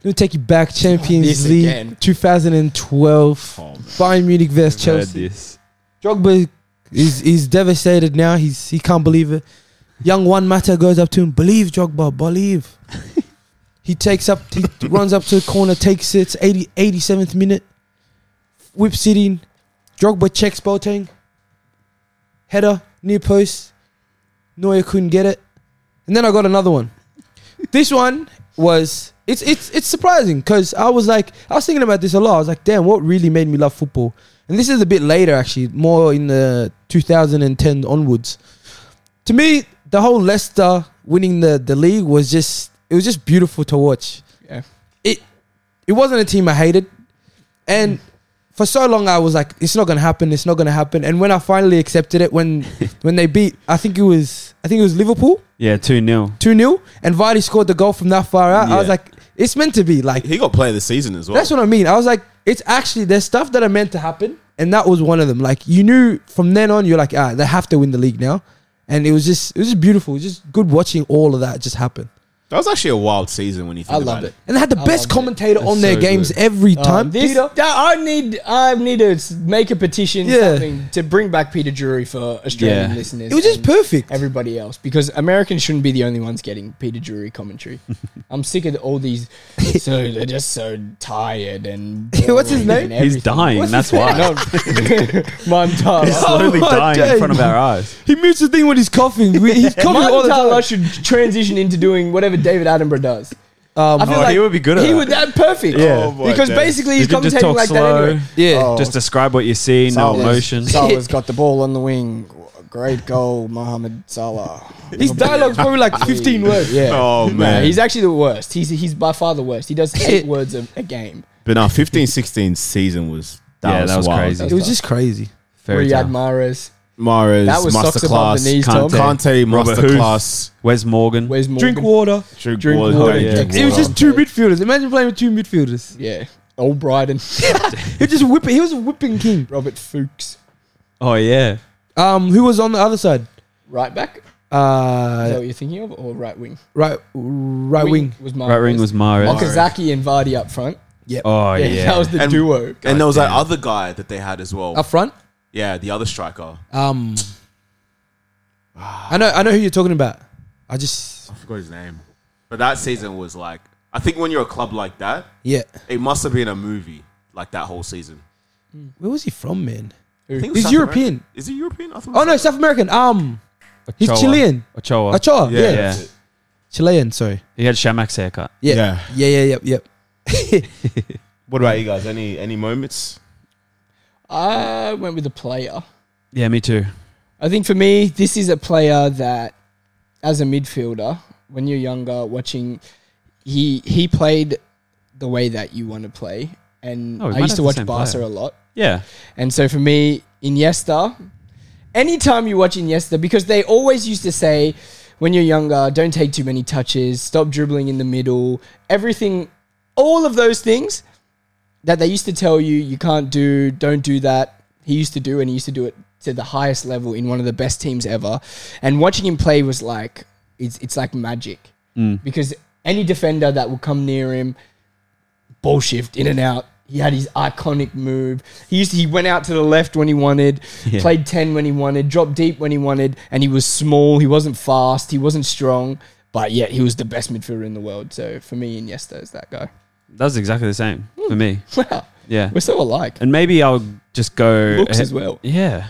[SPEAKER 2] Let me take you back. Champions
[SPEAKER 3] This
[SPEAKER 2] League,
[SPEAKER 3] again.
[SPEAKER 2] 2012.
[SPEAKER 1] Oh, man.
[SPEAKER 2] Bayern Munich versus Chelsea.
[SPEAKER 4] this.
[SPEAKER 2] Drogba is is devastated now. He's he can't believe it. Young Juan Mata goes up to him. Believe Drogba, believe. he takes up, he runs up to the corner, takes it. It's 80, 87th minute. Whips it in. Drogba checks Boateng. Header near post. Neuer couldn't get it. And then I got another one. this one was it's it's it's surprising because I was like I was thinking about this a lot. I was like, damn, what really made me love football? And this is a bit later, actually, more in the 2010 onwards. To me, the whole Leicester winning the the league was just it was just beautiful to watch.
[SPEAKER 3] Yeah.
[SPEAKER 2] It it wasn't a team I hated, and for so long I was like, it's not gonna happen, it's not gonna happen. And when I finally accepted it, when when they beat, I think it was I think it was Liverpool.
[SPEAKER 4] Yeah, 2 0.
[SPEAKER 2] 2 0, and Vardy scored the goal from that far out. I was
[SPEAKER 1] Yeah.
[SPEAKER 2] like, it's meant to be. Like,
[SPEAKER 1] he got player of the season as well.
[SPEAKER 2] that's what I mean. I was like, it's actually, there's stuff that are meant to happen, and that was one of them. Like, you knew from then on, you're like, ah, they have to win the league now. And it was just, it was just beautiful. It was just good watching all of that just happen.
[SPEAKER 1] that was actually a wild season when you think
[SPEAKER 3] I
[SPEAKER 1] about
[SPEAKER 3] love it.
[SPEAKER 2] And they had the
[SPEAKER 3] I
[SPEAKER 2] best
[SPEAKER 3] loved it.
[SPEAKER 2] commentator
[SPEAKER 4] That's
[SPEAKER 2] on their
[SPEAKER 4] so
[SPEAKER 2] games
[SPEAKER 4] good.
[SPEAKER 2] every time.
[SPEAKER 3] Um, this,
[SPEAKER 2] Peter,
[SPEAKER 3] that- I need, I need to s- make a petition,
[SPEAKER 2] Yeah.
[SPEAKER 3] something to bring back Peter Drury for Australian
[SPEAKER 4] Yeah.
[SPEAKER 3] listeners.
[SPEAKER 2] it was just
[SPEAKER 3] and
[SPEAKER 2] perfect.
[SPEAKER 3] everybody else because Americans shouldn't be the only ones getting Peter Drury
[SPEAKER 2] (laughs)
[SPEAKER 3] commentary. I'm sick of all these. So they're just so tired and
[SPEAKER 2] (laughs) What's his
[SPEAKER 3] boring
[SPEAKER 2] name?
[SPEAKER 3] and
[SPEAKER 4] He's
[SPEAKER 3] everything.
[SPEAKER 4] dying.
[SPEAKER 2] What's
[SPEAKER 4] that's
[SPEAKER 2] his
[SPEAKER 4] why.
[SPEAKER 3] (laughs) No, (laughs) Oh, Montage.
[SPEAKER 4] He's
[SPEAKER 3] (laughs)
[SPEAKER 4] slowly
[SPEAKER 2] Oh my
[SPEAKER 4] dying
[SPEAKER 2] days.
[SPEAKER 4] in
[SPEAKER 2] (laughs)
[SPEAKER 4] front of our eyes.
[SPEAKER 2] he mutes the thing when he's coughing.
[SPEAKER 3] (laughs)
[SPEAKER 2] We- He's coughing all the
[SPEAKER 3] Montage. I
[SPEAKER 2] time.
[SPEAKER 3] should transition into doing whatever David Attenborough does. I
[SPEAKER 2] Um,
[SPEAKER 3] feel
[SPEAKER 4] Oh,
[SPEAKER 3] like
[SPEAKER 4] he would be good at
[SPEAKER 3] he
[SPEAKER 4] that.
[SPEAKER 3] would that perfect.
[SPEAKER 4] Yeah. Oh
[SPEAKER 1] my
[SPEAKER 3] because
[SPEAKER 1] days.
[SPEAKER 3] basically
[SPEAKER 4] You
[SPEAKER 3] he's
[SPEAKER 4] can just
[SPEAKER 3] commentating
[SPEAKER 4] talk
[SPEAKER 3] like that
[SPEAKER 4] slow.
[SPEAKER 3] anyway.
[SPEAKER 2] yeah.
[SPEAKER 5] Oh.
[SPEAKER 4] Just describe what you see, no
[SPEAKER 5] Salah.
[SPEAKER 4] emotion.
[SPEAKER 5] Salah's got the ball on the wing. Great goal, Mohamed Salah.
[SPEAKER 2] His dialogue's probably (laughs) like 15 words.
[SPEAKER 3] Yeah.
[SPEAKER 1] Oh
[SPEAKER 3] Nah,
[SPEAKER 1] man,
[SPEAKER 3] he's actually the worst. He's he's by far the worst. He does
[SPEAKER 2] (laughs)
[SPEAKER 3] eight words a, a game.
[SPEAKER 1] but now 15-16 season was that
[SPEAKER 4] Yeah,
[SPEAKER 1] was,
[SPEAKER 4] that was
[SPEAKER 1] wild.
[SPEAKER 4] crazy.
[SPEAKER 2] It was just crazy.
[SPEAKER 4] Fairy
[SPEAKER 3] Riyad
[SPEAKER 4] tale.
[SPEAKER 3] Mahrez.
[SPEAKER 1] Mares,
[SPEAKER 3] That was socks above the
[SPEAKER 1] masterclass,
[SPEAKER 3] knees, Tom.
[SPEAKER 1] Kante, Kante
[SPEAKER 4] Robert Huth.
[SPEAKER 1] masterclass,
[SPEAKER 4] Where's Morgan?
[SPEAKER 3] Where's Morgan?
[SPEAKER 2] Drink water.
[SPEAKER 1] drink,
[SPEAKER 3] Drink
[SPEAKER 1] water,
[SPEAKER 3] water,
[SPEAKER 1] don't
[SPEAKER 4] yeah.
[SPEAKER 1] drink
[SPEAKER 2] It was
[SPEAKER 1] water.
[SPEAKER 2] just two midfielders. Imagine playing with two midfielders.
[SPEAKER 3] Yeah. Old Brighton.
[SPEAKER 2] He just whip. He was a whipping king.
[SPEAKER 3] (laughs) Robert Fuchs.
[SPEAKER 4] oh, yeah.
[SPEAKER 2] Um, who was on the other side?
[SPEAKER 3] Right back? Is that
[SPEAKER 2] Uh,
[SPEAKER 3] what you're thinking of? Or right wing?
[SPEAKER 2] right, right wing.
[SPEAKER 3] was Mahrez.
[SPEAKER 4] Right ring was Mario.
[SPEAKER 3] Okazaki and Vardy up front.
[SPEAKER 2] Yep.
[SPEAKER 4] Oh
[SPEAKER 3] (laughs)
[SPEAKER 4] yeah,
[SPEAKER 3] That was the
[SPEAKER 6] And-
[SPEAKER 3] duo.
[SPEAKER 6] and there was that
[SPEAKER 4] damn.
[SPEAKER 6] other guy that they had as well.
[SPEAKER 2] Up front,
[SPEAKER 6] yeah, the other striker.
[SPEAKER 2] um, I know I know who you're talking about. I just
[SPEAKER 6] I forgot his name. But that season was like, I think when you're a club like that,
[SPEAKER 2] yeah.
[SPEAKER 6] it must have been a movie like that whole season.
[SPEAKER 2] Where was he from, man?
[SPEAKER 6] I think it was
[SPEAKER 2] He's
[SPEAKER 6] South
[SPEAKER 2] European.
[SPEAKER 6] America. Is he European? I thought it
[SPEAKER 2] Oh
[SPEAKER 6] was
[SPEAKER 2] no, South American. Um, he's
[SPEAKER 4] Ochoa.
[SPEAKER 2] Chilean.
[SPEAKER 4] Ochoa.
[SPEAKER 2] Ochoa. Yeah.
[SPEAKER 4] Yeah.
[SPEAKER 2] Chilean. Sorry.
[SPEAKER 4] He had Shamak's haircut.
[SPEAKER 2] Yeah. Yeah.
[SPEAKER 1] Yeah.
[SPEAKER 2] Yeah. Yeah. Yep.
[SPEAKER 1] What about you guys? Any any moments?
[SPEAKER 3] I went with a player.
[SPEAKER 4] Yeah, me too.
[SPEAKER 3] I think for me, this is a player that, as a midfielder, when you're younger, watching, he he played the way that you want to play, and
[SPEAKER 4] Oh, we
[SPEAKER 3] I
[SPEAKER 4] might
[SPEAKER 3] used to
[SPEAKER 4] have the
[SPEAKER 3] watch
[SPEAKER 4] same
[SPEAKER 3] Barca
[SPEAKER 4] player.
[SPEAKER 3] a lot,
[SPEAKER 4] Yeah.
[SPEAKER 3] and so for me, Iniesta. Anytime you watch Iniesta, because they always used to say, when you're younger, don't take too many touches, stop dribbling in the middle, everything, all of those things that they used to tell you you can't do, don't do that. He used to do, and he used to do it to the highest level in one of the best teams ever. And watching him play was like it's it's like magic because any defender that would come near him, ball shift in and out. He had his iconic move. He used to, he went out to the left when he wanted, played ten when he wanted, dropped deep when he wanted, and he was small. He wasn't fast. He wasn't strong. But yet he was the best midfielder in the world. So for me, Iniesta is that guy. (laughs)
[SPEAKER 4] That was exactly the same for me.
[SPEAKER 3] Wow,
[SPEAKER 4] Yeah.
[SPEAKER 3] we're so alike.
[SPEAKER 4] And maybe I'll just go
[SPEAKER 3] Looks
[SPEAKER 4] ahead-
[SPEAKER 3] as well.
[SPEAKER 4] (laughs) Yeah.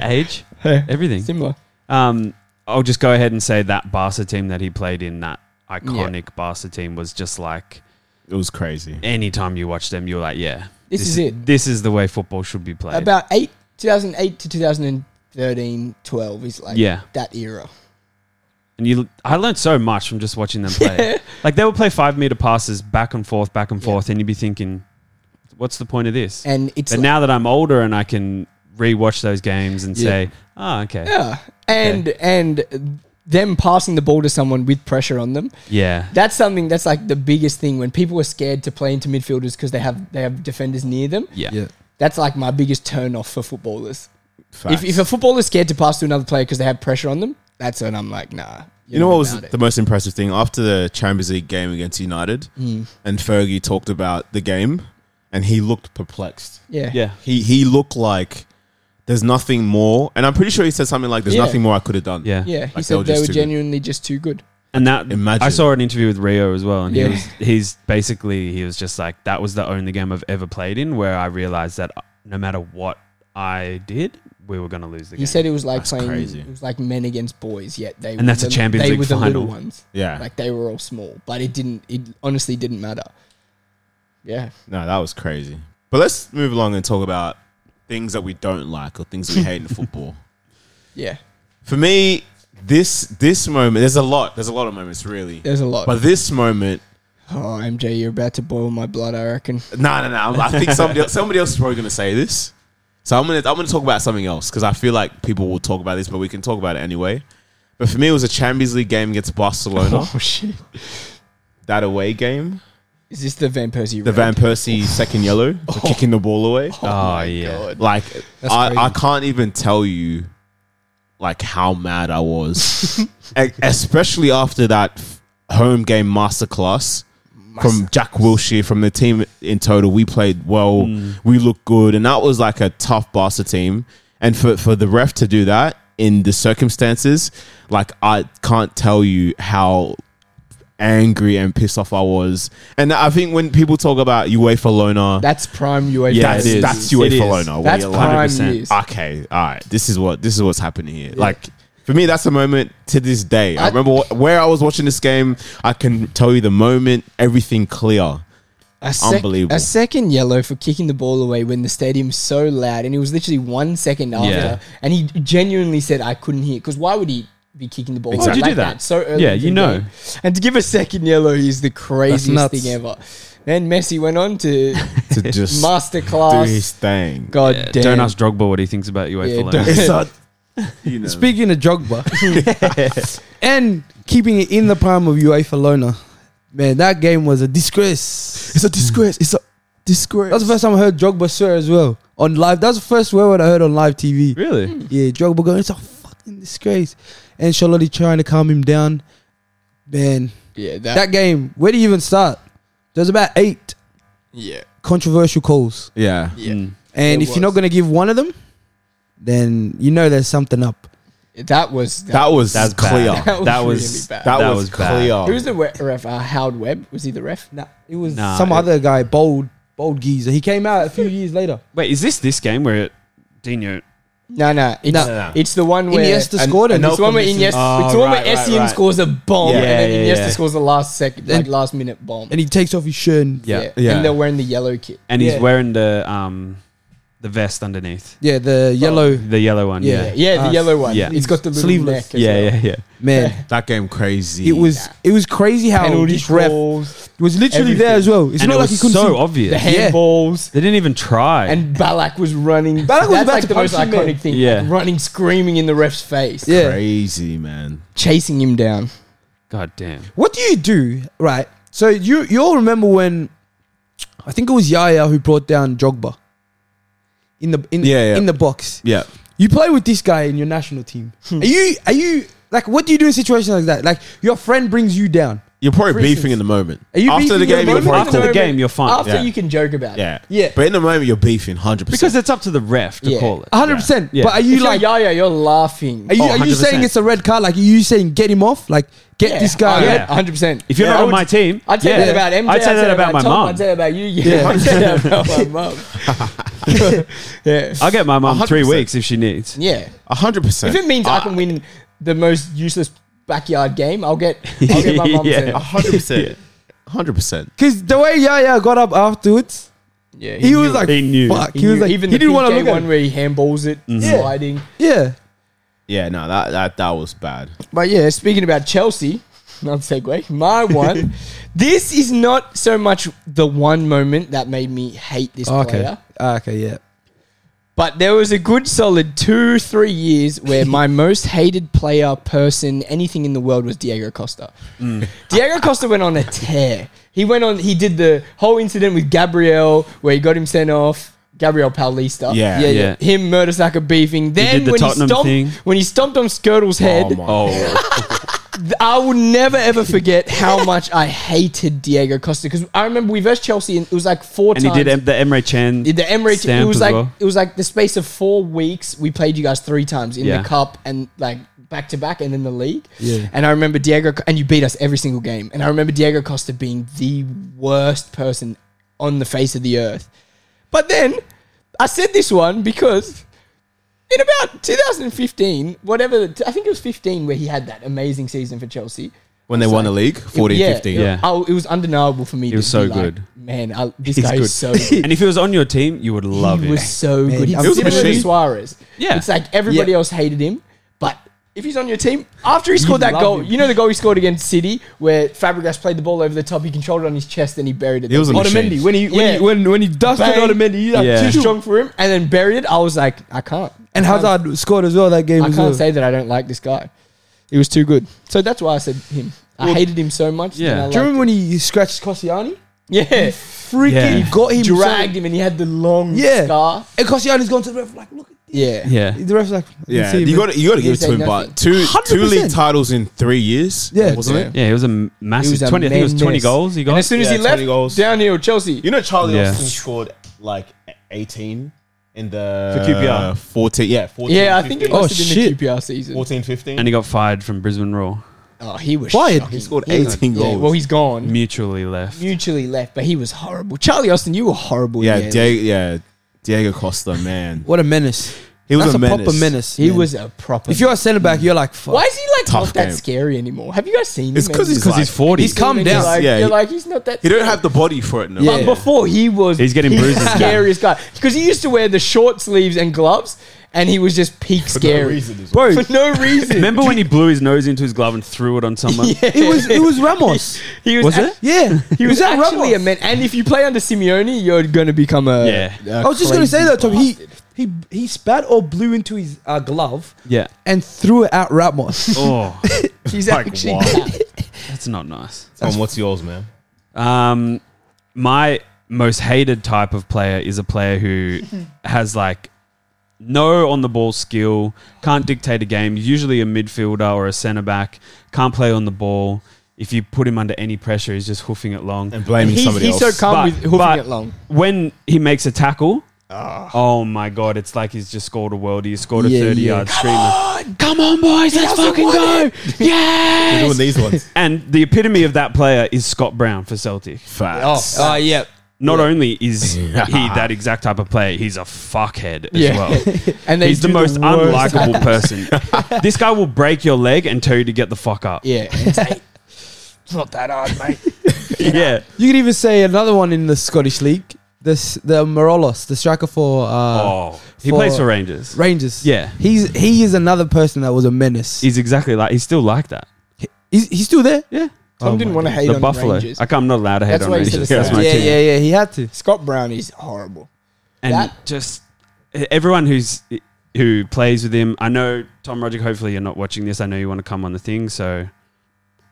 [SPEAKER 4] Age, everything.
[SPEAKER 3] Similar.
[SPEAKER 4] Um, I'll just go ahead and say that Barca team that he played in, that iconic Barca team, was just like
[SPEAKER 1] It was crazy.
[SPEAKER 4] anytime you watch them, you're like, yeah,
[SPEAKER 3] This is it.
[SPEAKER 4] This is the way football should be played.
[SPEAKER 3] About eight, 2008 to 2013, 12 is like
[SPEAKER 4] Yeah.
[SPEAKER 3] that era.
[SPEAKER 4] and you, I learned so much from just watching them play. (laughs) Like they would play five meter passes back and forth, back and forth, and you'd be thinking, what's the point of this?
[SPEAKER 3] And it's
[SPEAKER 4] but
[SPEAKER 3] like-
[SPEAKER 4] now that I'm older and I can rewatch those games and say, oh, okay,
[SPEAKER 3] (laughs)
[SPEAKER 4] yeah.
[SPEAKER 3] yeah, and and them passing the ball to someone with pressure on them. That's something that's like the biggest thing when people are scared to play into midfielders because they have they have defenders near them.
[SPEAKER 4] Yeah.
[SPEAKER 2] Yeah.
[SPEAKER 3] That's like my biggest turn off for footballers.
[SPEAKER 1] Facts.
[SPEAKER 3] If, if a footballer's scared to pass to another player because they have pressure on them, that's when I'm like, nah.
[SPEAKER 1] you know what was the most impressive thing after the Champions League game against United,
[SPEAKER 2] Mm.
[SPEAKER 1] and Fergie talked about the game, and he looked perplexed.
[SPEAKER 3] yeah.
[SPEAKER 4] Yeah.
[SPEAKER 1] He he looked like there's nothing more, and I'm pretty sure he said something like, "There's
[SPEAKER 3] Yeah.
[SPEAKER 1] nothing more I could have done."
[SPEAKER 4] Yeah.
[SPEAKER 3] Yeah, he
[SPEAKER 1] Like, they
[SPEAKER 3] said
[SPEAKER 1] were
[SPEAKER 3] they
[SPEAKER 1] just
[SPEAKER 3] were
[SPEAKER 1] too good.
[SPEAKER 3] genuinely just too good.
[SPEAKER 4] And that
[SPEAKER 1] Imagine.
[SPEAKER 4] I saw an interview with Rio as well, and
[SPEAKER 3] Yeah.
[SPEAKER 4] he was he's basically he was just like that was the only game I've ever played in where I realized that uh, no matter what I did, we were gonna lose the
[SPEAKER 3] He
[SPEAKER 4] game.
[SPEAKER 3] said it was like
[SPEAKER 1] That's
[SPEAKER 3] playing
[SPEAKER 1] crazy.
[SPEAKER 3] it was like men against boys, yet they
[SPEAKER 4] And that's a
[SPEAKER 3] the-
[SPEAKER 4] Champions
[SPEAKER 3] they
[SPEAKER 4] League
[SPEAKER 3] were the little
[SPEAKER 4] final.
[SPEAKER 3] ones.
[SPEAKER 1] yeah.
[SPEAKER 3] Like they were all small, but it didn't it honestly didn't matter. Yeah.
[SPEAKER 1] no, that was crazy. But let's move along and talk about things that we don't like or things we hate in football.
[SPEAKER 3] Yeah.
[SPEAKER 1] For me, this this moment, there's a lot. There's a lot of moments, really.
[SPEAKER 3] There's a lot.
[SPEAKER 1] But this moment,
[SPEAKER 3] oh, MJ, you're about to boil my blood, I reckon.
[SPEAKER 1] no, no, no. I think somebody else, somebody else is probably going to say this. So I'm gonna I'm gonna talk about something else because I feel like people will talk about this, but we can talk about it anyway. But for me, it was a Champions League game against Barcelona,
[SPEAKER 3] Oh shit.
[SPEAKER 1] that away game.
[SPEAKER 3] Is this the Van Persie?
[SPEAKER 1] The Van Persie second yellow for kicking the ball away.
[SPEAKER 4] Oh yeah.
[SPEAKER 1] Like I, I can't even tell you like how mad I was. E- Especially after that f- home game masterclass from Jack Wilshere from the team in total. We played well, we looked good, and that was like a tough Barca team. And for, for the ref to do that in the circumstances, like I can't tell you how angry and pissed off I was. And I think when people talk about UEFA Lona,
[SPEAKER 3] That's prime UEFA.
[SPEAKER 4] Yeah,
[SPEAKER 1] that's
[SPEAKER 4] it is.
[SPEAKER 1] that's
[SPEAKER 4] It is.
[SPEAKER 1] UEFA Lona. where
[SPEAKER 3] That's
[SPEAKER 1] you're like,
[SPEAKER 3] prime
[SPEAKER 4] 100%.
[SPEAKER 3] years.
[SPEAKER 1] okay, all right. This is what this is what's happening here. Like for me, that's a moment to this day. I,
[SPEAKER 3] I-
[SPEAKER 1] remember wh- where I was watching this game. I can tell you the moment, everything clear.
[SPEAKER 3] A sec-
[SPEAKER 1] Unbelievable.
[SPEAKER 3] A second yellow for kicking the ball away when the stadium's so loud, and it was literally one second after,
[SPEAKER 4] Yeah.
[SPEAKER 3] and he genuinely said, "I couldn't hear." Because why would he be kicking the ball?
[SPEAKER 4] Why would you
[SPEAKER 3] like
[SPEAKER 4] do that?
[SPEAKER 3] so early?
[SPEAKER 4] Yeah,
[SPEAKER 3] into
[SPEAKER 4] you
[SPEAKER 3] the
[SPEAKER 4] know.
[SPEAKER 3] game? And to give a second yellow is the craziest
[SPEAKER 2] nuts.
[SPEAKER 3] thing ever. Then Messi went on to
[SPEAKER 1] To (laughs) just do his
[SPEAKER 3] masterclass.
[SPEAKER 1] thing.
[SPEAKER 3] God
[SPEAKER 4] Yeah,
[SPEAKER 3] damn!
[SPEAKER 4] Don't ask Drogba what he thinks about UEFA
[SPEAKER 3] Yeah,
[SPEAKER 4] Lona.
[SPEAKER 1] (laughs)
[SPEAKER 3] don't-
[SPEAKER 1] It's not, you know.
[SPEAKER 2] Speaking of Drogba, (laughs) and keeping it in the prime of UEFA Lona, man, that game was a disgrace.
[SPEAKER 1] It's a disgrace. It's a disgrace.
[SPEAKER 2] That's the first time I heard Drogba swear as well on live. That's the first word I heard on live
[SPEAKER 3] (laughs)
[SPEAKER 2] TV.
[SPEAKER 4] Really?
[SPEAKER 2] Yeah, Drogba going, it's a fucking disgrace. And Charlotte trying to calm him down. Man,
[SPEAKER 3] Yeah, that,
[SPEAKER 2] that game, where do you even start? There's about eight
[SPEAKER 5] Yeah.
[SPEAKER 2] controversial calls,
[SPEAKER 1] Yeah.
[SPEAKER 5] Yeah.
[SPEAKER 2] and
[SPEAKER 5] There
[SPEAKER 2] if you're not
[SPEAKER 5] was.
[SPEAKER 2] going to give one of them, then you know there's something up.
[SPEAKER 3] That was
[SPEAKER 1] That was
[SPEAKER 4] That's
[SPEAKER 1] clear.
[SPEAKER 4] bad.
[SPEAKER 1] That,
[SPEAKER 4] That
[SPEAKER 3] really
[SPEAKER 4] was
[SPEAKER 3] bad.
[SPEAKER 4] that
[SPEAKER 1] was,
[SPEAKER 4] was bad.
[SPEAKER 1] clear.
[SPEAKER 3] Who was the we- ref? Uh, Howard Webb was he the ref?
[SPEAKER 2] Nah, it was
[SPEAKER 4] Nah,
[SPEAKER 2] some
[SPEAKER 4] it-
[SPEAKER 2] other guy, bold, bold geezer. He came out a few years later.
[SPEAKER 4] Wait, is this this game where it, Dino?
[SPEAKER 3] No, no, it's,
[SPEAKER 2] No,
[SPEAKER 1] no, no.
[SPEAKER 3] it's the one where
[SPEAKER 2] Iniesta scored and
[SPEAKER 3] It's the one where Iniesta,
[SPEAKER 2] Nelson
[SPEAKER 4] missed.
[SPEAKER 3] it's the one
[SPEAKER 4] Oh, right,
[SPEAKER 3] where
[SPEAKER 4] right,
[SPEAKER 3] Essien
[SPEAKER 4] right.
[SPEAKER 3] scores a bomb
[SPEAKER 4] Yeah,
[SPEAKER 3] and then
[SPEAKER 4] yeah,
[SPEAKER 3] Iniesta
[SPEAKER 4] yeah.
[SPEAKER 3] scores the last second,
[SPEAKER 2] Then-
[SPEAKER 3] like last minute bomb.
[SPEAKER 2] And he takes off his shirt. And,
[SPEAKER 4] Yeah.
[SPEAKER 1] Yeah.
[SPEAKER 3] and they're wearing the yellow kit.
[SPEAKER 4] And he's
[SPEAKER 2] Yeah.
[SPEAKER 4] wearing the um the vest underneath.
[SPEAKER 2] yeah, the yellow
[SPEAKER 4] The yellow one.
[SPEAKER 2] Yeah.
[SPEAKER 4] Yeah.
[SPEAKER 3] Yeah, the
[SPEAKER 2] Uh,
[SPEAKER 3] yellow one.
[SPEAKER 4] yeah.
[SPEAKER 3] it's got the little
[SPEAKER 2] Sleeveless.
[SPEAKER 3] neck. As
[SPEAKER 4] Yeah,
[SPEAKER 3] well.
[SPEAKER 4] yeah, yeah.
[SPEAKER 2] man.
[SPEAKER 1] that game crazy.
[SPEAKER 2] It was it was crazy how
[SPEAKER 3] Penalty
[SPEAKER 2] this ref
[SPEAKER 3] calls,
[SPEAKER 2] was literally there
[SPEAKER 3] everything.
[SPEAKER 2] as well. It's
[SPEAKER 4] and
[SPEAKER 2] not
[SPEAKER 4] it
[SPEAKER 2] like he
[SPEAKER 4] was
[SPEAKER 2] couldn't
[SPEAKER 4] so
[SPEAKER 2] see.
[SPEAKER 4] obvious.
[SPEAKER 3] the
[SPEAKER 2] Yeah.
[SPEAKER 3] handballs,
[SPEAKER 4] They didn't even try.
[SPEAKER 3] and Balak was running.
[SPEAKER 2] Ballack was
[SPEAKER 3] That's
[SPEAKER 2] about
[SPEAKER 3] like
[SPEAKER 2] to
[SPEAKER 3] the most
[SPEAKER 2] punch him,
[SPEAKER 3] iconic
[SPEAKER 2] man.
[SPEAKER 3] thing.
[SPEAKER 4] Yeah.
[SPEAKER 3] like running, screaming in the ref's face,
[SPEAKER 2] Yeah.
[SPEAKER 1] crazy, man.
[SPEAKER 3] chasing him down.
[SPEAKER 4] God damn.
[SPEAKER 2] What do you do, right? So you you all remember when I think it was Yaya who brought down Jogba in the in
[SPEAKER 1] Yeah, yeah.
[SPEAKER 2] in the box.
[SPEAKER 1] Yeah.
[SPEAKER 2] You play with this guy in your national team. are you are you like what do you do in situations like that? Like your friend brings you down.
[SPEAKER 1] You're probably
[SPEAKER 2] For
[SPEAKER 1] beefing
[SPEAKER 2] instance-
[SPEAKER 1] in the moment.
[SPEAKER 2] Are you
[SPEAKER 1] After the
[SPEAKER 2] beefing
[SPEAKER 1] game,
[SPEAKER 2] in the
[SPEAKER 1] you're
[SPEAKER 2] moment?
[SPEAKER 1] probably
[SPEAKER 4] After
[SPEAKER 1] cool.
[SPEAKER 4] the game, you're fine.
[SPEAKER 3] After
[SPEAKER 1] Yeah.
[SPEAKER 3] you can joke about it.
[SPEAKER 1] Yeah.
[SPEAKER 2] Yeah.
[SPEAKER 1] But in the moment, you're beefing 100%.
[SPEAKER 4] Because it's up to the ref to
[SPEAKER 3] Yeah.
[SPEAKER 4] call it.
[SPEAKER 2] A hundred percent.
[SPEAKER 4] Yeah.
[SPEAKER 2] But are
[SPEAKER 3] You
[SPEAKER 2] you
[SPEAKER 3] like
[SPEAKER 2] like
[SPEAKER 3] Yaya, you're laughing.
[SPEAKER 2] are you
[SPEAKER 4] Oh,
[SPEAKER 2] are you
[SPEAKER 4] 100%.
[SPEAKER 2] saying it's a red card? Like are you saying get him off? Like get this
[SPEAKER 3] Oh,
[SPEAKER 2] guy.
[SPEAKER 4] yeah.
[SPEAKER 3] 100. percent
[SPEAKER 4] If you're not on my team,
[SPEAKER 3] I'd say
[SPEAKER 4] yeah.
[SPEAKER 3] that about MJ.
[SPEAKER 4] I'd say that about, my
[SPEAKER 3] Tom,
[SPEAKER 4] mom.
[SPEAKER 3] I'd say that about you. Yeah, I'd say
[SPEAKER 2] (laughs)
[SPEAKER 3] that about my mom. yeah,
[SPEAKER 4] I'll get my mom 3
[SPEAKER 1] 100%.
[SPEAKER 4] weeks if she needs.
[SPEAKER 3] yeah.
[SPEAKER 1] 100%.
[SPEAKER 3] If it means I can win the most useless backyard game, I'll get. I'll get my
[SPEAKER 2] (laughs)
[SPEAKER 3] mom.
[SPEAKER 4] Yeah.
[SPEAKER 3] yeah.
[SPEAKER 1] (laughs) 100%. 100%.
[SPEAKER 2] Because the way Yaya got up afterwards,
[SPEAKER 3] yeah,
[SPEAKER 2] he, was
[SPEAKER 3] knew.
[SPEAKER 2] like,
[SPEAKER 4] He knew.
[SPEAKER 2] fuck. He,
[SPEAKER 3] knew.
[SPEAKER 2] was like,
[SPEAKER 3] even
[SPEAKER 2] he
[SPEAKER 3] the
[SPEAKER 2] didn't want to
[SPEAKER 3] PK
[SPEAKER 2] look at Mm-hmm.
[SPEAKER 3] one
[SPEAKER 2] him.
[SPEAKER 3] where he handballs it,
[SPEAKER 2] Yeah.
[SPEAKER 3] sliding.
[SPEAKER 2] Yeah.
[SPEAKER 1] Yeah, no, that, that, that was bad.
[SPEAKER 3] But yeah, speaking about Chelsea, not segue,
[SPEAKER 2] (laughs)
[SPEAKER 3] my one. this is not so much the one moment that made me hate this
[SPEAKER 2] Okay.
[SPEAKER 3] player,
[SPEAKER 2] Ah, Okay. Yeah.
[SPEAKER 3] but there was a good solid two, three years
[SPEAKER 4] (laughs)
[SPEAKER 3] where my most hated player, person, anything in the world was Diego Costa.
[SPEAKER 4] Mm.
[SPEAKER 3] Diego Costa went on a tear. He went on, he did the whole incident with Gabriel where he got him sent off. Gabriel Paulista.
[SPEAKER 1] Yeah.
[SPEAKER 4] Yeah.
[SPEAKER 3] Him Murdersucker beefing. Then
[SPEAKER 4] did the
[SPEAKER 3] when he
[SPEAKER 4] Tottenham
[SPEAKER 3] stomped
[SPEAKER 4] thing.
[SPEAKER 3] when he stomped on Skirtle's head,
[SPEAKER 1] my.
[SPEAKER 4] Oh,
[SPEAKER 3] I will never ever forget how much I hated Diego Costa because I remember we versed Chelsea and it was like four
[SPEAKER 4] and he
[SPEAKER 3] times.
[SPEAKER 4] did em- the Emre Chan.
[SPEAKER 3] the Emirates. It
[SPEAKER 4] stamp
[SPEAKER 3] was
[SPEAKER 4] as
[SPEAKER 3] like
[SPEAKER 4] well.
[SPEAKER 3] it was like the space of four weeks we played you guys three times in
[SPEAKER 4] Yeah.
[SPEAKER 3] the cup and like back to back and in the league.
[SPEAKER 2] Yeah.
[SPEAKER 3] And I remember Diego and you beat us every single game. And I remember Diego Costa being the worst person on the face of the earth. But then I said this one because in about 2015, whatever I think it was 15 where he had that amazing season for Chelsea.
[SPEAKER 1] When they won the league, 14
[SPEAKER 3] yeah,
[SPEAKER 1] 15.
[SPEAKER 4] Yeah.
[SPEAKER 3] I, it was undeniable for me. He
[SPEAKER 4] was so good.
[SPEAKER 3] Man, I, this
[SPEAKER 4] He's
[SPEAKER 3] guy
[SPEAKER 4] good.
[SPEAKER 3] is
[SPEAKER 4] (laughs)
[SPEAKER 3] so good.
[SPEAKER 4] and if he was on your team, you would love
[SPEAKER 3] he
[SPEAKER 4] him.
[SPEAKER 3] was so
[SPEAKER 2] Man,
[SPEAKER 3] good.
[SPEAKER 2] he
[SPEAKER 3] He
[SPEAKER 2] was
[SPEAKER 3] was
[SPEAKER 1] a machine.
[SPEAKER 3] Suarez.
[SPEAKER 4] Yeah.
[SPEAKER 3] It's like everybody
[SPEAKER 2] Yeah.
[SPEAKER 3] else hated him, but if he's on your team, after he scored that
[SPEAKER 2] love
[SPEAKER 3] goal,
[SPEAKER 2] him.
[SPEAKER 3] you know the goal he scored against City where Fabregas played the ball over the top, he controlled it on his chest and he buried it.
[SPEAKER 1] He was a machine.
[SPEAKER 2] Otamendi, when he when
[SPEAKER 3] Yeah.
[SPEAKER 2] he, when when he dusted
[SPEAKER 3] Bang.
[SPEAKER 2] Otamendi, he like,
[SPEAKER 4] Yeah.
[SPEAKER 3] too
[SPEAKER 2] "Choo-choo."
[SPEAKER 3] strong for him and then buried it. I was like, I can't.
[SPEAKER 2] and
[SPEAKER 3] I can't-
[SPEAKER 2] Hazard scored as well that game.
[SPEAKER 3] I
[SPEAKER 2] as
[SPEAKER 3] can't
[SPEAKER 2] well.
[SPEAKER 3] say that I don't like this guy. He was too good. So that's why I said him. I hated him so much.
[SPEAKER 4] yeah.
[SPEAKER 3] Yeah.
[SPEAKER 2] Do you remember when he scratched Koscielny?
[SPEAKER 3] yeah.
[SPEAKER 2] Freaking
[SPEAKER 4] Yeah.
[SPEAKER 2] got him
[SPEAKER 3] Dragged
[SPEAKER 2] so-
[SPEAKER 3] him and he had the long
[SPEAKER 2] Yeah.
[SPEAKER 3] scar.
[SPEAKER 2] And Koscielny's gone to the ref like, look at this.
[SPEAKER 3] Yeah.
[SPEAKER 4] yeah.
[SPEAKER 2] The ref's like, I can
[SPEAKER 1] Yeah,
[SPEAKER 2] see him.
[SPEAKER 1] you got you got to
[SPEAKER 3] He
[SPEAKER 1] give it to
[SPEAKER 3] said
[SPEAKER 1] him,
[SPEAKER 3] nothing.
[SPEAKER 1] but two two
[SPEAKER 2] 100%.
[SPEAKER 1] league titles in three years,
[SPEAKER 2] Yeah.
[SPEAKER 1] wasn't
[SPEAKER 2] Yeah.
[SPEAKER 1] it?
[SPEAKER 4] Yeah, he was a m- massive
[SPEAKER 3] was a
[SPEAKER 4] 20. I think it was 20
[SPEAKER 3] menace.
[SPEAKER 4] goals he got.
[SPEAKER 3] And as soon as
[SPEAKER 1] Yeah,
[SPEAKER 3] he
[SPEAKER 1] 20 goals.
[SPEAKER 3] left, downhill Chelsea.
[SPEAKER 1] You know, Charlie
[SPEAKER 4] Yeah.
[SPEAKER 1] Austin scored like eighteen in the
[SPEAKER 4] For QPR.
[SPEAKER 1] fourteen, yeah, 14,
[SPEAKER 3] Yeah, I think it
[SPEAKER 1] 15.
[SPEAKER 3] must
[SPEAKER 2] Oh,
[SPEAKER 3] have been the QPR season.
[SPEAKER 1] 14, 15.
[SPEAKER 4] and he got fired from Brisbane Raw.
[SPEAKER 3] Oh, he was
[SPEAKER 2] Fired.
[SPEAKER 3] shocking.
[SPEAKER 1] He scored
[SPEAKER 3] was-
[SPEAKER 1] 18 goals.
[SPEAKER 3] well, he's gone.
[SPEAKER 4] Mutually left.
[SPEAKER 3] Mutually left, but he was horrible. Charlie Austin, you were horrible.
[SPEAKER 1] yeah,
[SPEAKER 3] in the end.
[SPEAKER 1] Diego, yeah, Diego Costa, man,
[SPEAKER 2] What a menace.
[SPEAKER 1] he was
[SPEAKER 2] That's
[SPEAKER 1] a, menace.
[SPEAKER 2] proper menace.
[SPEAKER 3] he
[SPEAKER 2] man.
[SPEAKER 3] was a proper.
[SPEAKER 2] If you're a centre back, you're like, fuck.
[SPEAKER 3] why is he like
[SPEAKER 1] Tough
[SPEAKER 3] not that
[SPEAKER 1] game.
[SPEAKER 3] scary anymore? Have you guys seen
[SPEAKER 1] It's
[SPEAKER 3] him?
[SPEAKER 1] because he's
[SPEAKER 4] Because he's
[SPEAKER 1] like-
[SPEAKER 4] 40.
[SPEAKER 2] He's calmed
[SPEAKER 3] And you're
[SPEAKER 2] down.
[SPEAKER 3] Like,
[SPEAKER 1] Yeah,
[SPEAKER 3] you're
[SPEAKER 1] he-
[SPEAKER 3] like he's not that.
[SPEAKER 1] He don't
[SPEAKER 3] scary.
[SPEAKER 1] have the body for it no more.
[SPEAKER 2] Yeah.
[SPEAKER 3] But before he was,
[SPEAKER 4] He's getting
[SPEAKER 3] (laughs)
[SPEAKER 4] bruises
[SPEAKER 3] The
[SPEAKER 4] now.
[SPEAKER 3] scariest guy because he used to wear the short sleeves and gloves, and he was just peak scary
[SPEAKER 2] Bro,
[SPEAKER 3] (laughs) for no reason.
[SPEAKER 4] (laughs) Remember when he blew his nose into his glove and threw it on someone?
[SPEAKER 2] it was it was Ramos.
[SPEAKER 3] he was,
[SPEAKER 4] Was
[SPEAKER 3] ac-
[SPEAKER 4] it?
[SPEAKER 2] yeah.
[SPEAKER 3] He was,
[SPEAKER 2] that
[SPEAKER 3] actually
[SPEAKER 2] Ramos?
[SPEAKER 3] a man. And if you play under Simeone, you're going to become a.
[SPEAKER 4] Yeah.
[SPEAKER 2] I was just going to say
[SPEAKER 3] that
[SPEAKER 2] that, Tom. He, he, he spat or blew into his uh, glove
[SPEAKER 4] Yeah.
[SPEAKER 2] and threw it at Ramos.
[SPEAKER 4] (laughs)
[SPEAKER 2] (laughs)
[SPEAKER 4] Oh,
[SPEAKER 3] He's
[SPEAKER 1] Like,
[SPEAKER 3] (laughs) actually.
[SPEAKER 1] wow.
[SPEAKER 4] that's not nice.
[SPEAKER 1] Tom, what's yours, man?
[SPEAKER 4] Um, my most hated type of player is a player who has like no on the ball skill, can't dictate a game. Usually a midfielder or a centre back, can't play on the ball. if you put him under any pressure, he's just hoofing it long.
[SPEAKER 1] and blaming
[SPEAKER 3] He's,
[SPEAKER 1] somebody
[SPEAKER 3] he's so
[SPEAKER 1] else.
[SPEAKER 3] calm
[SPEAKER 4] But-
[SPEAKER 3] with hoofing
[SPEAKER 4] but
[SPEAKER 3] it long.
[SPEAKER 4] When he makes a tackle,
[SPEAKER 1] Ah.
[SPEAKER 4] oh my god, it's like he's just scored a world. He scored a
[SPEAKER 3] Yeah,
[SPEAKER 4] thirty
[SPEAKER 3] yeah.
[SPEAKER 4] yard screamer. Come on, boys, let's fucking go!
[SPEAKER 1] (laughs) They're doing
[SPEAKER 4] Yes.
[SPEAKER 1] these ones.
[SPEAKER 4] And the epitome of that player is Scott Brown for Celtic.
[SPEAKER 1] (laughs) Facts.
[SPEAKER 3] Oh, yeah.
[SPEAKER 4] Not only
[SPEAKER 3] (laughs)
[SPEAKER 4] is he that exact type of player, he's a fuckhead as
[SPEAKER 3] Yeah.
[SPEAKER 4] well.
[SPEAKER 3] (laughs) And they
[SPEAKER 4] He's the
[SPEAKER 3] do
[SPEAKER 4] most
[SPEAKER 3] worst. (laughs)
[SPEAKER 4] unlikable person. this guy will break your leg and tell you to get the fuck up.
[SPEAKER 3] Yeah.
[SPEAKER 5] It's not that hard, mate.
[SPEAKER 3] (laughs)
[SPEAKER 4] yeah.
[SPEAKER 2] You could even say another one in the Scottish League. This the Marolos, the striker for
[SPEAKER 3] Um,
[SPEAKER 2] uh,
[SPEAKER 4] Oh, he
[SPEAKER 2] for-
[SPEAKER 4] plays for Rangers.
[SPEAKER 2] Rangers.
[SPEAKER 4] Yeah.
[SPEAKER 2] he's he is another person that was a menace.
[SPEAKER 4] He's exactly like he's still like that.
[SPEAKER 2] He's, he's still there.
[SPEAKER 4] Yeah,
[SPEAKER 3] Tom didn't want to hate
[SPEAKER 4] the
[SPEAKER 3] on
[SPEAKER 4] Buffalo.
[SPEAKER 3] Rangers.
[SPEAKER 4] I can't, I'm not allowed to hate
[SPEAKER 3] That's
[SPEAKER 4] on
[SPEAKER 3] why he said
[SPEAKER 4] Rangers.
[SPEAKER 3] the
[SPEAKER 4] That's
[SPEAKER 3] same.
[SPEAKER 4] my
[SPEAKER 2] yeah,
[SPEAKER 4] team.
[SPEAKER 2] yeah, yeah. He
[SPEAKER 4] (laughs)
[SPEAKER 2] had to. (laughs)
[SPEAKER 5] Scott Brown is horrible.
[SPEAKER 4] And
[SPEAKER 5] That-
[SPEAKER 4] just e, everyone who's who plays with him. I know Tom Roderick. Hopefully, you're not watching this. I know you want to come on the thing, so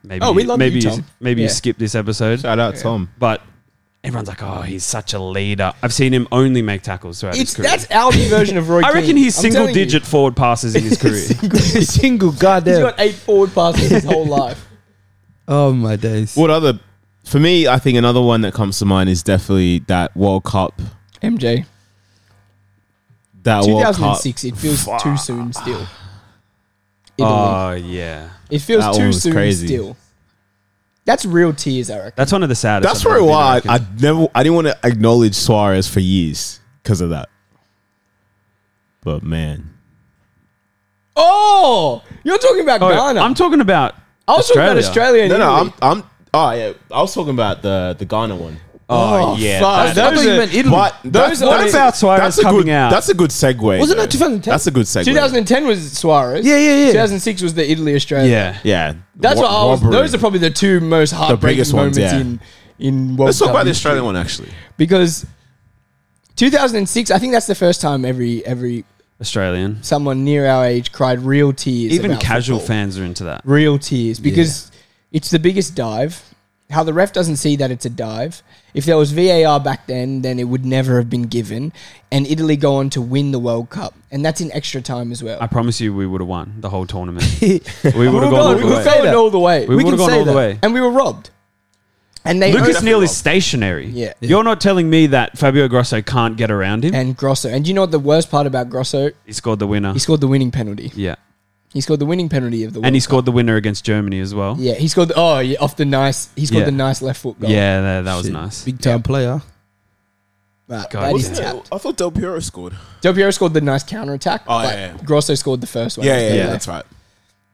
[SPEAKER 4] maybe
[SPEAKER 3] Oh, we love
[SPEAKER 4] maybe
[SPEAKER 3] you, Tom.
[SPEAKER 4] maybe you
[SPEAKER 3] Yeah.
[SPEAKER 4] skip this episode.
[SPEAKER 1] Shout out Tom.
[SPEAKER 4] But everyone's like, oh, he's such a leader. I've seen him only make tackles throughout
[SPEAKER 3] It's
[SPEAKER 4] his career.
[SPEAKER 3] that's Aldi version of Roy.
[SPEAKER 4] (laughs) I reckon
[SPEAKER 3] Keane.
[SPEAKER 4] he's
[SPEAKER 3] I'm
[SPEAKER 4] single
[SPEAKER 3] telling you.
[SPEAKER 4] digit forward
[SPEAKER 3] (laughs)
[SPEAKER 4] passes in his career.
[SPEAKER 2] Single
[SPEAKER 3] He's
[SPEAKER 2] goddamn.
[SPEAKER 3] got eight forward passes his whole life.
[SPEAKER 2] oh my days.
[SPEAKER 1] What other? For me, I think another one that comes to mind is definitely that World Cup.
[SPEAKER 3] MJ.
[SPEAKER 1] That World Cup.
[SPEAKER 3] 2006. It feels too soon still. Italy.
[SPEAKER 4] oh yeah,
[SPEAKER 3] it feels
[SPEAKER 1] that one
[SPEAKER 3] too
[SPEAKER 1] was
[SPEAKER 3] soon
[SPEAKER 1] crazy.
[SPEAKER 3] still. That's real tears, I reckon.
[SPEAKER 4] that's one of the saddest.
[SPEAKER 1] That's
[SPEAKER 4] I've
[SPEAKER 1] probably
[SPEAKER 4] ever been,
[SPEAKER 1] why
[SPEAKER 4] reckon.
[SPEAKER 1] I, I never. I didn't want to acknowledge Suarez for years because of that. But man,
[SPEAKER 3] Oh, you're talking about
[SPEAKER 4] Oh,
[SPEAKER 3] Ghana.
[SPEAKER 4] I'm talking about. oh,
[SPEAKER 3] I was talking about Australia. And
[SPEAKER 1] no, no,
[SPEAKER 3] Italy.
[SPEAKER 1] I'm, I'm. Oh yeah, I was talking about the the Ghana one.
[SPEAKER 4] Oh, yeah,
[SPEAKER 3] fuck.
[SPEAKER 4] that-
[SPEAKER 2] I thought
[SPEAKER 3] Those
[SPEAKER 2] you
[SPEAKER 3] are-
[SPEAKER 2] meant Italy.
[SPEAKER 1] But
[SPEAKER 3] Those
[SPEAKER 1] that's,
[SPEAKER 3] are-
[SPEAKER 1] that's,
[SPEAKER 3] What about
[SPEAKER 4] Suarez
[SPEAKER 1] that's a
[SPEAKER 4] coming
[SPEAKER 1] good,
[SPEAKER 4] out?
[SPEAKER 1] That's a good segue.
[SPEAKER 2] Wasn't that
[SPEAKER 1] though.
[SPEAKER 2] 2010?
[SPEAKER 1] That's a good segue.
[SPEAKER 3] 2010 was Suarez.
[SPEAKER 2] Yeah, yeah, yeah.
[SPEAKER 3] 2006 was the Italy Australia.
[SPEAKER 4] yeah.
[SPEAKER 1] Yeah,
[SPEAKER 3] That's
[SPEAKER 1] Ro-
[SPEAKER 3] what I was.
[SPEAKER 1] robbery.
[SPEAKER 3] Those are probably the two most heartbreaking
[SPEAKER 1] biggest ones,
[SPEAKER 3] moments
[SPEAKER 1] yeah.
[SPEAKER 3] in in World
[SPEAKER 1] Let's talk
[SPEAKER 3] Cup
[SPEAKER 1] about the
[SPEAKER 3] history.
[SPEAKER 1] Australian one actually.
[SPEAKER 3] because 2006. I think that's the first time every every
[SPEAKER 4] Australian.
[SPEAKER 3] someone near our age cried real tears.
[SPEAKER 4] Even
[SPEAKER 3] about
[SPEAKER 4] casual
[SPEAKER 3] football.
[SPEAKER 4] fans are into that.
[SPEAKER 3] real tears because it's the biggest dive. How the ref doesn't see that it's a dive. If there was VAR back then, then it would never have been given. And Italy go on to win the World Cup, and that's in extra time as well.
[SPEAKER 4] I promise you, we would have won the
[SPEAKER 3] (laughs)
[SPEAKER 4] whole tournament. we would have gone all
[SPEAKER 3] Oh we
[SPEAKER 4] the
[SPEAKER 3] were
[SPEAKER 4] way.
[SPEAKER 2] say
[SPEAKER 3] going
[SPEAKER 2] that.
[SPEAKER 3] all the way.
[SPEAKER 4] We
[SPEAKER 2] We
[SPEAKER 4] would have
[SPEAKER 2] can
[SPEAKER 4] gone
[SPEAKER 2] say
[SPEAKER 4] all the
[SPEAKER 2] that.
[SPEAKER 4] way.
[SPEAKER 3] and we were robbed. And they
[SPEAKER 4] Lucas Neal
[SPEAKER 1] Definitely.
[SPEAKER 4] is stationary.
[SPEAKER 3] Yeah. Yeah.
[SPEAKER 4] You're not telling me that Fabio Grosso can't get around him.
[SPEAKER 3] and Grosso. And you know what the worst part about Grosso?
[SPEAKER 4] he scored the winner.
[SPEAKER 3] He scored the winning penalty.
[SPEAKER 4] yeah.
[SPEAKER 3] He scored the winning penalty of the.
[SPEAKER 4] And he
[SPEAKER 3] World
[SPEAKER 4] scored the winner against Germany as well.
[SPEAKER 3] Cup. Yeah, he scored. The, oh, yeah, off the nice. He scored
[SPEAKER 4] Yeah.
[SPEAKER 3] the nice left foot goal.
[SPEAKER 4] Yeah, that, that was
[SPEAKER 2] Shit,
[SPEAKER 4] nice.
[SPEAKER 2] Big time player.
[SPEAKER 3] Right,
[SPEAKER 4] God,
[SPEAKER 3] that is
[SPEAKER 4] wasn't
[SPEAKER 3] tapped.
[SPEAKER 1] I thought Del Piero scored.
[SPEAKER 3] Del Piero scored the nice counter attack.
[SPEAKER 6] Oh,
[SPEAKER 3] but
[SPEAKER 6] yeah, yeah.
[SPEAKER 3] Grosso scored the first one.
[SPEAKER 1] Yeah, yeah, yeah,
[SPEAKER 4] Yeah.
[SPEAKER 1] that's right.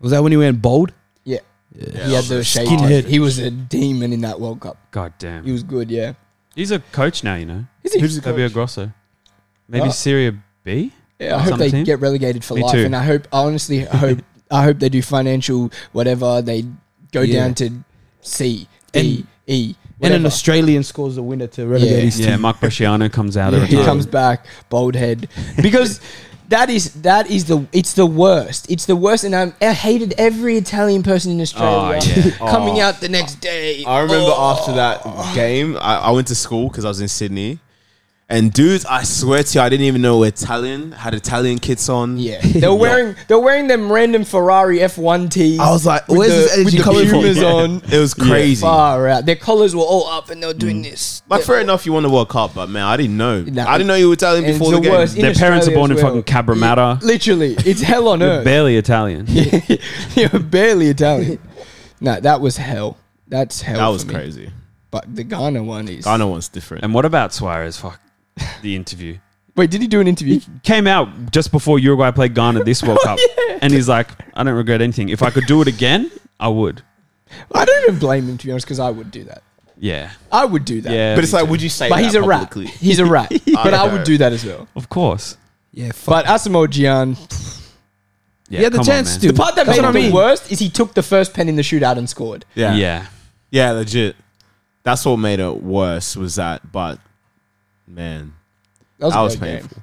[SPEAKER 2] Was that when he went bold?
[SPEAKER 3] yeah.
[SPEAKER 1] Yeah,
[SPEAKER 3] He had the shade.
[SPEAKER 2] Skinhead.
[SPEAKER 3] He was a demon in that World Cup.
[SPEAKER 4] God damn.
[SPEAKER 3] He was good. Yeah.
[SPEAKER 4] He's a coach now, you know.
[SPEAKER 3] Is he?
[SPEAKER 4] Who's Fabio Grosso? Maybe
[SPEAKER 3] Oh.
[SPEAKER 4] Syria B?
[SPEAKER 3] Yeah, I hope
[SPEAKER 4] Some
[SPEAKER 3] they
[SPEAKER 4] team?
[SPEAKER 3] get relegated for
[SPEAKER 4] Me
[SPEAKER 3] life,
[SPEAKER 4] too.
[SPEAKER 3] and I hope I honestly hope I hope they do financial whatever they go
[SPEAKER 2] Yeah.
[SPEAKER 3] down to C D
[SPEAKER 2] And-
[SPEAKER 3] E
[SPEAKER 2] And
[SPEAKER 3] whatever.
[SPEAKER 2] an Australian scores the winner to relegate
[SPEAKER 3] Yeah.
[SPEAKER 2] his
[SPEAKER 4] Yeah,
[SPEAKER 2] team.
[SPEAKER 4] Mark Bresciano
[SPEAKER 3] (laughs)
[SPEAKER 4] comes out of
[SPEAKER 3] he
[SPEAKER 4] retirement.
[SPEAKER 3] comes back bald head because (laughs) that is that is the it's the worst it's the worst and I'm, I hated every Italian person in Australia
[SPEAKER 4] Oh, yeah.
[SPEAKER 3] (laughs) coming out the next day
[SPEAKER 1] I remember
[SPEAKER 3] Oh.
[SPEAKER 1] after that game, I, I went to school because I was in Sydney. And dudes, I swear to you, I didn't even know Italian had Italian kits on.
[SPEAKER 3] yeah they were wearing they were wearing them random Ferrari F1 tees
[SPEAKER 1] I was like,
[SPEAKER 3] With
[SPEAKER 1] where's
[SPEAKER 3] the-
[SPEAKER 1] this
[SPEAKER 3] with
[SPEAKER 1] energy
[SPEAKER 3] the
[SPEAKER 1] coming from?
[SPEAKER 3] Pumas on.
[SPEAKER 1] (laughs) It was (laughs) crazy. Mm.
[SPEAKER 3] far out their collars were all up and they were doing this
[SPEAKER 1] Like, fair enough, you won the World Cup, but man, I didn't know.
[SPEAKER 3] Nah.
[SPEAKER 1] I didn't know you were Italian
[SPEAKER 3] And it's
[SPEAKER 1] before the,
[SPEAKER 3] the
[SPEAKER 1] game.
[SPEAKER 3] worst.
[SPEAKER 4] Their parents are
[SPEAKER 3] Australia
[SPEAKER 4] born in
[SPEAKER 3] as well.
[SPEAKER 4] fucking Cabramatta.
[SPEAKER 3] literally it's
[SPEAKER 1] (laughs)
[SPEAKER 3] hell on earth
[SPEAKER 4] Barely Italian.
[SPEAKER 3] (laughs) You're barely Italian. (laughs) no, that was hell. That's hell.
[SPEAKER 1] That
[SPEAKER 3] for
[SPEAKER 1] was
[SPEAKER 3] me.
[SPEAKER 1] crazy.
[SPEAKER 3] But the Ghana one is.
[SPEAKER 1] Ghana one's different.
[SPEAKER 4] And what about Suarez? Fuck. The interview.
[SPEAKER 3] Wait, did he do an interview?
[SPEAKER 4] came out just before Uruguay played Ghana
[SPEAKER 3] (laughs)
[SPEAKER 4] this World
[SPEAKER 3] Oh,
[SPEAKER 4] Cup, and he's like, "I don't regret anything. If I could do it again, I would."
[SPEAKER 3] I don't even blame him to be honest, because I would do that.
[SPEAKER 4] Yeah,
[SPEAKER 3] I would do that.
[SPEAKER 4] yeah.
[SPEAKER 1] but it's
[SPEAKER 4] me
[SPEAKER 1] like,
[SPEAKER 4] too.
[SPEAKER 1] would you say
[SPEAKER 3] But
[SPEAKER 1] that
[SPEAKER 3] he's a rat.
[SPEAKER 1] publicly?
[SPEAKER 3] He's a
[SPEAKER 4] (laughs)
[SPEAKER 3] rat. but I would
[SPEAKER 1] know.
[SPEAKER 3] do that as well.
[SPEAKER 4] of course.
[SPEAKER 2] Yeah,
[SPEAKER 3] But
[SPEAKER 2] fuck.
[SPEAKER 3] Asamoah Gyan,
[SPEAKER 4] Yeah,
[SPEAKER 2] he had the
[SPEAKER 4] come on,
[SPEAKER 2] chance
[SPEAKER 4] man.
[SPEAKER 3] the
[SPEAKER 2] to.
[SPEAKER 3] part that
[SPEAKER 2] That's
[SPEAKER 3] made
[SPEAKER 2] what
[SPEAKER 3] him
[SPEAKER 2] I mean.
[SPEAKER 3] the worst is he took the first pen in the shootout and scored.
[SPEAKER 1] Yeah. yeah.
[SPEAKER 4] Yeah,
[SPEAKER 1] legit. That's what made it worse was that, but man,
[SPEAKER 3] That was,
[SPEAKER 1] that
[SPEAKER 3] a
[SPEAKER 1] was
[SPEAKER 3] great game.
[SPEAKER 1] painful.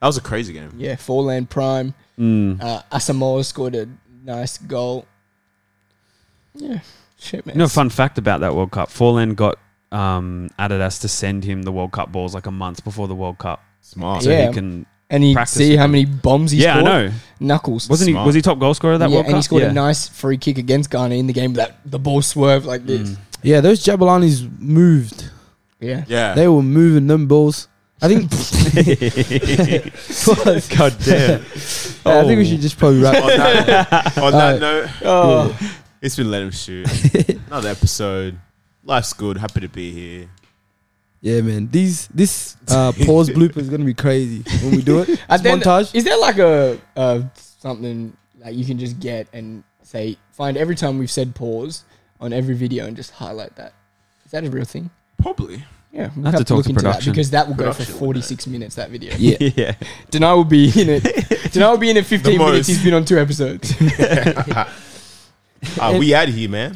[SPEAKER 1] That was a crazy game.
[SPEAKER 3] Yeah, four land prime.
[SPEAKER 4] Mm.
[SPEAKER 3] Uh, Asamoah scored a nice goal. Yeah, shit, man.
[SPEAKER 4] You know, fun fact about that World Cup: Forlan got um, Adidas to send him the World Cup balls like a month before the World Cup,
[SPEAKER 1] Smart.
[SPEAKER 4] so
[SPEAKER 3] Yeah.
[SPEAKER 4] he can
[SPEAKER 3] and you
[SPEAKER 4] Practice
[SPEAKER 3] see
[SPEAKER 4] with
[SPEAKER 3] how
[SPEAKER 4] him.
[SPEAKER 3] many bombs he
[SPEAKER 4] Yeah, I
[SPEAKER 3] scored.
[SPEAKER 4] know.
[SPEAKER 3] Knuckles.
[SPEAKER 4] Wasn't
[SPEAKER 7] Smart.
[SPEAKER 4] he? Was he top goal scorer of that
[SPEAKER 3] yeah,
[SPEAKER 4] World
[SPEAKER 3] and he
[SPEAKER 4] Cup?
[SPEAKER 3] scored
[SPEAKER 4] Yeah.
[SPEAKER 3] a nice free kick against Ghana in the game that the ball swerved like this.
[SPEAKER 4] Hmm.
[SPEAKER 2] Yeah, those Jabalani's moved.
[SPEAKER 3] Yeah.
[SPEAKER 1] Yeah.
[SPEAKER 2] They were moving them balls.
[SPEAKER 4] (laughs)
[SPEAKER 2] I think. (laughs)
[SPEAKER 7] God damn.
[SPEAKER 2] (laughs) I
[SPEAKER 4] Oh.
[SPEAKER 2] think we should just probably wrap.
[SPEAKER 1] on that,
[SPEAKER 3] (laughs)
[SPEAKER 1] on that
[SPEAKER 2] Uh,
[SPEAKER 1] note,
[SPEAKER 3] Oh.
[SPEAKER 1] it's been Let Him Shoot. Another episode. Life's good. Happy to be here.
[SPEAKER 2] Yeah, man. These this uh, pause blooper is gonna be crazy when
[SPEAKER 4] (laughs)
[SPEAKER 2] we do it. It's
[SPEAKER 3] And then-
[SPEAKER 2] montage.
[SPEAKER 3] Is there like a uh, something that you can just get and say find every time we've said pause on every video and just highlight that? Is that a real thing?
[SPEAKER 1] Probably. (laughs)
[SPEAKER 3] Yeah, we'll
[SPEAKER 4] have to talk to
[SPEAKER 3] that
[SPEAKER 4] production.
[SPEAKER 3] because that will go
[SPEAKER 1] Production
[SPEAKER 3] for
[SPEAKER 1] will
[SPEAKER 3] forty six minutes. That video.
[SPEAKER 2] yeah.
[SPEAKER 4] (laughs)
[SPEAKER 7] yeah.
[SPEAKER 3] Deny will be in
[SPEAKER 1] (laughs)
[SPEAKER 3] it. Deny will be in it fifteen minutes.
[SPEAKER 1] most.
[SPEAKER 3] He's been on two episodes.
[SPEAKER 1] Uh, Ah, we out of here, man.